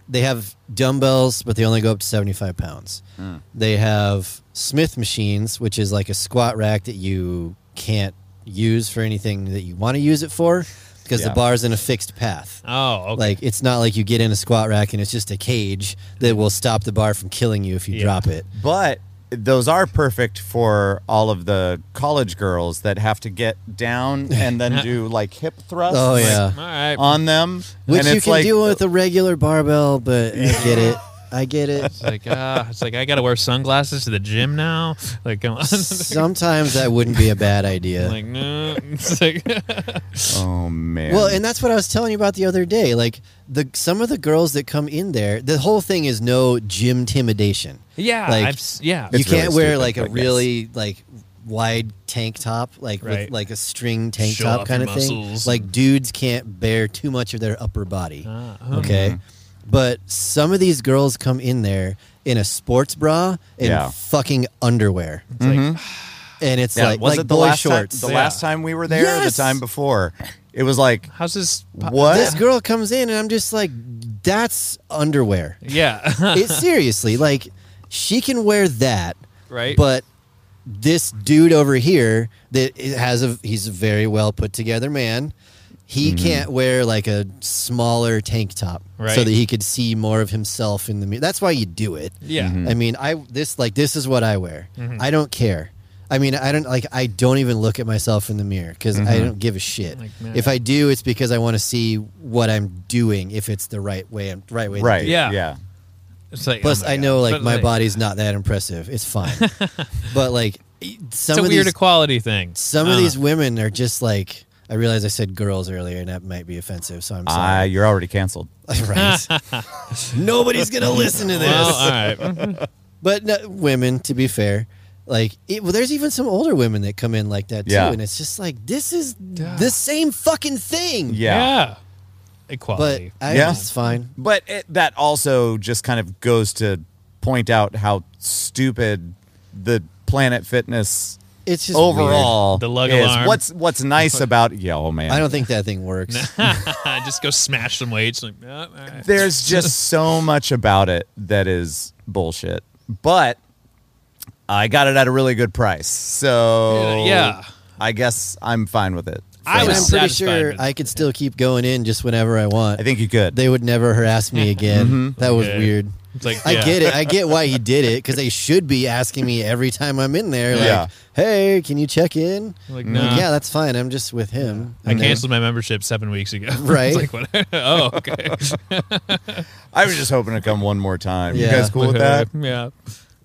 [SPEAKER 3] they have dumbbells, but they only go up to 75 pounds.
[SPEAKER 1] Mm.
[SPEAKER 3] They have Smith machines, which is like a squat rack that you can't use for anything that you want to use it for, because
[SPEAKER 1] Yeah.
[SPEAKER 3] the bar's in a fixed path.
[SPEAKER 2] Oh, okay.
[SPEAKER 3] Like it's not like you get in a squat rack and it's just a cage that will stop the bar from killing you if you
[SPEAKER 2] Yeah.
[SPEAKER 3] drop it.
[SPEAKER 1] But those are perfect for all of the college girls that have to get
[SPEAKER 3] (laughs)
[SPEAKER 1] down and then
[SPEAKER 2] (laughs)
[SPEAKER 1] do like hip thrusts.
[SPEAKER 3] Oh yeah,
[SPEAKER 2] all right.
[SPEAKER 1] On them,
[SPEAKER 3] which
[SPEAKER 1] and
[SPEAKER 3] you
[SPEAKER 1] it's
[SPEAKER 3] can
[SPEAKER 1] like,
[SPEAKER 3] do with a regular barbell, but I get it. I get
[SPEAKER 2] (laughs)
[SPEAKER 3] it.
[SPEAKER 2] it's like, ah, it's like I gotta wear sunglasses to the gym now. (laughs) Like, come on. (laughs)
[SPEAKER 3] Sometimes that wouldn't be a bad idea.
[SPEAKER 2] like, no. (laughs) It's like, uh,
[SPEAKER 1] Oh man!
[SPEAKER 3] Well, and that's what I was telling you about the other day. Like the some of the girls that come in there, the whole thing is no gym intimidation.
[SPEAKER 2] yeah,
[SPEAKER 3] Like,
[SPEAKER 2] I've, s- yeah.
[SPEAKER 3] you
[SPEAKER 1] It's really
[SPEAKER 3] can't wear
[SPEAKER 1] stupid,
[SPEAKER 3] like a
[SPEAKER 1] but yes.
[SPEAKER 3] really like wide tank top, like
[SPEAKER 2] Right.
[SPEAKER 3] with like a string tank
[SPEAKER 2] Show
[SPEAKER 3] top
[SPEAKER 2] off
[SPEAKER 3] kind
[SPEAKER 2] your
[SPEAKER 3] of thing.
[SPEAKER 2] muscles.
[SPEAKER 3] Like dudes can't bear too much of their upper body.
[SPEAKER 2] Ah,
[SPEAKER 3] okay. But some of these girls come in there in a sports bra and
[SPEAKER 1] Yeah.
[SPEAKER 3] fucking underwear. Mm-hmm. And it's
[SPEAKER 1] yeah,
[SPEAKER 3] like
[SPEAKER 1] was
[SPEAKER 3] like
[SPEAKER 1] it the
[SPEAKER 3] boy
[SPEAKER 1] last
[SPEAKER 3] shorts.
[SPEAKER 1] Time, the
[SPEAKER 2] Yeah.
[SPEAKER 1] last time we were there, or
[SPEAKER 3] Yes!
[SPEAKER 1] the time before, it was like
[SPEAKER 2] How's this? po-
[SPEAKER 1] what?
[SPEAKER 3] this girl comes in and I'm just like, that's underwear.
[SPEAKER 2] (laughs) Yeah. (laughs)
[SPEAKER 3] It seriously, like she can wear that,
[SPEAKER 2] right.
[SPEAKER 3] but this dude over here that i- has a he's a very well put together man He can't wear like a smaller tank top so
[SPEAKER 2] Right.
[SPEAKER 3] that he could see more of himself in the mirror. That's why you do it.
[SPEAKER 2] Yeah. Mm-hmm.
[SPEAKER 3] I mean, I this like this is what I wear. I don't care. I mean, I don't like. I don't even look at myself in the mirror because I don't give a shit.
[SPEAKER 2] Like, nah.
[SPEAKER 3] if I do, it's because I want to see what I'm doing. If it's the right way, I'm right way. to
[SPEAKER 1] Right.
[SPEAKER 3] do it.
[SPEAKER 2] Yeah.
[SPEAKER 1] Yeah.
[SPEAKER 2] It's like,
[SPEAKER 3] Plus,
[SPEAKER 2] oh my
[SPEAKER 3] I
[SPEAKER 2] God.
[SPEAKER 3] know like
[SPEAKER 2] But,
[SPEAKER 3] my body's not that impressive. It's
[SPEAKER 2] (laughs)
[SPEAKER 3] fine. but like e, some
[SPEAKER 2] It's a
[SPEAKER 3] of
[SPEAKER 2] weird
[SPEAKER 3] these
[SPEAKER 2] equality thing.
[SPEAKER 3] some of
[SPEAKER 2] Uh,
[SPEAKER 3] these women are just like. I realize I said girls earlier, and that might be offensive. So I'm
[SPEAKER 1] Ah,
[SPEAKER 3] sorry.
[SPEAKER 1] you're already canceled.
[SPEAKER 3] (laughs) right.
[SPEAKER 2] (laughs)
[SPEAKER 3] Nobody's gonna listen to this.
[SPEAKER 2] Well, all right. Mhm.
[SPEAKER 3] but no, women to be fair like it, well, there's even some older women that come in like that too
[SPEAKER 1] Yeah.
[SPEAKER 3] and it's just like this is the same fucking thing
[SPEAKER 1] Yeah.
[SPEAKER 3] but
[SPEAKER 2] Equality. (laughs)
[SPEAKER 3] I,
[SPEAKER 1] Yeah.
[SPEAKER 3] it's fine
[SPEAKER 1] But it, that also just kind of goes to point out how stupid the Planet Fitness
[SPEAKER 3] it's just
[SPEAKER 1] overall
[SPEAKER 2] The lug
[SPEAKER 1] is.
[SPEAKER 2] alarm.
[SPEAKER 1] What's What's
[SPEAKER 2] (laughs)
[SPEAKER 1] nice about yeah, oh man,
[SPEAKER 3] weird. i don't think that thing works
[SPEAKER 2] just go smash some weights. Like, oh, all right.
[SPEAKER 3] (laughs)
[SPEAKER 1] there's just so much about it that is bullshit. But I got it at a really good price, so
[SPEAKER 2] Yeah.
[SPEAKER 1] I guess I'm fine with it.
[SPEAKER 2] I
[SPEAKER 1] for now.
[SPEAKER 2] was
[SPEAKER 3] And i'm pretty
[SPEAKER 2] satisfied
[SPEAKER 3] sure
[SPEAKER 2] with
[SPEAKER 3] i could still keep going in just whenever i want
[SPEAKER 1] I think you could.
[SPEAKER 3] they would never harass
[SPEAKER 2] (laughs)
[SPEAKER 3] me again that was
[SPEAKER 2] Okay.
[SPEAKER 3] weird
[SPEAKER 2] It's like,
[SPEAKER 3] I
[SPEAKER 2] Mm-hmm. yeah.
[SPEAKER 3] get it. I get why
[SPEAKER 2] (laughs)
[SPEAKER 3] he did it because they should be asking me every time I'm in there, like,
[SPEAKER 1] Yeah.
[SPEAKER 3] "Hey, can you check in?"
[SPEAKER 2] Like,
[SPEAKER 3] I'm
[SPEAKER 2] nah.
[SPEAKER 3] yeah, that's fine. I'm just with him.
[SPEAKER 2] I
[SPEAKER 3] And then-
[SPEAKER 2] canceled my membership seven weeks ago. (laughs) It's
[SPEAKER 3] Right.
[SPEAKER 2] like, what- Oh, okay.
[SPEAKER 3] (laughs)
[SPEAKER 1] I was just hoping to come one more time. You
[SPEAKER 3] Yeah.
[SPEAKER 1] guys cool with that?
[SPEAKER 2] (laughs) yeah.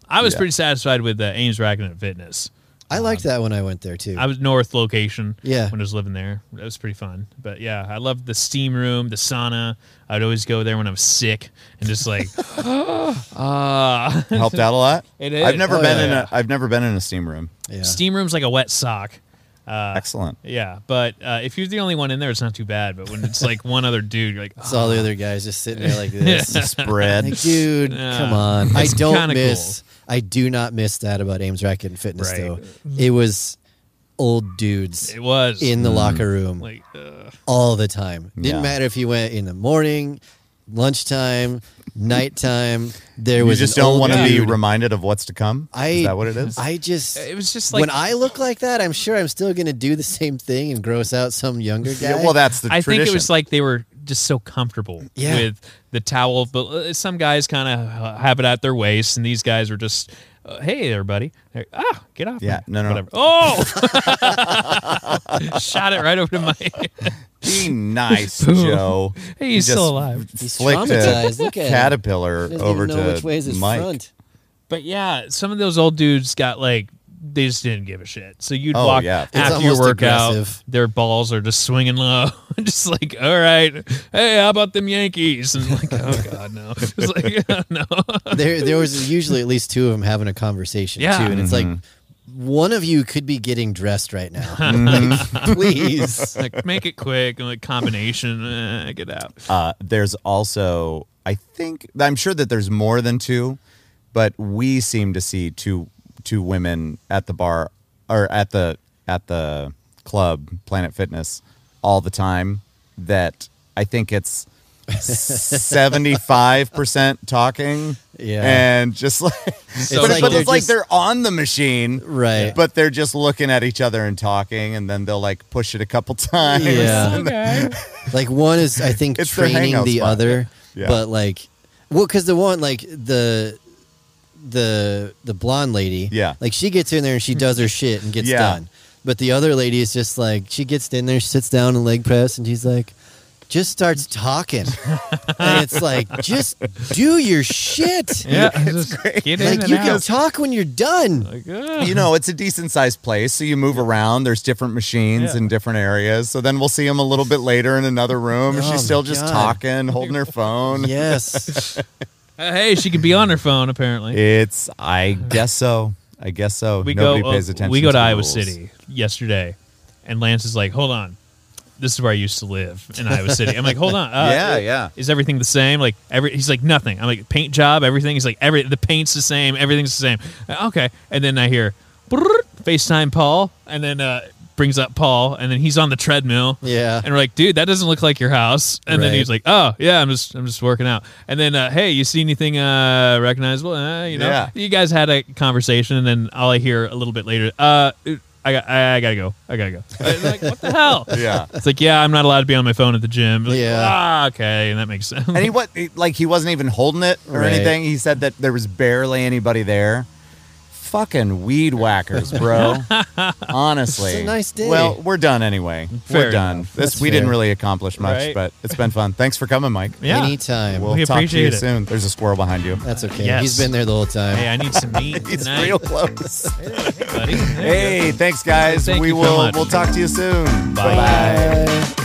[SPEAKER 2] I was
[SPEAKER 1] Yeah.
[SPEAKER 2] pretty satisfied with uh, Ames Racking Fitness.
[SPEAKER 3] I liked that when I went there too.
[SPEAKER 2] I was north location.
[SPEAKER 3] Yeah.
[SPEAKER 2] When I was living there, that was pretty fun. But yeah, I loved the steam room, the sauna. I'd always go there when I was sick and just
[SPEAKER 3] (gasps)
[SPEAKER 2] like, (gasps) ah.
[SPEAKER 1] Helped out a lot.
[SPEAKER 2] (laughs) It
[SPEAKER 1] I've
[SPEAKER 2] is.
[SPEAKER 1] never
[SPEAKER 3] Oh,
[SPEAKER 1] been
[SPEAKER 3] yeah.
[SPEAKER 1] in a. I've never been in a steam room.
[SPEAKER 3] yeah.
[SPEAKER 2] Steam room's like a wet sock. Uh, (laughs)
[SPEAKER 1] Excellent.
[SPEAKER 2] Yeah, but uh, if you're the only one in there, it's not too bad. But when it's like one other dude, you're like,
[SPEAKER 3] It's all the other guys
[SPEAKER 2] (laughs)
[SPEAKER 3] just sitting there like this.
[SPEAKER 1] Spread.
[SPEAKER 3] Like, dude,
[SPEAKER 2] Yeah.
[SPEAKER 3] come on. I
[SPEAKER 2] It's
[SPEAKER 3] don't
[SPEAKER 2] kinda
[SPEAKER 3] miss. I do not miss that about Ames Racket and Fitness
[SPEAKER 2] Right.
[SPEAKER 3] though.
[SPEAKER 2] Mm-hmm.
[SPEAKER 3] It was old dudes
[SPEAKER 2] "Ah, it was
[SPEAKER 3] in the locker room
[SPEAKER 2] like, uh,
[SPEAKER 3] all the time. Didn't
[SPEAKER 1] Yeah.
[SPEAKER 3] matter if you went in the morning,
[SPEAKER 1] (laughs)
[SPEAKER 3] lunchtime, nighttime. There
[SPEAKER 1] You
[SPEAKER 3] was
[SPEAKER 1] just
[SPEAKER 3] an
[SPEAKER 1] don't
[SPEAKER 3] old
[SPEAKER 1] want to be
[SPEAKER 3] dude.
[SPEAKER 1] reminded of what's to come.
[SPEAKER 3] I
[SPEAKER 1] is that what it is?
[SPEAKER 3] I just.
[SPEAKER 2] it was just like
[SPEAKER 3] when I look like that, I'm sure I'm still going to do the same thing and gross out some younger
[SPEAKER 1] (laughs)
[SPEAKER 3] guy.
[SPEAKER 1] yeah, well, that's the
[SPEAKER 2] I
[SPEAKER 1] tradition.
[SPEAKER 2] think it was like they were just so comfortable
[SPEAKER 3] Yeah.
[SPEAKER 2] with the towel, but uh, some guys kind of have it at their waist, and these guys were just, uh, "Hey there, buddy! They're, ah, get off!"
[SPEAKER 1] Yeah,
[SPEAKER 2] me.
[SPEAKER 1] no, no, no.
[SPEAKER 2] whatever. Oh, (laughs) shot it right over to my.
[SPEAKER 1] (laughs) be
[SPEAKER 2] (laughs)
[SPEAKER 1] nice, Joe.
[SPEAKER 2] Hey,
[SPEAKER 1] He
[SPEAKER 2] he's still
[SPEAKER 1] just
[SPEAKER 2] alive.
[SPEAKER 3] He's
[SPEAKER 1] flicked a
[SPEAKER 3] traumatized. Look at him.
[SPEAKER 1] caterpillar
[SPEAKER 3] Doesn't even
[SPEAKER 1] over
[SPEAKER 3] know
[SPEAKER 1] to
[SPEAKER 3] which way is his
[SPEAKER 1] Mike.
[SPEAKER 2] (laughs)
[SPEAKER 3] front.
[SPEAKER 2] But yeah, some of those old dudes got like they just didn't give a shit. So you'd
[SPEAKER 1] Oh,
[SPEAKER 2] walk
[SPEAKER 1] yeah. It's
[SPEAKER 2] after your
[SPEAKER 3] almost
[SPEAKER 2] workout,
[SPEAKER 3] aggressive.
[SPEAKER 2] their balls are just swinging low, (laughs) just like, all right, hey, how about them Yankees? And like, oh god, no, (laughs) it's like, "Oh, no,
[SPEAKER 3] there there was usually at least two of them having a conversation
[SPEAKER 2] Yeah.
[SPEAKER 3] too, and it's like
[SPEAKER 1] Mm-hmm.
[SPEAKER 3] one of you could be getting dressed right
[SPEAKER 1] (laughs)
[SPEAKER 3] now. like, please,
[SPEAKER 2] like make it quick and like combination, (laughs) eh, get out.
[SPEAKER 1] Uh, there's also, I think, I'm sure that there's more than two, but we seem to see two two women at the bar or at the at the club Planet Fitness all the time. That I think
[SPEAKER 3] (laughs)
[SPEAKER 1] it's. 75% talking
[SPEAKER 3] Yeah.
[SPEAKER 1] and just like
[SPEAKER 2] So
[SPEAKER 1] but,
[SPEAKER 2] like
[SPEAKER 1] but
[SPEAKER 2] they're
[SPEAKER 1] it's like
[SPEAKER 3] just-
[SPEAKER 1] they're on the machine
[SPEAKER 3] Right.
[SPEAKER 1] but they're just looking at each other and talking and then they'll like push it a couple (laughs) times
[SPEAKER 3] Yeah.
[SPEAKER 2] Okay,
[SPEAKER 3] (laughs) like one is I think
[SPEAKER 1] It's their
[SPEAKER 3] training
[SPEAKER 1] hangout
[SPEAKER 3] the
[SPEAKER 1] spot.
[SPEAKER 3] other,
[SPEAKER 1] Yeah.
[SPEAKER 3] but like, well, because the one like the the the blonde lady,
[SPEAKER 1] Yeah. Mm.
[SPEAKER 3] like she gets in there and she does her shit and gets
[SPEAKER 1] Yeah.
[SPEAKER 3] done. But the other lady is just like she gets in there, sits down and leg press, and she's like, just starts
[SPEAKER 1] (laughs)
[SPEAKER 3] talking, and it's like, just do your
[SPEAKER 2] (laughs)
[SPEAKER 3] shit.
[SPEAKER 2] yeah, just get in
[SPEAKER 3] Like
[SPEAKER 2] and
[SPEAKER 3] you can
[SPEAKER 2] out.
[SPEAKER 3] talk when
[SPEAKER 2] (laughs)
[SPEAKER 3] you're done.
[SPEAKER 2] like,
[SPEAKER 3] (laughs)
[SPEAKER 2] ah.
[SPEAKER 1] you know, it's a decent sized place, so you move around. There's different machines
[SPEAKER 2] Yeah.
[SPEAKER 1] in different areas. So then we'll see him a little bit later in another room. and
[SPEAKER 3] Oh, my
[SPEAKER 1] She's still just
[SPEAKER 3] God.
[SPEAKER 1] talking, holding her phone.
[SPEAKER 3] Yes.
[SPEAKER 2] Uh, hey, she could be on her phone apparently.
[SPEAKER 1] It's, I guess so. I guess so.
[SPEAKER 2] we
[SPEAKER 1] Nobody
[SPEAKER 2] go
[SPEAKER 1] pays
[SPEAKER 2] oh,
[SPEAKER 1] attention.
[SPEAKER 2] we go to,
[SPEAKER 1] the
[SPEAKER 2] Iowa
[SPEAKER 1] rules.
[SPEAKER 2] City yesterday, and Lance is like, "Hold on, this is where I used to live
[SPEAKER 1] (laughs)
[SPEAKER 2] in Iowa City." I'm like, "Hold on, uh,
[SPEAKER 1] Yeah, yeah.
[SPEAKER 2] Is everything the same? Like every?" He's like, "Nothing." I'm like, "Paint job, everything." He's like, "Every the paint's the same, everything's the same." Uh, Okay, and then I hear brrrt, FaceTime Paul, and then uh, brings up Paul, and then he's on the treadmill.
[SPEAKER 3] Yeah.
[SPEAKER 2] and we're like, "Dude, that doesn't look like your house." And then
[SPEAKER 3] Right.
[SPEAKER 2] he's like, "Oh yeah, I'm just I'm just working out." And then, uh, hey, you see anything uh, recognizable? Uh, you know,
[SPEAKER 1] Yeah.
[SPEAKER 2] you guys had a conversation, and then all I hear a little bit later, uh, I got, I, I gotta go. I gotta go. I'm (laughs) like, what the hell?
[SPEAKER 1] Yeah.
[SPEAKER 2] It's like, (laughs) yeah, I'm not allowed to be on my phone at the gym. Like,
[SPEAKER 3] Yeah.
[SPEAKER 2] Ah, okay, and that makes sense.
[SPEAKER 1] And he what like he wasn't even holding it or
[SPEAKER 3] Right.
[SPEAKER 1] anything. He said that there was barely anybody there. Fucking weed whackers,
[SPEAKER 2] (laughs)
[SPEAKER 1] bro. Honestly.
[SPEAKER 3] It's a nice day.
[SPEAKER 1] Well, we're done anyway. we're
[SPEAKER 2] Fair
[SPEAKER 1] done.
[SPEAKER 2] enough.
[SPEAKER 1] This
[SPEAKER 3] That's
[SPEAKER 1] we didn't
[SPEAKER 3] fair.
[SPEAKER 1] really accomplish much,
[SPEAKER 2] Right.
[SPEAKER 1] but it's been fun. Thanks for coming, Mike.
[SPEAKER 2] yeah.
[SPEAKER 3] Anytime.
[SPEAKER 1] We'll
[SPEAKER 2] We
[SPEAKER 1] talk to you
[SPEAKER 2] appreciate it.
[SPEAKER 1] soon. There's a squirrel behind you.
[SPEAKER 3] That's okay.
[SPEAKER 2] Yes.
[SPEAKER 3] He's been there the whole time.
[SPEAKER 2] Hey, I
[SPEAKER 1] (laughs)
[SPEAKER 2] need some meat.
[SPEAKER 1] It's
[SPEAKER 2] tonight,
[SPEAKER 1] real close.
[SPEAKER 2] buddy. There you go.
[SPEAKER 1] hey, thanks guys.
[SPEAKER 2] Thank
[SPEAKER 1] we
[SPEAKER 2] you so
[SPEAKER 1] will
[SPEAKER 2] much.
[SPEAKER 1] we'll talk to you soon.
[SPEAKER 2] Bye.
[SPEAKER 1] Bye.
[SPEAKER 3] Bye.